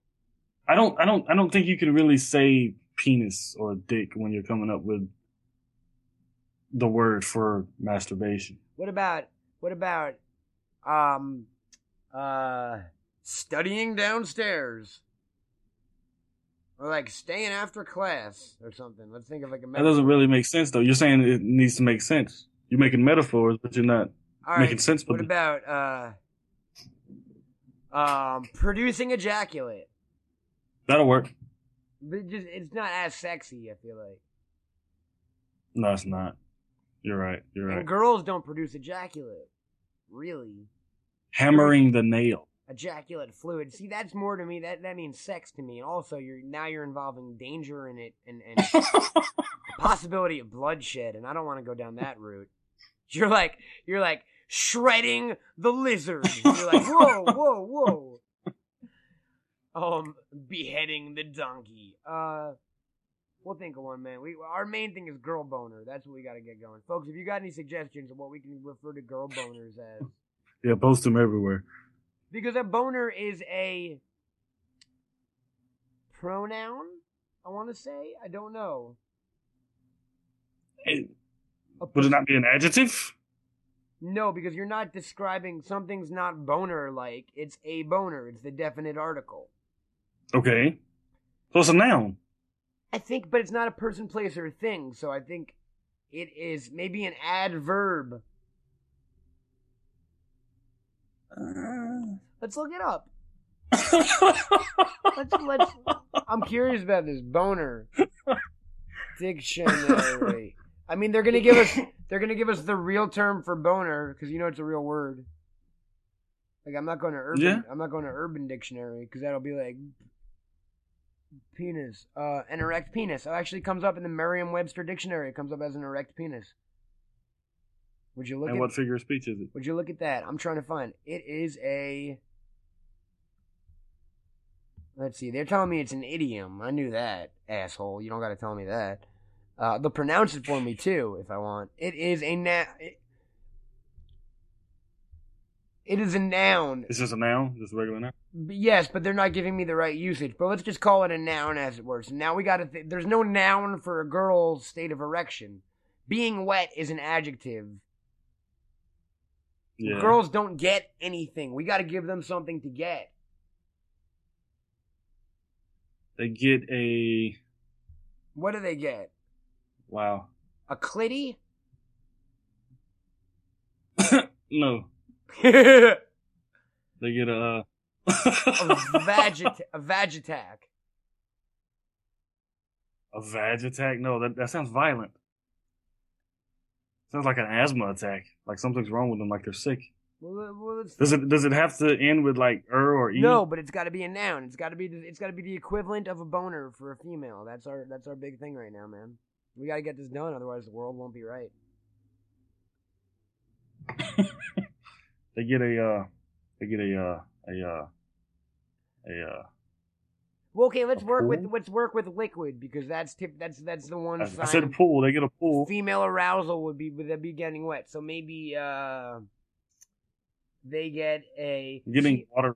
[SPEAKER 7] I don't, I don't, I don't think you can really say penis or dick when you're coming up with the word for masturbation.
[SPEAKER 6] What about what about um uh studying downstairs? Or like staying after class or something. Let's think of like a
[SPEAKER 7] That doesn't really make sense, though. You're saying it needs to make sense. You're making metaphors, but you're not
[SPEAKER 6] All
[SPEAKER 7] making
[SPEAKER 6] right.
[SPEAKER 7] sense.
[SPEAKER 6] What
[SPEAKER 7] But
[SPEAKER 6] about uh um producing ejaculate?
[SPEAKER 7] that'll work.
[SPEAKER 6] But it just it's not as sexy, I feel like.
[SPEAKER 7] No, it's not. You're right. You're right.
[SPEAKER 6] And girls don't produce ejaculate. Really.
[SPEAKER 7] Hammering the nail.
[SPEAKER 6] Ejaculate fluid. See, that's more to me. That that means sex to me. And also you're now you're involving danger in it and, and possibility of bloodshed, and I don't want to go down that route. You're like you're like shredding the lizard. You're like whoa, whoa, whoa. Um, beheading the donkey. Uh, we'll think of one, man. We our main thing is girl boner. That's what we got to get going, folks. If you got any suggestions of what we can refer to girl boners as,
[SPEAKER 7] yeah, post them everywhere.
[SPEAKER 6] because a boner is a pronoun. I want to say I don't know.
[SPEAKER 7] Hey,
[SPEAKER 6] A
[SPEAKER 7] would it not be an adjective?
[SPEAKER 6] No, because you're not describing something's not boner like. It's a boner. It's the definite article.
[SPEAKER 7] Okay. So it's a noun.
[SPEAKER 6] I think, but it's not a person, place, or thing. So I think it is maybe an adverb. Let's look it up. Let's let's. I'm curious about this boner dictionary. I mean, they're gonna give us they're gonna give us the real term for boner because you know it's a real word. Like I'm not going to urban.
[SPEAKER 7] Yeah.
[SPEAKER 6] I'm not going to Urban Dictionary because that'll be like penis. Uh, an erect penis. It actually comes up in the Merriam-Webster dictionary. It comes up as an erect penis. Would you look
[SPEAKER 7] and
[SPEAKER 6] at
[SPEAKER 7] what figure of speech is it?
[SPEAKER 6] Would you look at that? I'm trying to find. It is a. Let's see. They're telling me it's an idiom. I knew that, asshole. You don't got to tell me that. Uh, they'll pronounce it for me too, if I want. It is a na. It, it is a noun.
[SPEAKER 7] It's just a noun, just a regular noun.
[SPEAKER 6] B- Yes, but they're not giving me the right usage. But let's just call it a noun, as it were. So now we got to. Th- There's no noun for a girl's state of erection. Being wet is an adjective.
[SPEAKER 7] Yeah.
[SPEAKER 6] Girls don't get anything. We got to give them something to get.
[SPEAKER 7] They get a
[SPEAKER 6] What do they get?
[SPEAKER 7] wow.
[SPEAKER 6] A clitty?
[SPEAKER 7] No,
[SPEAKER 6] a
[SPEAKER 7] they get a.
[SPEAKER 6] vagit a vagitac.
[SPEAKER 7] A vag attack? No, that, that sounds violent. Sounds like an asthma attack. Like something's wrong with them, like they're sick.
[SPEAKER 6] Well, let- well, let's-
[SPEAKER 7] Does it does it have to end with like er or e?
[SPEAKER 6] No, but it's got to be a noun. It's got to be the- it's got to be the equivalent of a boner for a female. That's our that's our big thing right now, man. We got to get this done otherwise the world won't be right.
[SPEAKER 7] They get a uh they get a uh a uh a uh
[SPEAKER 6] Well, okay, let's
[SPEAKER 7] A
[SPEAKER 6] work with
[SPEAKER 7] pool?
[SPEAKER 6] let's work with liquid because that's tip that's that's the one
[SPEAKER 7] I, I
[SPEAKER 6] sign
[SPEAKER 7] said a
[SPEAKER 6] of
[SPEAKER 7] pool, they get a pool.
[SPEAKER 6] female arousal would be would they be getting wet. So maybe uh they get a
[SPEAKER 7] Getting watery.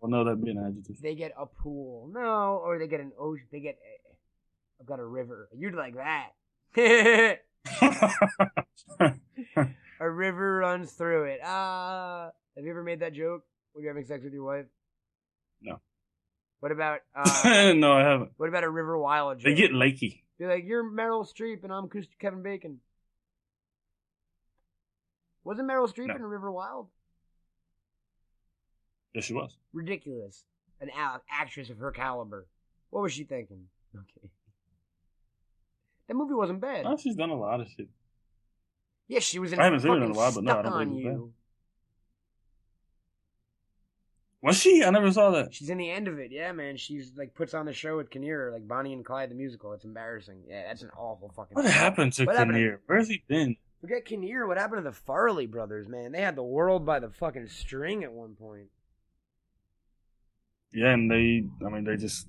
[SPEAKER 7] Well no, that'd be an adjective.
[SPEAKER 6] they get a pool. No, or they get an ocean. They get. A, I've got a river. You'd like that. a river runs through it. Ah, have you ever made that joke when you're having sex with your wife?
[SPEAKER 7] No.
[SPEAKER 6] What about uh,
[SPEAKER 7] no, I haven't.
[SPEAKER 6] what about a river wild joke?
[SPEAKER 7] They get lakey.
[SPEAKER 6] Be like, you're Meryl Streep and I'm Kus- Kevin Bacon. Wasn't Meryl Streep
[SPEAKER 7] No.
[SPEAKER 6] in River Wild?
[SPEAKER 7] Yes, she was.
[SPEAKER 6] Ridiculous. An a- actress of her caliber. What was she thinking? Okay. That movie wasn't bad.
[SPEAKER 7] No, Oh, she's done a lot of shit.
[SPEAKER 6] Yeah, she was in.
[SPEAKER 7] I haven't seen it in
[SPEAKER 6] fucking
[SPEAKER 7] a while, but no, I
[SPEAKER 6] Stuck
[SPEAKER 7] don't
[SPEAKER 6] on
[SPEAKER 7] believe it was
[SPEAKER 6] you.
[SPEAKER 7] Was she? I never saw that.
[SPEAKER 6] She's in the end of it. Yeah, man. She's like puts on the show with Kinnear, like Bonnie and Clyde the musical. It's embarrassing. Yeah, that's an awful fucking.
[SPEAKER 7] What happened to
[SPEAKER 6] What happened to-
[SPEAKER 7] Kinnear? Where's he been?
[SPEAKER 6] Forget Kinnear. What happened to the Farley brothers, man? They had the world by the fucking string at one point.
[SPEAKER 7] Yeah, and they I mean they just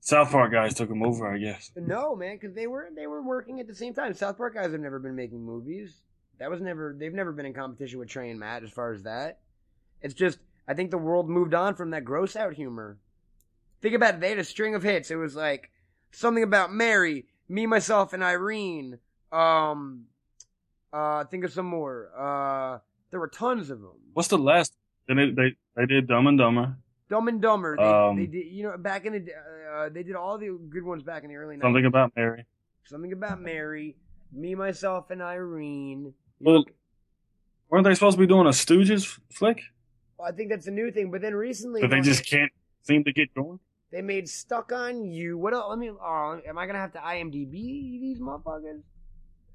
[SPEAKER 7] South Park guys took him over, I guess.
[SPEAKER 6] No, man, because they were they were working at the same time. South Park guys have never been making movies. That was never they've never been in competition with Trey and Matt as far as that. It's just I think the world moved on from that gross out humor. Think about it. They had a string of hits. It was like something about Mary, me, myself, and Irene. Um, uh, think of some more. Uh, there were tons of them.
[SPEAKER 7] What's the last? Then they they, they did Dumb and Dumber,
[SPEAKER 6] Dumb and Dumber. They,
[SPEAKER 7] Um,
[SPEAKER 6] they did you know back in the d- uh, they did all the good ones back in the early nineties.
[SPEAKER 7] something about Mary.
[SPEAKER 6] Something about Mary, me, myself, and Irene.
[SPEAKER 7] Well, weren't they supposed to be doing a Stooges flick
[SPEAKER 6] I think that's a new thing. But then recently,
[SPEAKER 7] that they just can't seem to get going?
[SPEAKER 6] they made "Stuck on You." What else? Let me. Oh, am I gonna have to IMDb these motherfuckers?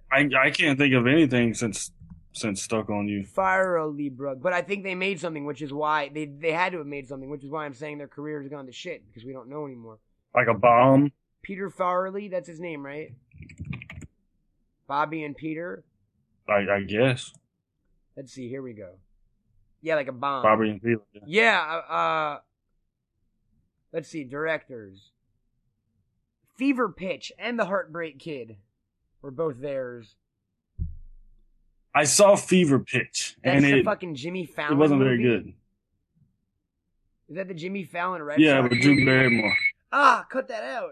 [SPEAKER 7] I I can't think of anything since since Stuck on You.
[SPEAKER 6] Farrelly, bro. But I think they made something, which is why they they had to have made something, which is why I'm saying their career has gone to shit because we don't know anymore.
[SPEAKER 7] Like a bomb.
[SPEAKER 6] Peter Farrelly, that's his name, right? Bobby and Peter.
[SPEAKER 7] I I guess
[SPEAKER 6] Let's see. Here we go. Yeah, like a bomb.
[SPEAKER 7] Bobby and Peter. yeah.
[SPEAKER 6] Yeah, uh, uh let's see, directors. Fever Pitch and The Heartbreak Kid were both theirs.
[SPEAKER 7] I saw Fever Pitch
[SPEAKER 6] That's
[SPEAKER 7] and
[SPEAKER 6] the
[SPEAKER 7] it
[SPEAKER 6] fucking Jimmy Fallon.
[SPEAKER 7] it wasn't very
[SPEAKER 6] movie?
[SPEAKER 7] good.
[SPEAKER 6] Is that the Jimmy Fallon Red
[SPEAKER 7] Yeah,
[SPEAKER 6] Sox
[SPEAKER 7] but
[SPEAKER 6] movie?
[SPEAKER 7] Drew Barrymore.
[SPEAKER 6] Ah, cut that out.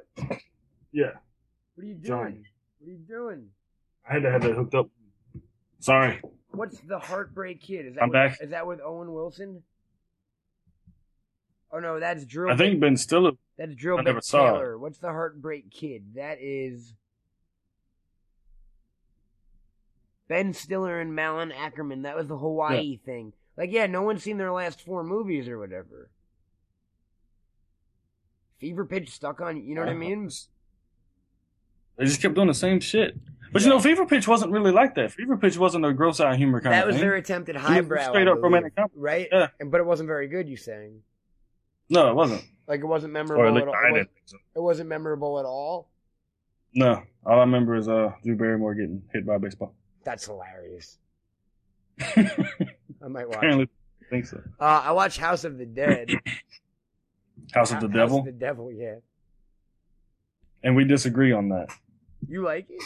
[SPEAKER 7] Yeah,
[SPEAKER 6] What are you doing?
[SPEAKER 7] Johnny.
[SPEAKER 6] What are you doing?
[SPEAKER 7] I had to have that hooked up. Sorry,
[SPEAKER 6] What's the Heartbreak Kid? Is that
[SPEAKER 7] I'm
[SPEAKER 6] with,
[SPEAKER 7] back.
[SPEAKER 6] Is that with Owen Wilson? Oh no, that's Drew.
[SPEAKER 7] I think Ben Stiller.
[SPEAKER 6] that's Drill
[SPEAKER 7] I
[SPEAKER 6] Bit
[SPEAKER 7] never saw it.
[SPEAKER 6] Taylor. What's the Heartbreak Kid? That is Ben Stiller and Malin Ackerman. That was the Hawaii thing. Like, yeah, no one's seen their last four movies or whatever. Fever Pitch stuck on. You know what
[SPEAKER 7] Uh,
[SPEAKER 6] I mean?
[SPEAKER 7] They just kept doing the same shit. But you know, Fever Pitch wasn't really like that. Fever Pitch wasn't a gross out humor kind
[SPEAKER 6] That
[SPEAKER 7] of
[SPEAKER 6] was
[SPEAKER 7] thing.
[SPEAKER 6] their attempt at
[SPEAKER 7] was a
[SPEAKER 6] highbrow,
[SPEAKER 7] straight
[SPEAKER 6] I
[SPEAKER 7] up romantic
[SPEAKER 6] believe,
[SPEAKER 7] comedy.
[SPEAKER 6] right?
[SPEAKER 7] Yeah.
[SPEAKER 6] And but it wasn't very good. You saying?
[SPEAKER 7] No, it wasn't.
[SPEAKER 6] Like it wasn't
[SPEAKER 7] Or at
[SPEAKER 6] memorable
[SPEAKER 7] least
[SPEAKER 6] at all.
[SPEAKER 7] I
[SPEAKER 6] It, was,
[SPEAKER 7] didn't think so.
[SPEAKER 6] it wasn't memorable at all.
[SPEAKER 7] No, all I remember is uh, Drew Barrymore getting hit by a baseball.
[SPEAKER 6] That's hilarious.
[SPEAKER 7] Apparently,
[SPEAKER 6] I might watch. it.
[SPEAKER 7] I think so.
[SPEAKER 6] Uh, I watch House of the Dead.
[SPEAKER 7] House of
[SPEAKER 6] Ho-
[SPEAKER 7] the Devil,
[SPEAKER 6] House of the Devil. Yeah.
[SPEAKER 7] and we disagree on that.
[SPEAKER 6] You like it?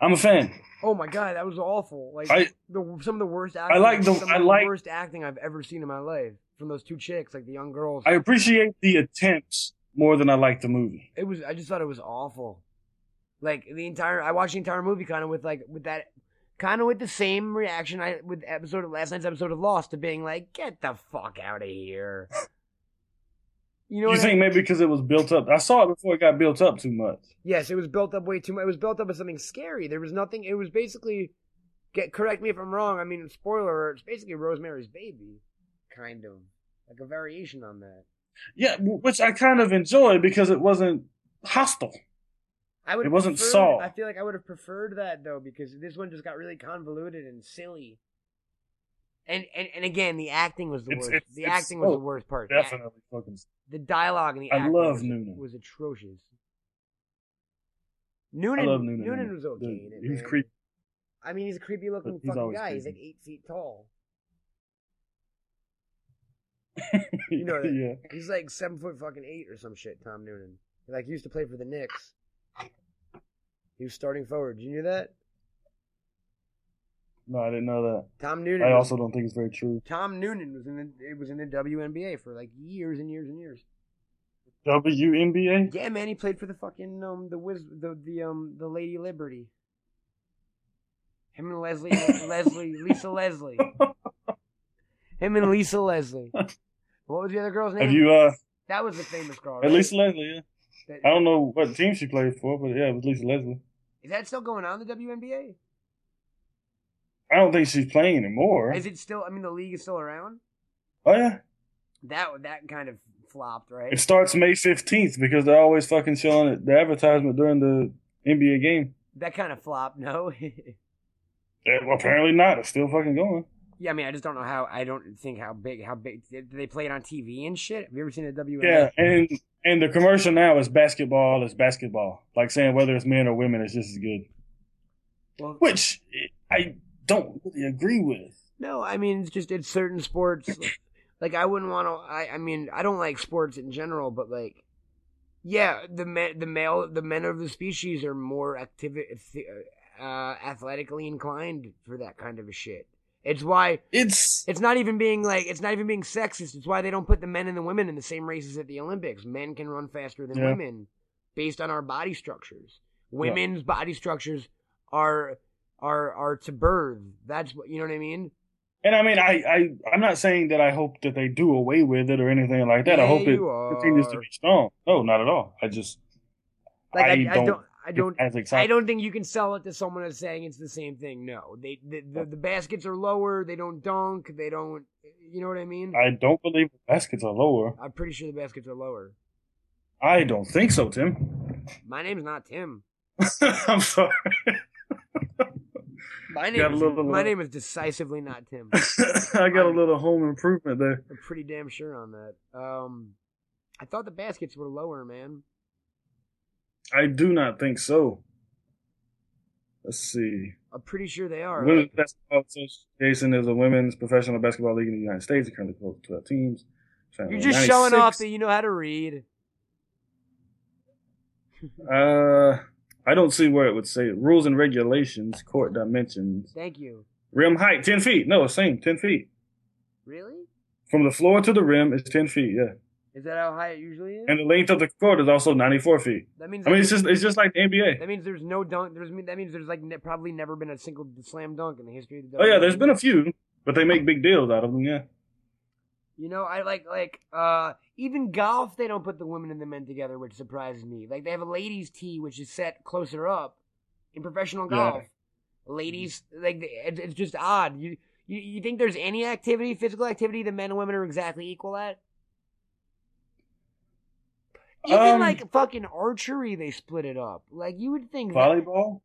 [SPEAKER 7] I'm a fan.
[SPEAKER 6] Oh my god, that was awful. Like
[SPEAKER 7] I-
[SPEAKER 6] the some of the worst acting.
[SPEAKER 7] like the-
[SPEAKER 6] some
[SPEAKER 7] I
[SPEAKER 6] of
[SPEAKER 7] like-
[SPEAKER 6] the worst acting I've ever seen in my life from those two chicks, like the young girls.
[SPEAKER 7] I appreciate the attempts more than I like the movie.
[SPEAKER 6] it was I just thought it was awful. Like the entire I watched the entire movie kind of with like with that kind of with the same reaction I with episode of last night's episode of Lost to being like get the fuck out of here. You know
[SPEAKER 7] You
[SPEAKER 6] what I
[SPEAKER 7] think maybe because it was built up? I saw it before it got built up too much.
[SPEAKER 6] Yes, it was built up way too much. It was built up as something scary. There was nothing. It was basically, get correct me if I'm wrong. I mean, spoiler alert. It's basically Rosemary's Baby, kind of like a variation on that.
[SPEAKER 7] Yeah, w- which I kind of enjoyed because it wasn't hostile.
[SPEAKER 6] I would.
[SPEAKER 7] It wasn't
[SPEAKER 6] preferred,
[SPEAKER 7] Saw.
[SPEAKER 6] I feel like I would have preferred that though because this one just got really convoluted and silly. And and, and again, the acting was the
[SPEAKER 7] It's-
[SPEAKER 6] worst.
[SPEAKER 7] it's-
[SPEAKER 6] the
[SPEAKER 7] it's
[SPEAKER 6] acting was
[SPEAKER 7] so
[SPEAKER 6] the worst part. The act-
[SPEAKER 7] Definitely fucking.
[SPEAKER 6] The dialogue and the
[SPEAKER 7] I
[SPEAKER 6] acting
[SPEAKER 7] love
[SPEAKER 6] was,
[SPEAKER 7] Noonan.
[SPEAKER 6] was atrocious. Noonan,
[SPEAKER 7] I love Noonan.
[SPEAKER 6] Noonan was okay. in it,
[SPEAKER 7] He was
[SPEAKER 6] man.
[SPEAKER 7] creepy.
[SPEAKER 6] I mean, he's a creepy looking
[SPEAKER 7] But he's
[SPEAKER 6] fucking
[SPEAKER 7] always
[SPEAKER 6] guy. He's like
[SPEAKER 7] creepy.
[SPEAKER 6] eight feet tall. You know that.
[SPEAKER 7] yeah.
[SPEAKER 6] He's like seven foot fucking eight or some shit. Tom Noonan. Like he used to play for the Knicks. He was starting forward. You knew that?
[SPEAKER 7] No, I didn't know
[SPEAKER 6] Tom
[SPEAKER 7] that.
[SPEAKER 6] Noonan.
[SPEAKER 7] I
[SPEAKER 6] was-
[SPEAKER 7] also don't think it's very true.
[SPEAKER 6] Tom Noonan was in the it was in the WNBA for like years and years and years.
[SPEAKER 7] WNBA.
[SPEAKER 6] Yeah, man, he played for the fucking um the wiz the the um the Lady Liberty. Him and Leslie Leslie Lisa Leslie. Him and Lisa Leslie. What was the other girl's name?
[SPEAKER 7] Have you uh
[SPEAKER 6] That was the famous girl.
[SPEAKER 7] at
[SPEAKER 6] right?
[SPEAKER 7] Lisa Leslie? Yeah.
[SPEAKER 6] That-
[SPEAKER 7] I don't know what team she played for, but yeah, it was Lisa Leslie.
[SPEAKER 6] Is that still going on in the WNBA?
[SPEAKER 7] I don't think she's playing anymore.
[SPEAKER 6] Is it still? I mean, the league is still around.
[SPEAKER 7] oh yeah,
[SPEAKER 6] That that kind of flopped, right?
[SPEAKER 7] it starts May fifteenth because they're always fucking showing it, the advertisement during the NBA game.
[SPEAKER 6] that kind of flopped. No.
[SPEAKER 7] Yeah, well, apparently not. It's still fucking going.
[SPEAKER 6] yeah, I mean, I just don't know how. I don't think how big. How big? Did they play it on TV and shit? Have you ever seen the WNBA?
[SPEAKER 7] Yeah, and and the commercial now is basketball. It's basketball. Like saying whether it's men or women, it's just as good.
[SPEAKER 6] Well,
[SPEAKER 7] Which I don't really agree with.
[SPEAKER 6] no, I mean, it's just it's certain sports. like I wouldn't want to. I I mean, I don't like sports in general, but like. Yeah, the men, the male, the men of the species are more active, uh, athletically inclined for that kind of a shit. It's why
[SPEAKER 7] It's
[SPEAKER 6] It's not even being like it's not even being sexist. It's why they don't put the men and the women in the same races at the Olympics. Men can run faster than
[SPEAKER 7] Yeah.
[SPEAKER 6] women based on our body structures. Women's body structures are are are to birth. That's what you know what I mean?
[SPEAKER 7] and I mean I I I'm not saying that I hope that they do away with it or anything like that. I
[SPEAKER 6] Yeah,
[SPEAKER 7] hope it
[SPEAKER 6] you are.
[SPEAKER 7] continues to be strong. No, not at all. I just
[SPEAKER 6] Like I,
[SPEAKER 7] I
[SPEAKER 6] I don't,
[SPEAKER 7] don't-
[SPEAKER 6] I don't
[SPEAKER 7] as excited.
[SPEAKER 6] I don't think you can sell it to someone as saying it's the same thing. No. They the, the, the baskets are lower, they don't dunk, they don't you know what I mean?
[SPEAKER 7] I don't believe the baskets are lower.
[SPEAKER 6] I'm pretty sure the baskets are lower.
[SPEAKER 7] I don't think so, Tim.
[SPEAKER 6] My name's not Tim.
[SPEAKER 7] I'm sorry.
[SPEAKER 6] My
[SPEAKER 7] Got
[SPEAKER 6] name,
[SPEAKER 7] a
[SPEAKER 6] is,
[SPEAKER 7] little-
[SPEAKER 6] my name is decisively not Tim.
[SPEAKER 7] I got a little home improvement there.
[SPEAKER 6] I'm pretty damn sure on that. Um, I thought the baskets were lower, man.
[SPEAKER 7] I do not think so. Let's see.
[SPEAKER 6] I'm pretty sure they are.
[SPEAKER 7] Women's Basketball Association is a women's professional basketball league in the United States. It currently holds 12 teams.
[SPEAKER 6] You're just showing off that you know how to read.
[SPEAKER 7] Uh, I don't see where it would say it. Rules and regulations, court dimensions,
[SPEAKER 6] Thank you.
[SPEAKER 7] rim height, 10 feet. No, same, 10 feet.
[SPEAKER 6] Really?
[SPEAKER 7] From the floor to the rim is 10 feet, yeah.
[SPEAKER 6] Is that how high it usually is?
[SPEAKER 7] And the length of the court is also 94 feet.
[SPEAKER 6] that means
[SPEAKER 7] I mean, it's just it's just like the NBA.
[SPEAKER 6] that means there's no dunk. There's that means there's like ne- probably never been a single slam dunk in the history of the.
[SPEAKER 7] Oh yeah, there's
[SPEAKER 6] WWE.
[SPEAKER 7] been a few, but they make big deals out of them. Yeah,
[SPEAKER 6] E. You know, I like like uh even golf they don't put the women and the men together, which surprises me. Like they have a ladies' tee which is set closer up in professional
[SPEAKER 7] Yeah.
[SPEAKER 6] golf. Ladies, like they- it's it's just odd. You, you you think there's any activity, physical activity, the men and women are exactly equal at? Even
[SPEAKER 7] Um,
[SPEAKER 6] like fucking archery, they split it up. Like you would think. that-
[SPEAKER 7] volleyball.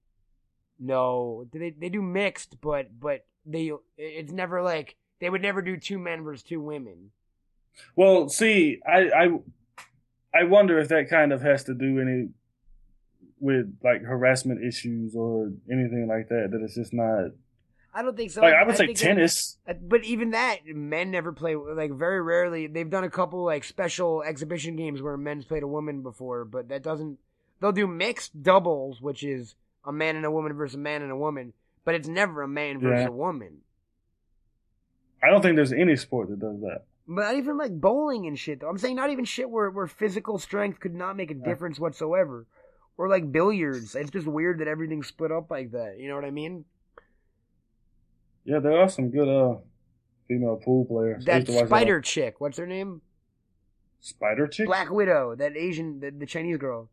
[SPEAKER 6] no, they they do mixed, but but they it's never like they would never do two men versus two women.
[SPEAKER 7] Well, see, I, I I wonder if that kind of has to do any with like harassment issues or anything like that. That it's just not
[SPEAKER 6] I don't think so.
[SPEAKER 7] like I would say
[SPEAKER 6] think it-
[SPEAKER 7] tennis.
[SPEAKER 6] Uh, But even that, men never play. Like very rarely, they've done a couple like special exhibition games where men's played a woman before, but that doesn't. They'll do mixed doubles, which is a man and a woman versus a man and a woman, but it's never a man versus
[SPEAKER 7] Yeah.
[SPEAKER 6] a woman.
[SPEAKER 7] I don't think there's any sport that does that.
[SPEAKER 6] But not even like bowling and shit. Though I'm saying not even shit where where physical strength could not make a difference whatsoever, or like billiards. It's just weird that everything's split up like that. You know what I mean?
[SPEAKER 7] Yeah, there are some good uh female pool players. I
[SPEAKER 6] That
[SPEAKER 7] used to watch uh,
[SPEAKER 6] spider chick, what's her name?
[SPEAKER 7] spider chick.
[SPEAKER 6] Black Widow, that Asian, the, the Chinese girl.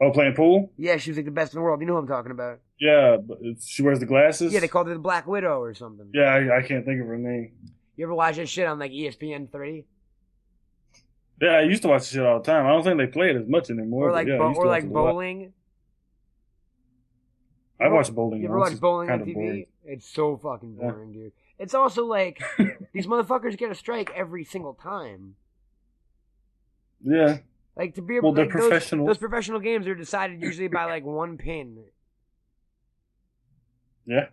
[SPEAKER 7] Oh, playing pool.
[SPEAKER 6] Yeah, she was like the best in the world. You know who I'm talking about.
[SPEAKER 7] Yeah, but it's, she wears the glasses.
[SPEAKER 6] Yeah, they called her the Black Widow or something.
[SPEAKER 7] Yeah, I, I can't think of her name.
[SPEAKER 6] You ever watch that shit on like E ESPN three
[SPEAKER 7] Yeah, I used to watch this shit all the time. I don't think they play it as much anymore.
[SPEAKER 6] or
[SPEAKER 7] but
[SPEAKER 6] like
[SPEAKER 7] Oh, yeah, I
[SPEAKER 6] bo-
[SPEAKER 7] used to
[SPEAKER 6] or
[SPEAKER 7] watch
[SPEAKER 6] like
[SPEAKER 7] it a lot.
[SPEAKER 6] bowling?
[SPEAKER 7] I watched bowling.
[SPEAKER 6] You ever
[SPEAKER 7] once.
[SPEAKER 6] watch
[SPEAKER 7] It's
[SPEAKER 6] bowling on
[SPEAKER 7] kinda
[SPEAKER 6] TV?
[SPEAKER 7] boring.
[SPEAKER 6] It's so fucking
[SPEAKER 7] Yeah.
[SPEAKER 6] boring, dude. It's also like these motherfuckers get a strike every single time.
[SPEAKER 7] Yeah,
[SPEAKER 6] Like to be
[SPEAKER 7] Well, they're
[SPEAKER 6] like, those-
[SPEAKER 7] professionals.
[SPEAKER 6] Those, professional games are decided usually by like one pin.
[SPEAKER 7] yeah.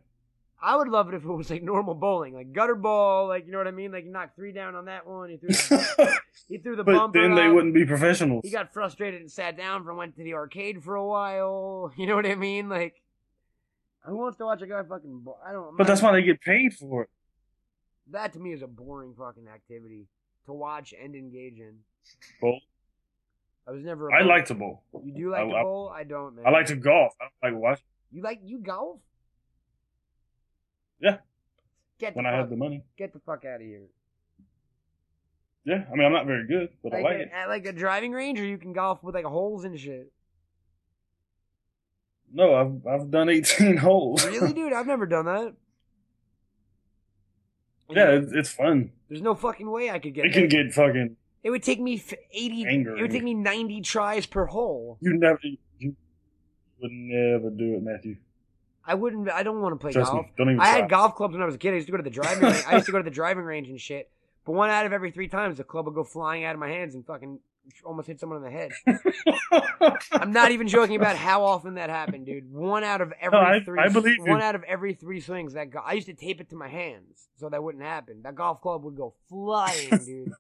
[SPEAKER 6] I would love it if it was like normal bowling, like gutter ball, like you know what I mean. Like you knocked three down on that one, you threw, you threw the
[SPEAKER 7] but
[SPEAKER 6] bumper.
[SPEAKER 7] then they
[SPEAKER 6] up.
[SPEAKER 7] wouldn't be professionals.
[SPEAKER 6] he got frustrated and sat down for went to the arcade for a while. You know what I mean? Like, who wants to watch a guy fucking? Bo- I don't.
[SPEAKER 7] but that's why they get paid for it.
[SPEAKER 6] That to me is a boring fucking activity to watch and engage in.
[SPEAKER 7] Bowl.
[SPEAKER 6] I was never. a
[SPEAKER 7] I
[SPEAKER 6] bowl-
[SPEAKER 7] like to bowl.
[SPEAKER 6] You do like
[SPEAKER 7] I-
[SPEAKER 6] to
[SPEAKER 7] I-
[SPEAKER 6] bowl? I don't. Man.
[SPEAKER 7] I like to golf. I don't like watch
[SPEAKER 6] You like you golf?
[SPEAKER 7] Yeah.
[SPEAKER 6] Get the
[SPEAKER 7] when I have
[SPEAKER 6] fuck-
[SPEAKER 7] the money.
[SPEAKER 6] get the fuck out of here.
[SPEAKER 7] Yeah, I mean I'm not very good, but I like
[SPEAKER 6] a,
[SPEAKER 7] it.
[SPEAKER 6] At like a driving range, or you can golf with like holes and shit.
[SPEAKER 7] No, I've I've done 18 holes.
[SPEAKER 6] Really, dude? I've never done that.
[SPEAKER 7] yeah, it's, it's fun.
[SPEAKER 6] There's no fucking way I could get.
[SPEAKER 7] It can
[SPEAKER 6] that.
[SPEAKER 7] get fucking.
[SPEAKER 6] It would take me f- eighty.
[SPEAKER 7] Angry.
[SPEAKER 6] It would take me ninety tries per hole.
[SPEAKER 7] You never. You would never do it, Matthew.
[SPEAKER 6] I wouldn't. I don't want to play
[SPEAKER 7] Trust me,
[SPEAKER 6] golf.
[SPEAKER 7] don't even
[SPEAKER 6] I
[SPEAKER 7] try.
[SPEAKER 6] had golf clubs when I was a kid. I used to go to the driving. range. I used to go to the driving range and shit. But one out of every three times, the club would go flying out of my hands and fucking almost hit someone in the head. I'm not even joking about how often that happened, dude. One out of every
[SPEAKER 7] I-
[SPEAKER 6] three.
[SPEAKER 7] I believe you.
[SPEAKER 6] one out of every three swings that go- I used to tape it to my hands so that wouldn't happen. That golf club would go flying, dude.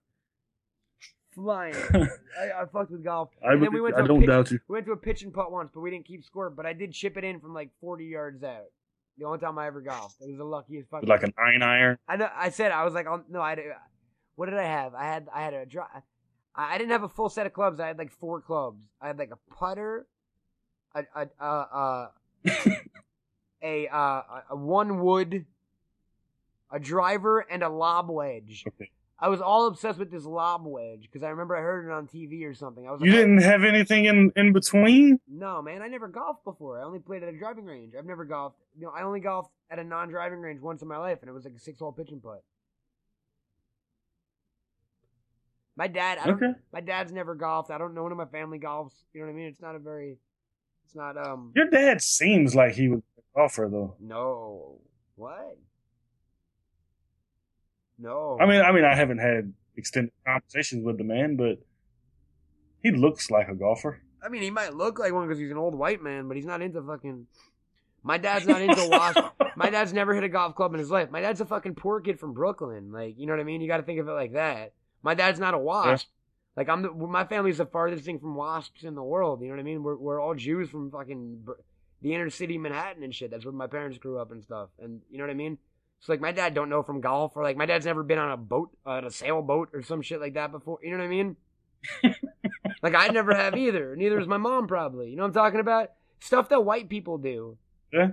[SPEAKER 6] flying. I, I fucked with golf.
[SPEAKER 7] I
[SPEAKER 6] and then
[SPEAKER 7] believe-
[SPEAKER 6] we went
[SPEAKER 7] I
[SPEAKER 6] to a
[SPEAKER 7] don't
[SPEAKER 6] pitch-
[SPEAKER 7] doubt you.
[SPEAKER 6] We went to a pitch and putt once, but we didn't keep score. But I did chip it in from like 40 yards out. The only time I ever golfed. It was the luckiest fucking.
[SPEAKER 7] like an iron iron.
[SPEAKER 6] I know. I said I was like, on, no, I. did- What did I have? I had I had a dri I, I didn't have a full set of clubs. I had like four clubs. I had like a putter, a a a uh, a, uh, a, a one wood, a driver, and a lob wedge.
[SPEAKER 7] Okay.
[SPEAKER 6] I was all obsessed with this lob wedge because I remember I heard it on TV or something. I was like,
[SPEAKER 7] You
[SPEAKER 6] "Oh,
[SPEAKER 7] didn't have anything in in between.
[SPEAKER 6] no, man, I never golfed before. I only played at a driving range. I've never golfed. You know, I only golfed at a non-driving range once in my life, and it was like a six-hole pitch and putt. My dad, I don't,
[SPEAKER 7] Okay.
[SPEAKER 6] my dad's never golfed. I don't know one of my family golfs. You know what I mean? It's not a very, it's not um.
[SPEAKER 7] Your dad seems like he would offer though.
[SPEAKER 6] No, what? No,
[SPEAKER 7] I mean, I mean, I haven't had extended conversations with the man, but he looks like a golfer.
[SPEAKER 6] I mean, he might look like one because he's an old white man, but he's not into fucking. My dad's not into wasp. My dad's never hit a golf club in his life. My dad's a fucking poor kid from Brooklyn. Like, you know what I mean? You got to think of it like that. My dad's not a wasp. Like, I'm the, my family's the farthest thing from wasps in the world. You know what I mean? We're we're all Jews from fucking Br- the inner city Manhattan and shit. That's where my parents grew up and stuff. And you know what I mean? So like, my dad don't know from golf or like my dad's never been on a boat, on a sailboat or some shit like that before. You know what I mean? like I never have either. Neither is my mom probably. You know what I'm talking about? Stuff that white people do.
[SPEAKER 7] Yeah.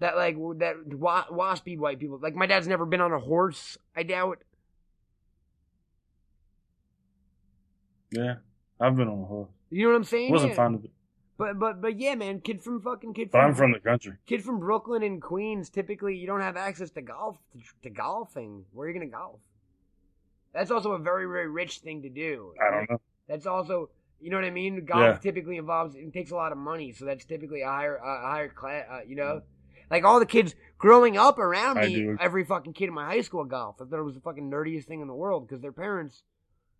[SPEAKER 6] That like w- that wa- waspy white people. Like my dad's never been on a horse. I doubt.
[SPEAKER 7] Yeah, I've been on a horse.
[SPEAKER 6] You know what I'm saying?
[SPEAKER 7] Wasn't
[SPEAKER 6] Yeah.
[SPEAKER 7] fond of it,
[SPEAKER 6] But but but yeah, man. Kid from fucking kid
[SPEAKER 7] but
[SPEAKER 6] from,
[SPEAKER 7] I'm from the country.
[SPEAKER 6] kid from Brooklyn and Queens. Typically, you don't have access to golf to, to golfing. Where are you gonna golf? That's also a very very rich thing to do.
[SPEAKER 7] I don't know.
[SPEAKER 6] That's also, you know what I mean. Golf
[SPEAKER 7] Yeah.
[SPEAKER 6] typically involves it takes a lot of money, so that's typically a higher, a higher class, uh, you know. Like all the kids growing up around
[SPEAKER 7] Mm. I
[SPEAKER 6] me,
[SPEAKER 7] do.
[SPEAKER 6] every fucking kid in my high school golf. I thought it was the fucking nerdiest thing in the world because their parents,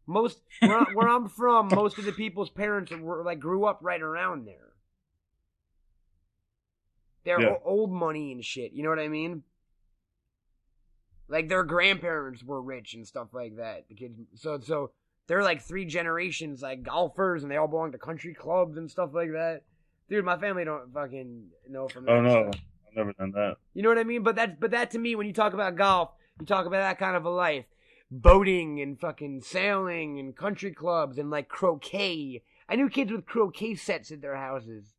[SPEAKER 6] most where, I- where I'm from, most of the people's parents were like grew up right around there. They're
[SPEAKER 7] Yeah.
[SPEAKER 6] o- old money and shit. You know what I mean? Like their grandparents were rich and stuff like that. The kids, so so they're like three generations like golfers, and they all belong to country clubs and stuff like that. Dude, my family don't fucking know from that.
[SPEAKER 7] Oh no,
[SPEAKER 6] stuff.
[SPEAKER 7] I've never done that.
[SPEAKER 6] You know what I mean? But that's but that to me, when you talk about golf, you talk about that kind of a life, boating and fucking sailing and country clubs and like croquet. I knew kids with croquet sets at their houses.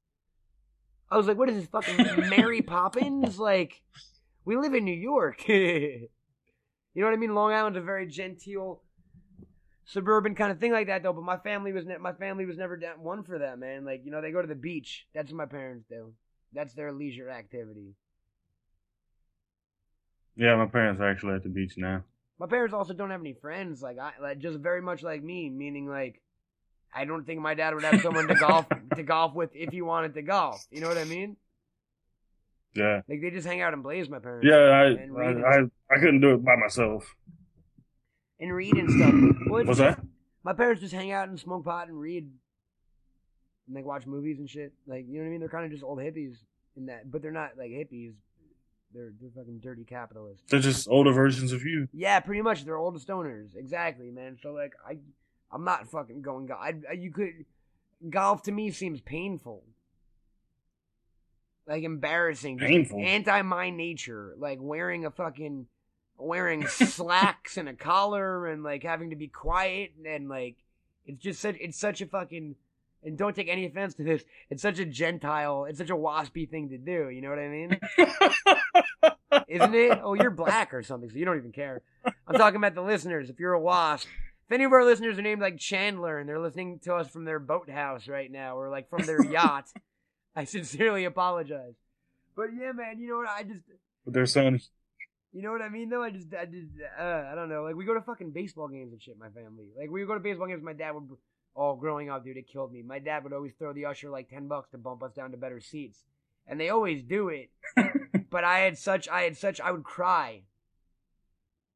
[SPEAKER 6] I was like, what is this fucking Mary Poppins? Like, we live in New York. you know what I mean? Long Island's a very genteel suburban kind of thing like that though but my family was ne- my family was never down one for that man like you know they go to the beach that's what my parents do that's their leisure activity
[SPEAKER 7] Yeah, my parents are actually at the beach now.
[SPEAKER 6] my parents also don't have any friends like i like just very much like me meaning like i don't think my dad would have someone to golf to golf with if he wanted to golf you know what i mean
[SPEAKER 7] Yeah,
[SPEAKER 6] like they just hang out and blaze my parents
[SPEAKER 7] yeah, I
[SPEAKER 6] And
[SPEAKER 7] I,
[SPEAKER 6] read
[SPEAKER 7] I, I couldn't do it by myself.
[SPEAKER 6] and read and stuff well, it's
[SPEAKER 7] What's
[SPEAKER 6] just-
[SPEAKER 7] that?
[SPEAKER 6] my parents just hang out and smoke pot and read and like watch movies and shit like you know what i mean they're kind of just old hippies in that but they're not like hippies they're, they're fucking dirty capitalists
[SPEAKER 7] They're just older versions of you.
[SPEAKER 6] Yeah, pretty much. They're old stoners, exactly, man. So like, I, I'm not fucking going golf. I, I- you could, golf to me seems painful, like embarrassing, just
[SPEAKER 7] Painful?
[SPEAKER 6] anti my nature. Like wearing a fucking, wearing slacks and a collar, and like having to be quiet, and like, it's just such, it's such a fucking, and don't take any offense to this. It's such a gentile, it's such a waspy thing to do. You know what I mean? isn't it? Oh, you're black or something, so you don't even care. I'm talking about the listeners. If you're a wasp, if any of our listeners are named like Chandler and they're listening to us from their boathouse right now or like from their yacht, I sincerely apologize. But yeah, man, you know what? I just,
[SPEAKER 7] But their son,
[SPEAKER 6] you know what I mean? Though I just, I just, uh, I don't know. Like we go to fucking baseball games and shit. My family, like we would go to baseball games. My dad would, oh, growing up, dude, it killed me. My dad would always throw the usher like ten bucks to bump us down to better seats, and they always do it. but I had such, I had such, I would cry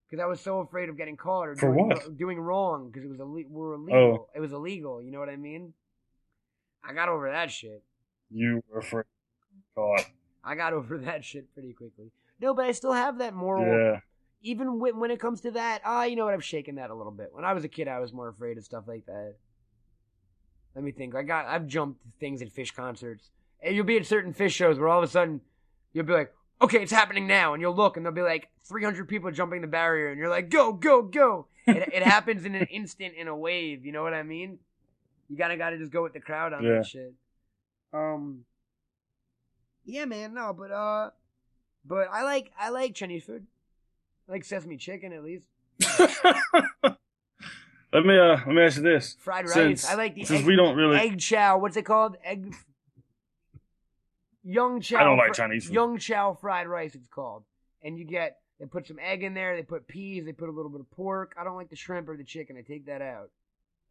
[SPEAKER 6] because I was so afraid of getting caught or
[SPEAKER 7] For
[SPEAKER 6] doing,
[SPEAKER 7] what? Oh.
[SPEAKER 6] doing wrong because it was ille- we were illegal. It was illegal. You know what I mean? I got over that shit.
[SPEAKER 7] you were afraid. God,
[SPEAKER 6] I got over that shit pretty quickly. No, but I still have that moral
[SPEAKER 7] yeah,
[SPEAKER 6] even when, when it comes to that, ah, you know what? I've shaken that a little bit. When I was a kid, I was more afraid of stuff like that. Let me think. I got I've jumped things at fish concerts. And you'll be at certain fish shows where all of a sudden you'll be like, okay, it's happening now, and you'll look and there'll be like 300 people jumping the barrier, and you're like, go, go, go. It, it happens in an instant, in a wave. You know what I mean? You gotta gotta just go with the crowd on
[SPEAKER 7] Yeah.
[SPEAKER 6] that shit. Um. Yeah, man. No, but uh, but I like I like Chinese food. I like sesame chicken at least.
[SPEAKER 7] let me uh, let me ask you this:
[SPEAKER 6] Fried rice.
[SPEAKER 7] Since-
[SPEAKER 6] I like the
[SPEAKER 7] since
[SPEAKER 6] egg,
[SPEAKER 7] we don't really,
[SPEAKER 6] egg chow. What's it called? Egg. Young chow.
[SPEAKER 7] I don't like
[SPEAKER 6] fri-
[SPEAKER 7] Chinese food.
[SPEAKER 6] Young chow fried rice. It's called. And you get they put some egg in there. They put peas. They put a little bit of pork. I don't like the shrimp or the chicken. I take that out.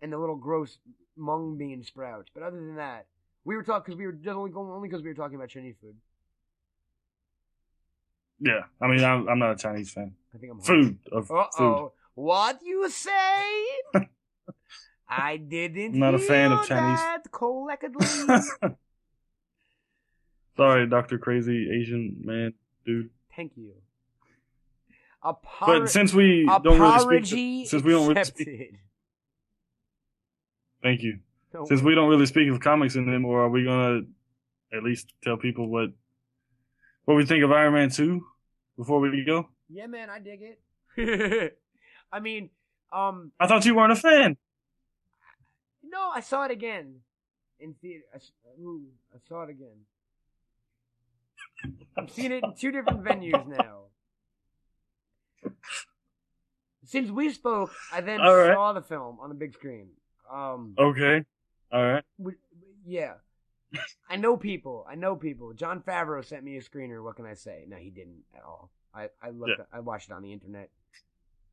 [SPEAKER 6] And the little gross mung bean sprouts. But other than that, we were talking because we were just only going only because we were talking about Chinese food.
[SPEAKER 7] yeah, I mean, I'm, I'm not a Chinese fan.
[SPEAKER 6] I think I'm hungry.
[SPEAKER 7] Food of
[SPEAKER 6] Uh
[SPEAKER 7] food.
[SPEAKER 6] oh. What you say? I didn't.
[SPEAKER 7] I'm not a fan of
[SPEAKER 6] hear
[SPEAKER 7] Chinese-
[SPEAKER 6] That collectedly.
[SPEAKER 7] Sorry, Doctor Crazy Asian man, dude.
[SPEAKER 6] Thank you.
[SPEAKER 7] But
[SPEAKER 6] Apor-
[SPEAKER 7] since we don't really
[SPEAKER 6] apology
[SPEAKER 7] speak, since we don't really speak,
[SPEAKER 6] accepted.
[SPEAKER 7] thank you.
[SPEAKER 6] No
[SPEAKER 7] Since we don't really speak of comics anymore, are we gonna at least tell people what what we think of Iron Man two before we go?
[SPEAKER 6] Yeah, man, I dig it. I mean, um,
[SPEAKER 7] I thought you weren't a fan.
[SPEAKER 6] no, I saw it again in theater. I, s- ooh, I saw it again. I've seen it in two different venues now. Since we spoke, I then
[SPEAKER 7] All right.
[SPEAKER 6] saw the film on the big screen. Um,
[SPEAKER 7] Okay, all right.
[SPEAKER 6] Would- yeah. I know people. I know people. John Favreau sent me a screener. What can I say? No, he didn't at all. I, I looked. I watched it on the internet.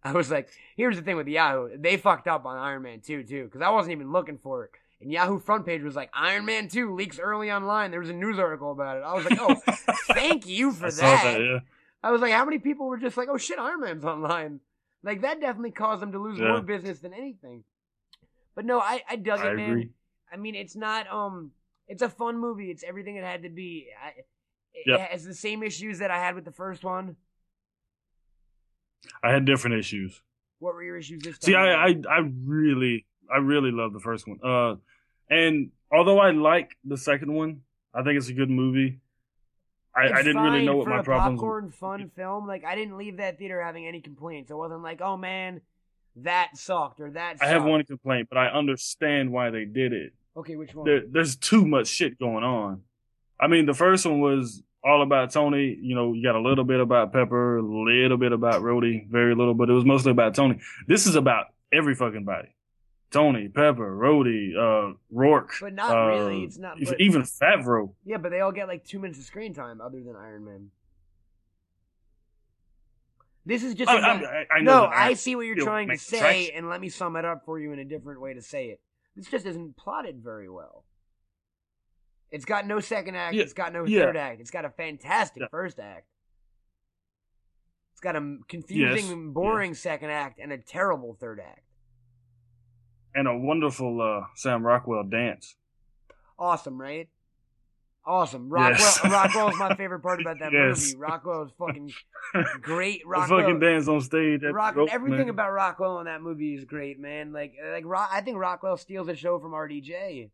[SPEAKER 6] I was like, here's the thing with Yahoo. They fucked up on Iron Man 2, too, because I wasn't even looking for it. and Yahoo front page was like, Iron Man 2 leaks early online. There was a news article about it. I was like, oh, thank you for
[SPEAKER 7] I
[SPEAKER 6] that.
[SPEAKER 7] saw that. Yeah.
[SPEAKER 6] I was like, how many people were just like, oh shit, Iron Man's online? Like that definitely caused them to lose
[SPEAKER 7] Yeah.
[SPEAKER 6] more business than anything. But no, I, I dug
[SPEAKER 7] I
[SPEAKER 6] it, man.
[SPEAKER 7] agree.
[SPEAKER 6] I mean, it's not um, it's a fun movie. It's everything it had to be. I, it
[SPEAKER 7] Yep.
[SPEAKER 6] has the same issues that I had with the first one.
[SPEAKER 7] I had different issues.
[SPEAKER 6] What were your issues this time?
[SPEAKER 7] See, I, I I really I really love the first one. Uh, and although I like the second one, I think it's a good movie. I,
[SPEAKER 6] It's
[SPEAKER 7] I didn't really
[SPEAKER 6] fine
[SPEAKER 7] know what
[SPEAKER 6] for
[SPEAKER 7] my
[SPEAKER 6] a
[SPEAKER 7] problems were.
[SPEAKER 6] popcorn fun film. Like I didn't leave that theater having any complaints. I wasn't like, oh man, that sucked or that.
[SPEAKER 7] I have
[SPEAKER 6] sucked."
[SPEAKER 7] one complaint, but I understand why they did it.
[SPEAKER 6] Okay, which one?
[SPEAKER 7] There, there's too much shit going on. I mean, the first one was all about Tony. You know, you got a little bit about Pepper, a little bit about Rhodey, very little, but it was mostly about Tony. This is about every fucking body. Tony, Pepper, Rhodey, uh, Rourke.
[SPEAKER 6] But not
[SPEAKER 7] uh,
[SPEAKER 6] really. It's not-
[SPEAKER 7] if-
[SPEAKER 6] but-
[SPEAKER 7] even Favreau.
[SPEAKER 6] Yeah, but they all get like two minutes of screen time other than Iron Man. This is just
[SPEAKER 7] I,
[SPEAKER 6] about-
[SPEAKER 7] I- I know
[SPEAKER 6] no.
[SPEAKER 7] that Iron
[SPEAKER 6] I see what you're
[SPEAKER 7] Fist
[SPEAKER 6] trying to
[SPEAKER 7] makes
[SPEAKER 6] say,
[SPEAKER 7] sense.
[SPEAKER 6] and let me sum it up for you in a different way to say it. This just isn't plotted very well. It's got no second act.
[SPEAKER 7] Yeah,
[SPEAKER 6] It's got no
[SPEAKER 7] yeah.
[SPEAKER 6] third act. It's got a fantastic
[SPEAKER 7] Yeah.
[SPEAKER 6] first act. It's got a m- confusing,
[SPEAKER 7] Yes,
[SPEAKER 6] and boring second act and a terrible third act.
[SPEAKER 7] and a wonderful uh, Sam Rockwell dance.
[SPEAKER 6] Awesome, right? Awesome. Rockwell.
[SPEAKER 7] Yes.
[SPEAKER 6] Rockwell is my favorite part about that
[SPEAKER 7] Yes.
[SPEAKER 6] movie. Rockwell is fucking great.
[SPEAKER 7] The
[SPEAKER 6] Rockwell.
[SPEAKER 7] fucking dance on stage. at the
[SPEAKER 6] Rock,
[SPEAKER 7] Rope,
[SPEAKER 6] everything
[SPEAKER 7] man.
[SPEAKER 6] about Rockwell in that movie is great, man. Like, like Rock, I think Rockwell steals the show from RDJ.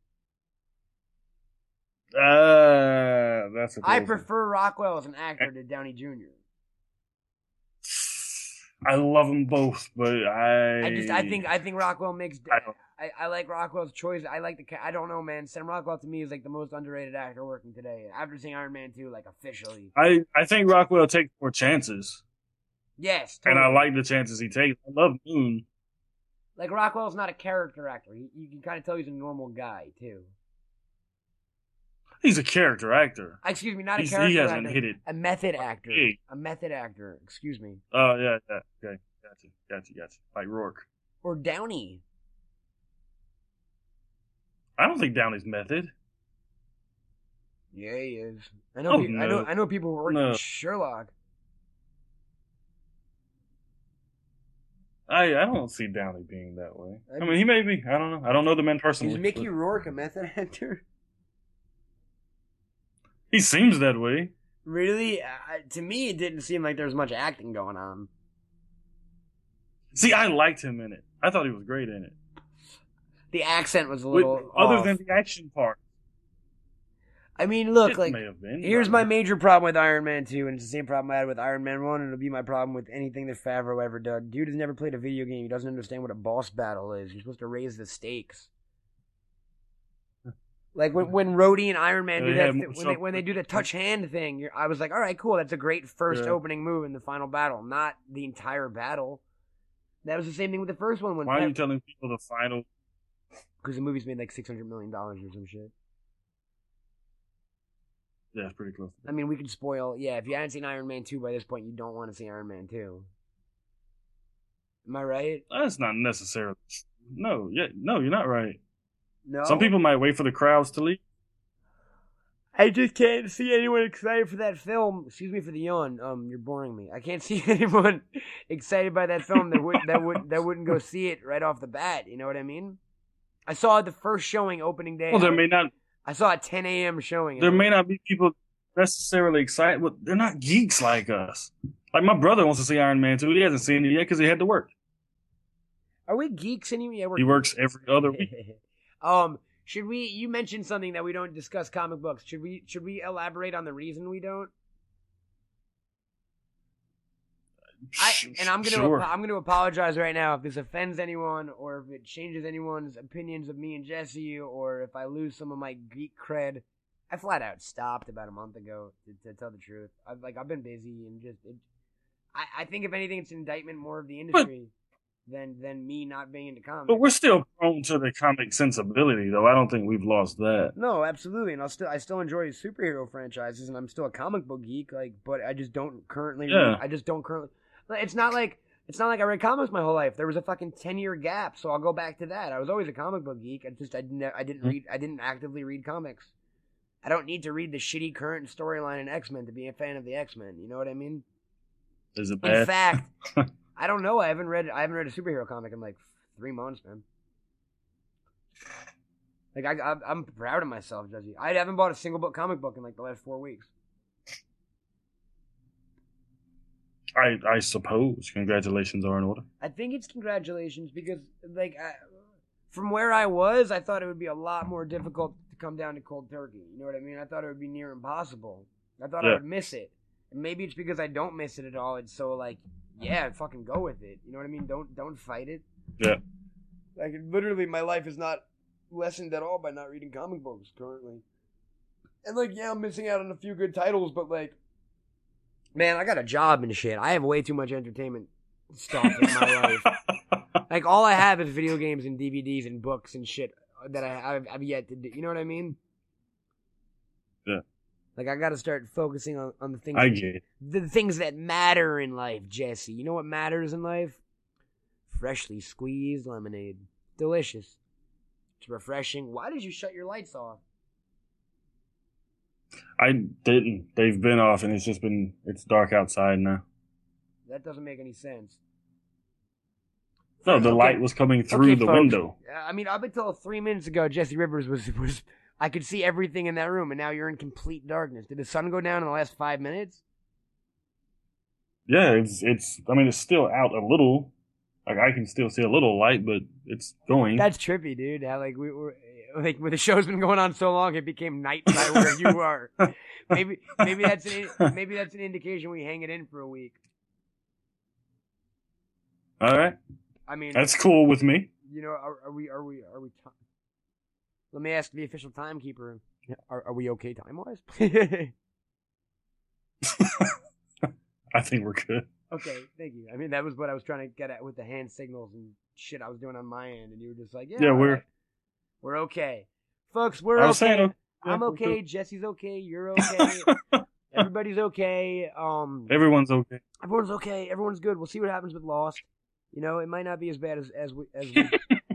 [SPEAKER 7] Ah, that's a
[SPEAKER 6] I
[SPEAKER 7] close one.
[SPEAKER 6] prefer Rockwell as an actor to Downey Jr.
[SPEAKER 7] I love them both, but I.
[SPEAKER 6] I just, I think, I think Rockwell makes.
[SPEAKER 7] I don't-
[SPEAKER 6] I, I like Rockwell's choice. I like the. ca- I don't know, man. Sam Rockwell to me is like the most underrated actor working today. After seeing Iron Man 2, like officially.
[SPEAKER 7] I, I think Rockwell takes more chances,
[SPEAKER 6] Yes.
[SPEAKER 7] and I
[SPEAKER 6] totally.
[SPEAKER 7] like the chances he takes. I love Moon.
[SPEAKER 6] Like Rockwell's not a character actor. He, you can kind of tell he's a normal guy too.
[SPEAKER 7] He's a character actor.
[SPEAKER 6] Ah, Excuse me, not a
[SPEAKER 7] He's- he
[SPEAKER 6] character.
[SPEAKER 7] hasn't
[SPEAKER 6] actor,
[SPEAKER 7] hit it.
[SPEAKER 6] A method actor.
[SPEAKER 7] Hey.
[SPEAKER 6] A method actor. Excuse me.
[SPEAKER 7] Oh yeah, yeah, okay, gotcha, gotcha, gotcha. Like Rourke.
[SPEAKER 6] Or Downey.
[SPEAKER 7] I don't think Downey's method.
[SPEAKER 6] Yeah, he is. I know.
[SPEAKER 7] Oh,
[SPEAKER 6] pe- I know.
[SPEAKER 7] no.
[SPEAKER 6] I know people who work
[SPEAKER 7] No.
[SPEAKER 6] on Sherlock.
[SPEAKER 7] I I don't see Downey being that way.
[SPEAKER 6] I-
[SPEAKER 7] I mean, he may be. I don't know. I don't know the man personally.
[SPEAKER 6] Is Mickey
[SPEAKER 7] but
[SPEAKER 6] Rourke a method actor?
[SPEAKER 7] He seems that way.
[SPEAKER 6] Really? I, to me, it didn't seem like there was much acting going on.
[SPEAKER 7] See, I liked him in it. I thought he was great in it.
[SPEAKER 6] The accent was a
[SPEAKER 7] With-
[SPEAKER 6] little.
[SPEAKER 7] other
[SPEAKER 6] off.
[SPEAKER 7] than the action part,
[SPEAKER 6] I mean, look,
[SPEAKER 7] it
[SPEAKER 6] like
[SPEAKER 7] may have been.
[SPEAKER 6] Here's
[SPEAKER 7] but-
[SPEAKER 6] my major problem with Iron Man 2, and it's the same problem I had with Iron Man 1, and it'll be my problem with anything that Favreau ever done. Dude has never played a video game. He doesn't understand what a boss battle is. You're supposed to raise the stakes. Like when when Rhodey and Iron Man
[SPEAKER 7] Oh, Yeah,
[SPEAKER 6] do
[SPEAKER 7] they
[SPEAKER 6] that
[SPEAKER 7] had
[SPEAKER 6] thi-
[SPEAKER 7] more
[SPEAKER 6] when they, when they do the touch hand thing, you're, I was like, all right, cool, that's a great first
[SPEAKER 7] Yeah.
[SPEAKER 6] opening move in the final battle, not the entire battle. That was the same thing with the first one when
[SPEAKER 7] Why are you telling people the final?
[SPEAKER 6] because the movie's made like six hundred million dollars or some shit.
[SPEAKER 7] Yeah, it's pretty close.
[SPEAKER 6] I mean, we could spoil. Yeah, if you hadn't seen Iron Man 2 by this point, you don't want to see Iron Man 2. Am I right?
[SPEAKER 7] That's not necessarily. true. No, yeah, no, you're not right.
[SPEAKER 6] No.
[SPEAKER 7] Some people might wait for the crowds to leave.
[SPEAKER 6] I just can't see anyone excited for that film. Excuse me for the yawn. Um, you're boring me. I can't see anyone excited by that film that would that would that wouldn't go see it right off the bat. You know what I mean? I saw the first showing opening day.
[SPEAKER 7] Well, there may not.
[SPEAKER 6] I saw a 10 a.m. showing.
[SPEAKER 7] There may not be people necessarily excited. Well, they're not geeks like us. Like my brother wants to see Iron Man two. He hasn't seen it yet because he had to work.
[SPEAKER 6] Are we geeks anyway? Yeah, we're
[SPEAKER 7] He works every other week.
[SPEAKER 6] um, should we? You mentioned something that we don't discuss comic books. Should we? Should we elaborate on the reason we don't? I, and I'm gonna
[SPEAKER 7] Sure.
[SPEAKER 6] I'm gonna apologize right now if this offends anyone or if it changes anyone's opinions of me and Jesse or if I lose some of my geek cred. I flat out stopped about a month ago to, to tell the truth. I've like I've been busy and just it, I, I think if anything it's an indictment more of the industry than than me not being into comics.
[SPEAKER 7] But we're still prone to the comic sensibility, though. I don't think we've lost that.
[SPEAKER 6] No, absolutely, and I'll still I still enjoy superhero franchises, and I'm still a comic book geek. Like, but I just don't currently.
[SPEAKER 7] Yeah.
[SPEAKER 6] I just don't currently. like, It's not like It's not like I read comics my whole life. There was a fucking ten year gap, so I'll go back to that. I was always a comic book geek. I just I didn't I didn't read I didn't actively read comics. I don't need to read the shitty current storyline in X Men to be a fan of the X Men. You know what I mean?
[SPEAKER 7] Is it
[SPEAKER 6] In
[SPEAKER 7] bad?
[SPEAKER 6] fact, I don't know. I haven't read I haven't read a superhero comic in like three months, man. Like I, I'm- I'm proud of myself, Jesse. I haven't bought a single book comic book in like the last four weeks.
[SPEAKER 7] I I suppose. Congratulations are in order.
[SPEAKER 6] I think it's congratulations because, like, I, from where I was, I thought it would be a lot more difficult to come down to cold turkey. You know what I mean? I thought it would be near impossible. I thought I
[SPEAKER 7] Yeah.
[SPEAKER 6] would miss it. And maybe it's because I don't miss it at all. It's so like, yeah, fucking go with it. You know what I mean? Don't don't fight it.
[SPEAKER 7] Yeah.
[SPEAKER 6] Like literally, my life is not lessened at all by not reading comic books currently. And like, yeah, I'm missing out on a few good titles, but like, man, I got a job and shit. I have way too much entertainment stuff in my life. Like all I have is video games and DVDs and books and shit that I, I've, I've yet to do. You know what I mean?
[SPEAKER 7] Yeah.
[SPEAKER 6] Like I got to start focusing on, on the things
[SPEAKER 7] I get it.
[SPEAKER 6] the things that matter in life, Jesse. You know what matters in life? Freshly squeezed lemonade, delicious. It's refreshing. Why did you shut your lights off?
[SPEAKER 7] I didn't. They've been off, and it's just been it's dark outside now.
[SPEAKER 6] That doesn't make any sense.
[SPEAKER 7] No, the
[SPEAKER 6] Okay.
[SPEAKER 7] light was coming through
[SPEAKER 6] Okay,
[SPEAKER 7] the
[SPEAKER 6] folks.
[SPEAKER 7] window.
[SPEAKER 6] Uh, I mean, up until three minutes ago, Jesse Rivers was was. I could see everything in that room, and now you're in complete darkness. Did the sun go down in the last five minutes?
[SPEAKER 7] Yeah, it's it's. I mean, it's still out a little. Like I can still see a little light, but it's going.
[SPEAKER 6] That's trippy, dude. How like we were like when the show's been going on so long, it became night by where you are. Maybe maybe that's an, maybe that's an indication we hang it in for a week.
[SPEAKER 7] All right,
[SPEAKER 6] I mean,
[SPEAKER 7] that's cool with me.
[SPEAKER 6] you know, are, are we are we are we? T- Let me ask the official timekeeper. Are, are we okay time wise? okay,
[SPEAKER 7] I think we're good.
[SPEAKER 6] thank you. I mean, that was what I was trying to get at with the hand signals and shit I was doing on my end, and you were just like, yeah,
[SPEAKER 7] Yeah,
[SPEAKER 6] all
[SPEAKER 7] we're-
[SPEAKER 6] right. we're okay, folks. We're
[SPEAKER 7] I
[SPEAKER 6] okay.
[SPEAKER 7] was saying, okay,
[SPEAKER 6] I'm
[SPEAKER 7] we're
[SPEAKER 6] okay.
[SPEAKER 7] good.
[SPEAKER 6] Jesse's okay. You're okay. Everybody's okay. Um,
[SPEAKER 7] Everyone's okay.
[SPEAKER 6] everyone's okay. Everyone's good. We'll see what happens with Lost. You know, it might not be as bad as as we as we,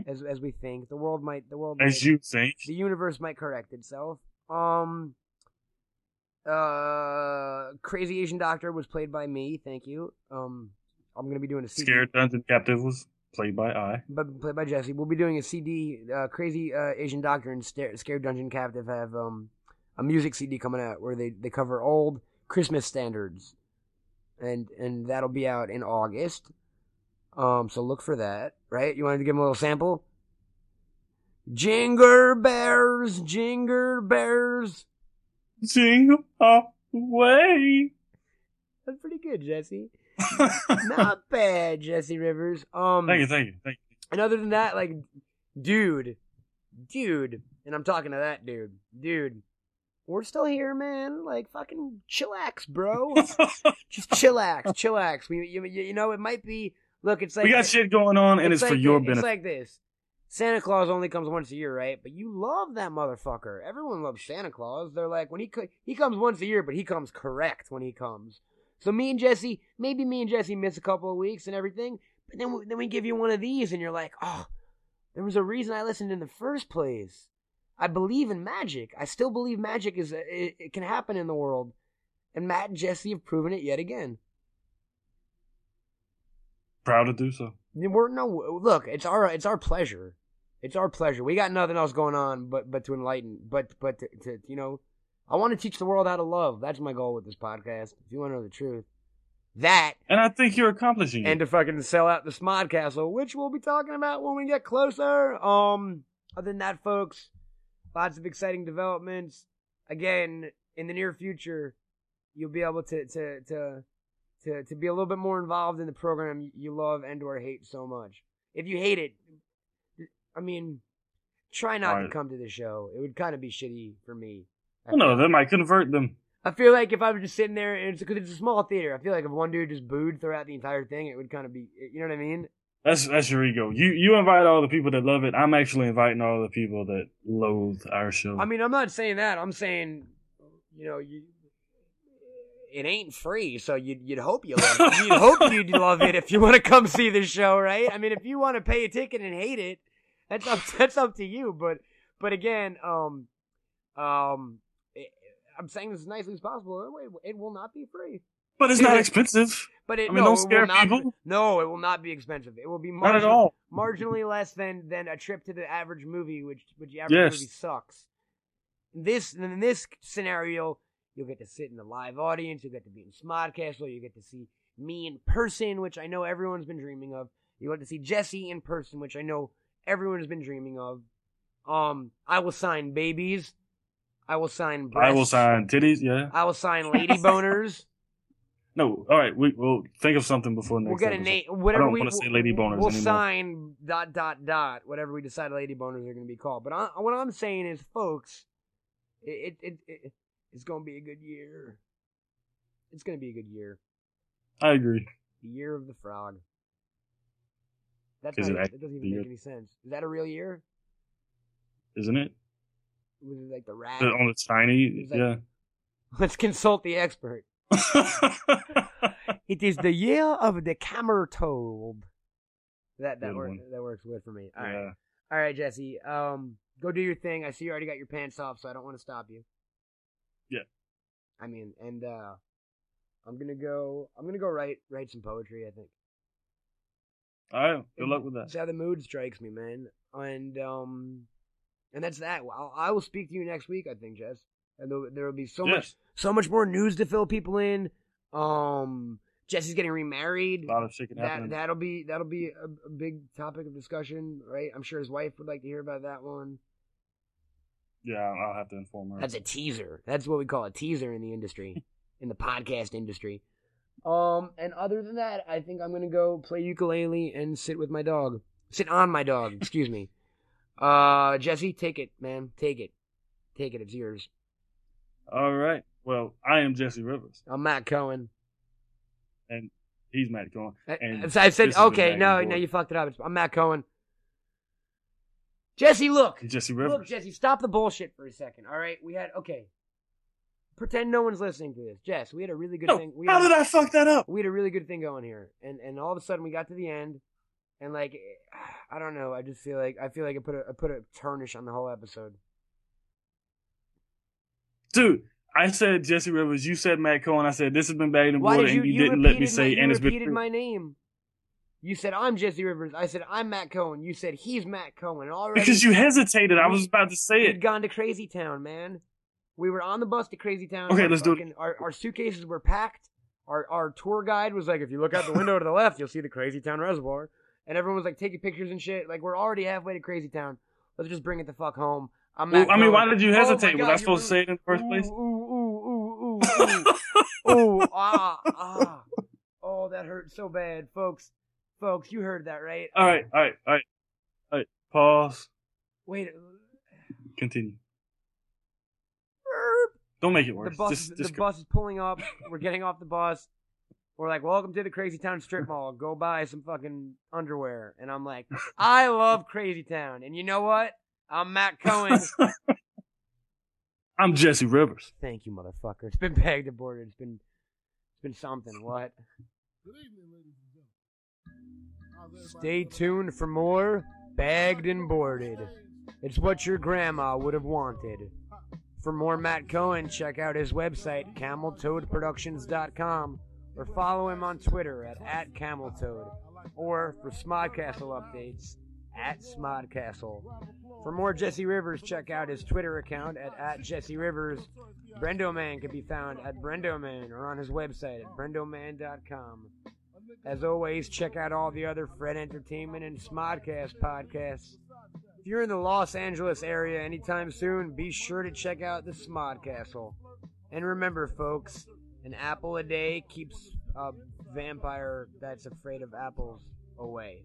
[SPEAKER 6] as, as we think. The world might the world
[SPEAKER 7] As
[SPEAKER 6] might,
[SPEAKER 7] you think,
[SPEAKER 6] the universe might correct itself. Um, uh, Crazy Asian Doctor was played by me. Thank you. Um, I'm gonna be doing a CD,
[SPEAKER 7] scared dungeon captive was played by I.
[SPEAKER 6] but played by Jesse. We'll be doing a CD. Uh, Crazy uh, Asian Doctor and Stare, Scared Dungeon Captive have um a music CD coming out where they they cover old Christmas standards, and and that'll be out in August. Um, so look for that. Right? You wanted to give them a little sample. Jinger bears, jinger bears.
[SPEAKER 7] Sing away.
[SPEAKER 6] That's pretty good, Jesse. Not bad, Jesse Rivers. Um,
[SPEAKER 7] Thank you, thank you, thank you.
[SPEAKER 6] and other than that, like, dude, dude, and I'm talking to that dude, dude. We're still here, man. Like, fucking chillax, bro. Just chillax, chillax. We, you, you know, it might be. Look, it's like
[SPEAKER 7] we got shit going on, and it's, for
[SPEAKER 6] like
[SPEAKER 7] your
[SPEAKER 6] thi-
[SPEAKER 7] benefit.
[SPEAKER 6] It's like this. Santa Claus only comes once a year, right? But you love that motherfucker. Everyone loves Santa Claus. They're like when he co- he comes once a year, but he comes correct when he comes. So me and Jesse, maybe me and Jesse miss a couple of weeks and everything, but then we, then we give you one of these, and you're like, oh, there was a reason I listened in the first place. I believe in magic. I still believe magic is it, it can happen in the world, and Matt and Jesse have proven it yet again.
[SPEAKER 7] Proud to do so.
[SPEAKER 6] We're no look. It's our it's our pleasure. It's our pleasure. We got nothing else going on but but to enlighten. But but to, to you know, I want to teach the world how to love. That's my goal with this podcast. If you want to know the truth, that
[SPEAKER 7] And I think you're accomplishing it.
[SPEAKER 6] and to fucking sell out the Smod Castle, which we'll be talking about when we get closer. Um, other than that, folks, lots of exciting developments. Again, in the near future, you'll be able to to to to, to be a little bit more involved in the program you love and or hate so much. If you hate it, I mean, try not to
[SPEAKER 7] Right.
[SPEAKER 6] come to the show. It would kind of be shitty for me. I
[SPEAKER 7] I don't know,
[SPEAKER 6] feel.
[SPEAKER 7] that might convert them.
[SPEAKER 6] I feel like if I was just sitting there, and it's because it's a small theater. I feel like if one dude just booed throughout the entire thing, it would kind of be, you know what I mean?
[SPEAKER 7] That's that's your ego. You you invite all the people that love it. I'm actually inviting all the people that loathe our show.
[SPEAKER 6] I mean, I'm not saying that. I'm saying, you know, you it ain't free, so you'd you'd hope you love it. you'd hope you'd love it if you want to come see the show, right? I mean, if you want to pay a ticket and hate it, that's up that's up to you. But but again, um, um, it, I'm saying this as nicely as possible. It, it will not be free.
[SPEAKER 7] But it's not expensive.
[SPEAKER 6] But it,
[SPEAKER 7] I mean,
[SPEAKER 6] no,
[SPEAKER 7] don't
[SPEAKER 6] it
[SPEAKER 7] scare
[SPEAKER 6] will not,
[SPEAKER 7] people.
[SPEAKER 6] No, it will not be expensive. It will be marginal,
[SPEAKER 7] Not at all.
[SPEAKER 6] marginally less than than a trip to the average movie, which which the average
[SPEAKER 7] Yes.
[SPEAKER 6] movie sucks. This in this scenario, you'll get to sit in the live audience. You'll get to be in Smodcastle. You get to see me in person, which I know everyone's been dreaming of. You get to see Jesse in person, which I know everyone has been dreaming of. Um, I will sign babies. I will sign. Breasts.
[SPEAKER 7] I will sign titties. Yeah.
[SPEAKER 6] I will sign lady boners.
[SPEAKER 7] No. All right. We will think of something before next.
[SPEAKER 6] We'll get a
[SPEAKER 7] episode.
[SPEAKER 6] name. Whatever
[SPEAKER 7] don't
[SPEAKER 6] we
[SPEAKER 7] wanna say lady boners
[SPEAKER 6] We'll
[SPEAKER 7] anymore.
[SPEAKER 6] sign dot dot dot whatever we decide lady boners are going to be called. But I, what I'm saying is, folks, it it, it, it it's going to be a good year. It's going to be a good year.
[SPEAKER 7] I agree.
[SPEAKER 6] The year of the frog. That's
[SPEAKER 7] Is
[SPEAKER 6] not,
[SPEAKER 7] it
[SPEAKER 6] that
[SPEAKER 7] actually
[SPEAKER 6] doesn't
[SPEAKER 7] the
[SPEAKER 6] even
[SPEAKER 7] year?
[SPEAKER 6] make any sense. Is that a real year?
[SPEAKER 7] Isn't it?
[SPEAKER 6] Was it like the rat?
[SPEAKER 7] The- on the shiny.
[SPEAKER 6] Is that-
[SPEAKER 7] Yeah.
[SPEAKER 6] Let's consult the expert. It is the year of the camera toad. That that
[SPEAKER 7] Good
[SPEAKER 6] works.
[SPEAKER 7] one.
[SPEAKER 6] That works good for me. All right.
[SPEAKER 7] yeah.
[SPEAKER 6] All right, Jesse. Um, go do your thing. I see you already got your pants off, so I don't want to stop you.
[SPEAKER 7] Yeah.
[SPEAKER 6] I mean, and uh, I'm gonna go. I'm gonna go write write some poetry. I think.
[SPEAKER 7] All right. Good luck with
[SPEAKER 6] That's
[SPEAKER 7] that.
[SPEAKER 6] how the mood strikes me, man. And um, and that's that. I'll, I will speak to you next week. I think, Jess. And there- there will be so much,
[SPEAKER 7] yes.
[SPEAKER 6] so much more news to fill people in. Um, Jesse's getting remarried.
[SPEAKER 7] A lot of shit can
[SPEAKER 6] that
[SPEAKER 7] happen.
[SPEAKER 6] that'll be that'll be a, a big topic of discussion, right? I'm sure his wife would like to hear about that one.
[SPEAKER 7] yeah. I'll I'll have to inform her.
[SPEAKER 6] That's a teaser. That's what we call a teaser in the industry, in the podcast industry. Um, and other than that, I think I'm gonna go play ukulele and sit with my dog. Sit on my dog. Excuse me. Uh, Jesse, take it, man. Take it. Take it. It's yours.
[SPEAKER 7] All right. Well, I am Jesse Rivers.
[SPEAKER 6] I'm Matt Cohen.
[SPEAKER 7] He's Matt Cohen.
[SPEAKER 6] I,
[SPEAKER 7] And
[SPEAKER 6] I said
[SPEAKER 7] this has been
[SPEAKER 6] okay.
[SPEAKER 7] Matt
[SPEAKER 6] No,
[SPEAKER 7] and
[SPEAKER 6] no,
[SPEAKER 7] Boyd.
[SPEAKER 6] you fucked it up. It's- I'm Matt Cohen. Jesse, look.
[SPEAKER 7] Jesse
[SPEAKER 6] Look,
[SPEAKER 7] Rivers.
[SPEAKER 6] Jesse, stop the bullshit for a second. All right, we had okay. Pretend no one's listening to this, Jess. We had a really good
[SPEAKER 7] No,
[SPEAKER 6] thing. We
[SPEAKER 7] How
[SPEAKER 6] had,
[SPEAKER 7] did I fuck that up?
[SPEAKER 6] We had a really good thing going here, and and all of a sudden we got to the end, and like, I don't know. I just feel like I feel like I put a I put a tarnish on the whole episode.
[SPEAKER 7] Dude, I said Jesse Rivers. You said Matt Cohen. I said this has been Bagged and
[SPEAKER 6] Why
[SPEAKER 7] Boarded,
[SPEAKER 6] did you
[SPEAKER 7] and you,
[SPEAKER 6] you
[SPEAKER 7] didn't let me
[SPEAKER 6] repeated
[SPEAKER 7] say.
[SPEAKER 6] my,
[SPEAKER 7] and
[SPEAKER 6] you
[SPEAKER 7] it's been
[SPEAKER 6] repeated my name? You said I'm Jesse Rivers. I said I'm Matt Cohen. You said he's Matt Cohen, and already
[SPEAKER 7] because you hesitated. I
[SPEAKER 6] We-
[SPEAKER 7] was about to say
[SPEAKER 6] We'd
[SPEAKER 7] it.
[SPEAKER 6] gone to Crazy Town, man. We were on the bus to Crazy Town.
[SPEAKER 7] Okay,
[SPEAKER 6] Our
[SPEAKER 7] let's do it.
[SPEAKER 6] fucking- Our, our suitcases were packed. Our our tour guide was like, if you look out the window to the left, you'll see the Crazy Town Reservoir. And everyone was like taking pictures and shit. Like we're already halfway to Crazy Town. Let's just bring it the fuck home. I'm
[SPEAKER 7] Well,
[SPEAKER 6] Matt
[SPEAKER 7] I mean, why
[SPEAKER 6] Cohen.
[SPEAKER 7] did you
[SPEAKER 6] Oh my
[SPEAKER 7] hesitate?
[SPEAKER 6] God,
[SPEAKER 7] was I
[SPEAKER 6] you
[SPEAKER 7] supposed to say it in the first
[SPEAKER 6] ooh,
[SPEAKER 7] place?
[SPEAKER 6] Ooh, ooh, ooh, ooh, ooh, ooh, ah, ah. Oh, that hurt so bad, folks. Folks, you heard that, right?
[SPEAKER 7] All right, all right, all right, all right. Pause.
[SPEAKER 6] Wait,
[SPEAKER 7] Continue. Don't make it
[SPEAKER 6] the
[SPEAKER 7] worse.
[SPEAKER 6] bus
[SPEAKER 7] just,
[SPEAKER 6] the
[SPEAKER 7] just go.
[SPEAKER 6] bus is pulling up. We're getting off the bus. We're like, "Welcome to the Crazy Town strip mall. Go buy some fucking underwear." And I'm like, "I love Crazy Town." And you know what? I'm Matt Cohen.
[SPEAKER 7] I'm Jesse Rivers.
[SPEAKER 6] Thank you, motherfucker. It's been bagged and boarded. It's been it's been something. What?
[SPEAKER 3] Good evening, ladies and gentlemen. How's everybody
[SPEAKER 6] Stay
[SPEAKER 3] doing?
[SPEAKER 6] tuned for more bagged and boarded. It's what your grandma would have wanted. For more Matt Cohen, check out his website, cameltoadproductions.com, or follow him on Twitter at, at cameltoad, or for Smodcastle updates, at Smodcastle. For more Jesse Rivers, check out his Twitter account at, at Jesse Rivers. Brendoman can be found at Brendoman or on his website at brendoman.com. As always, check out all the other Fred Entertainment and Smodcast podcasts. If you're in the Los Angeles area anytime soon, be sure to check out the Smod Castle. And remember, folks, an apple a day keeps a vampire that's afraid of apples away.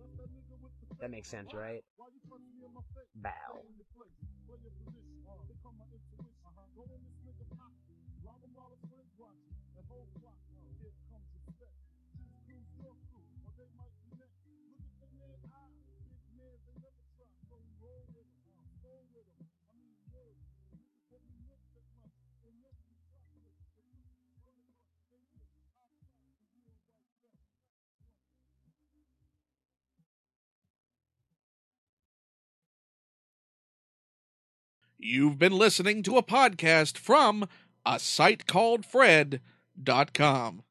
[SPEAKER 6] That makes sense, right? Bow.
[SPEAKER 3] Thank you.
[SPEAKER 1] You've been listening to a podcast from a site called Fred.com.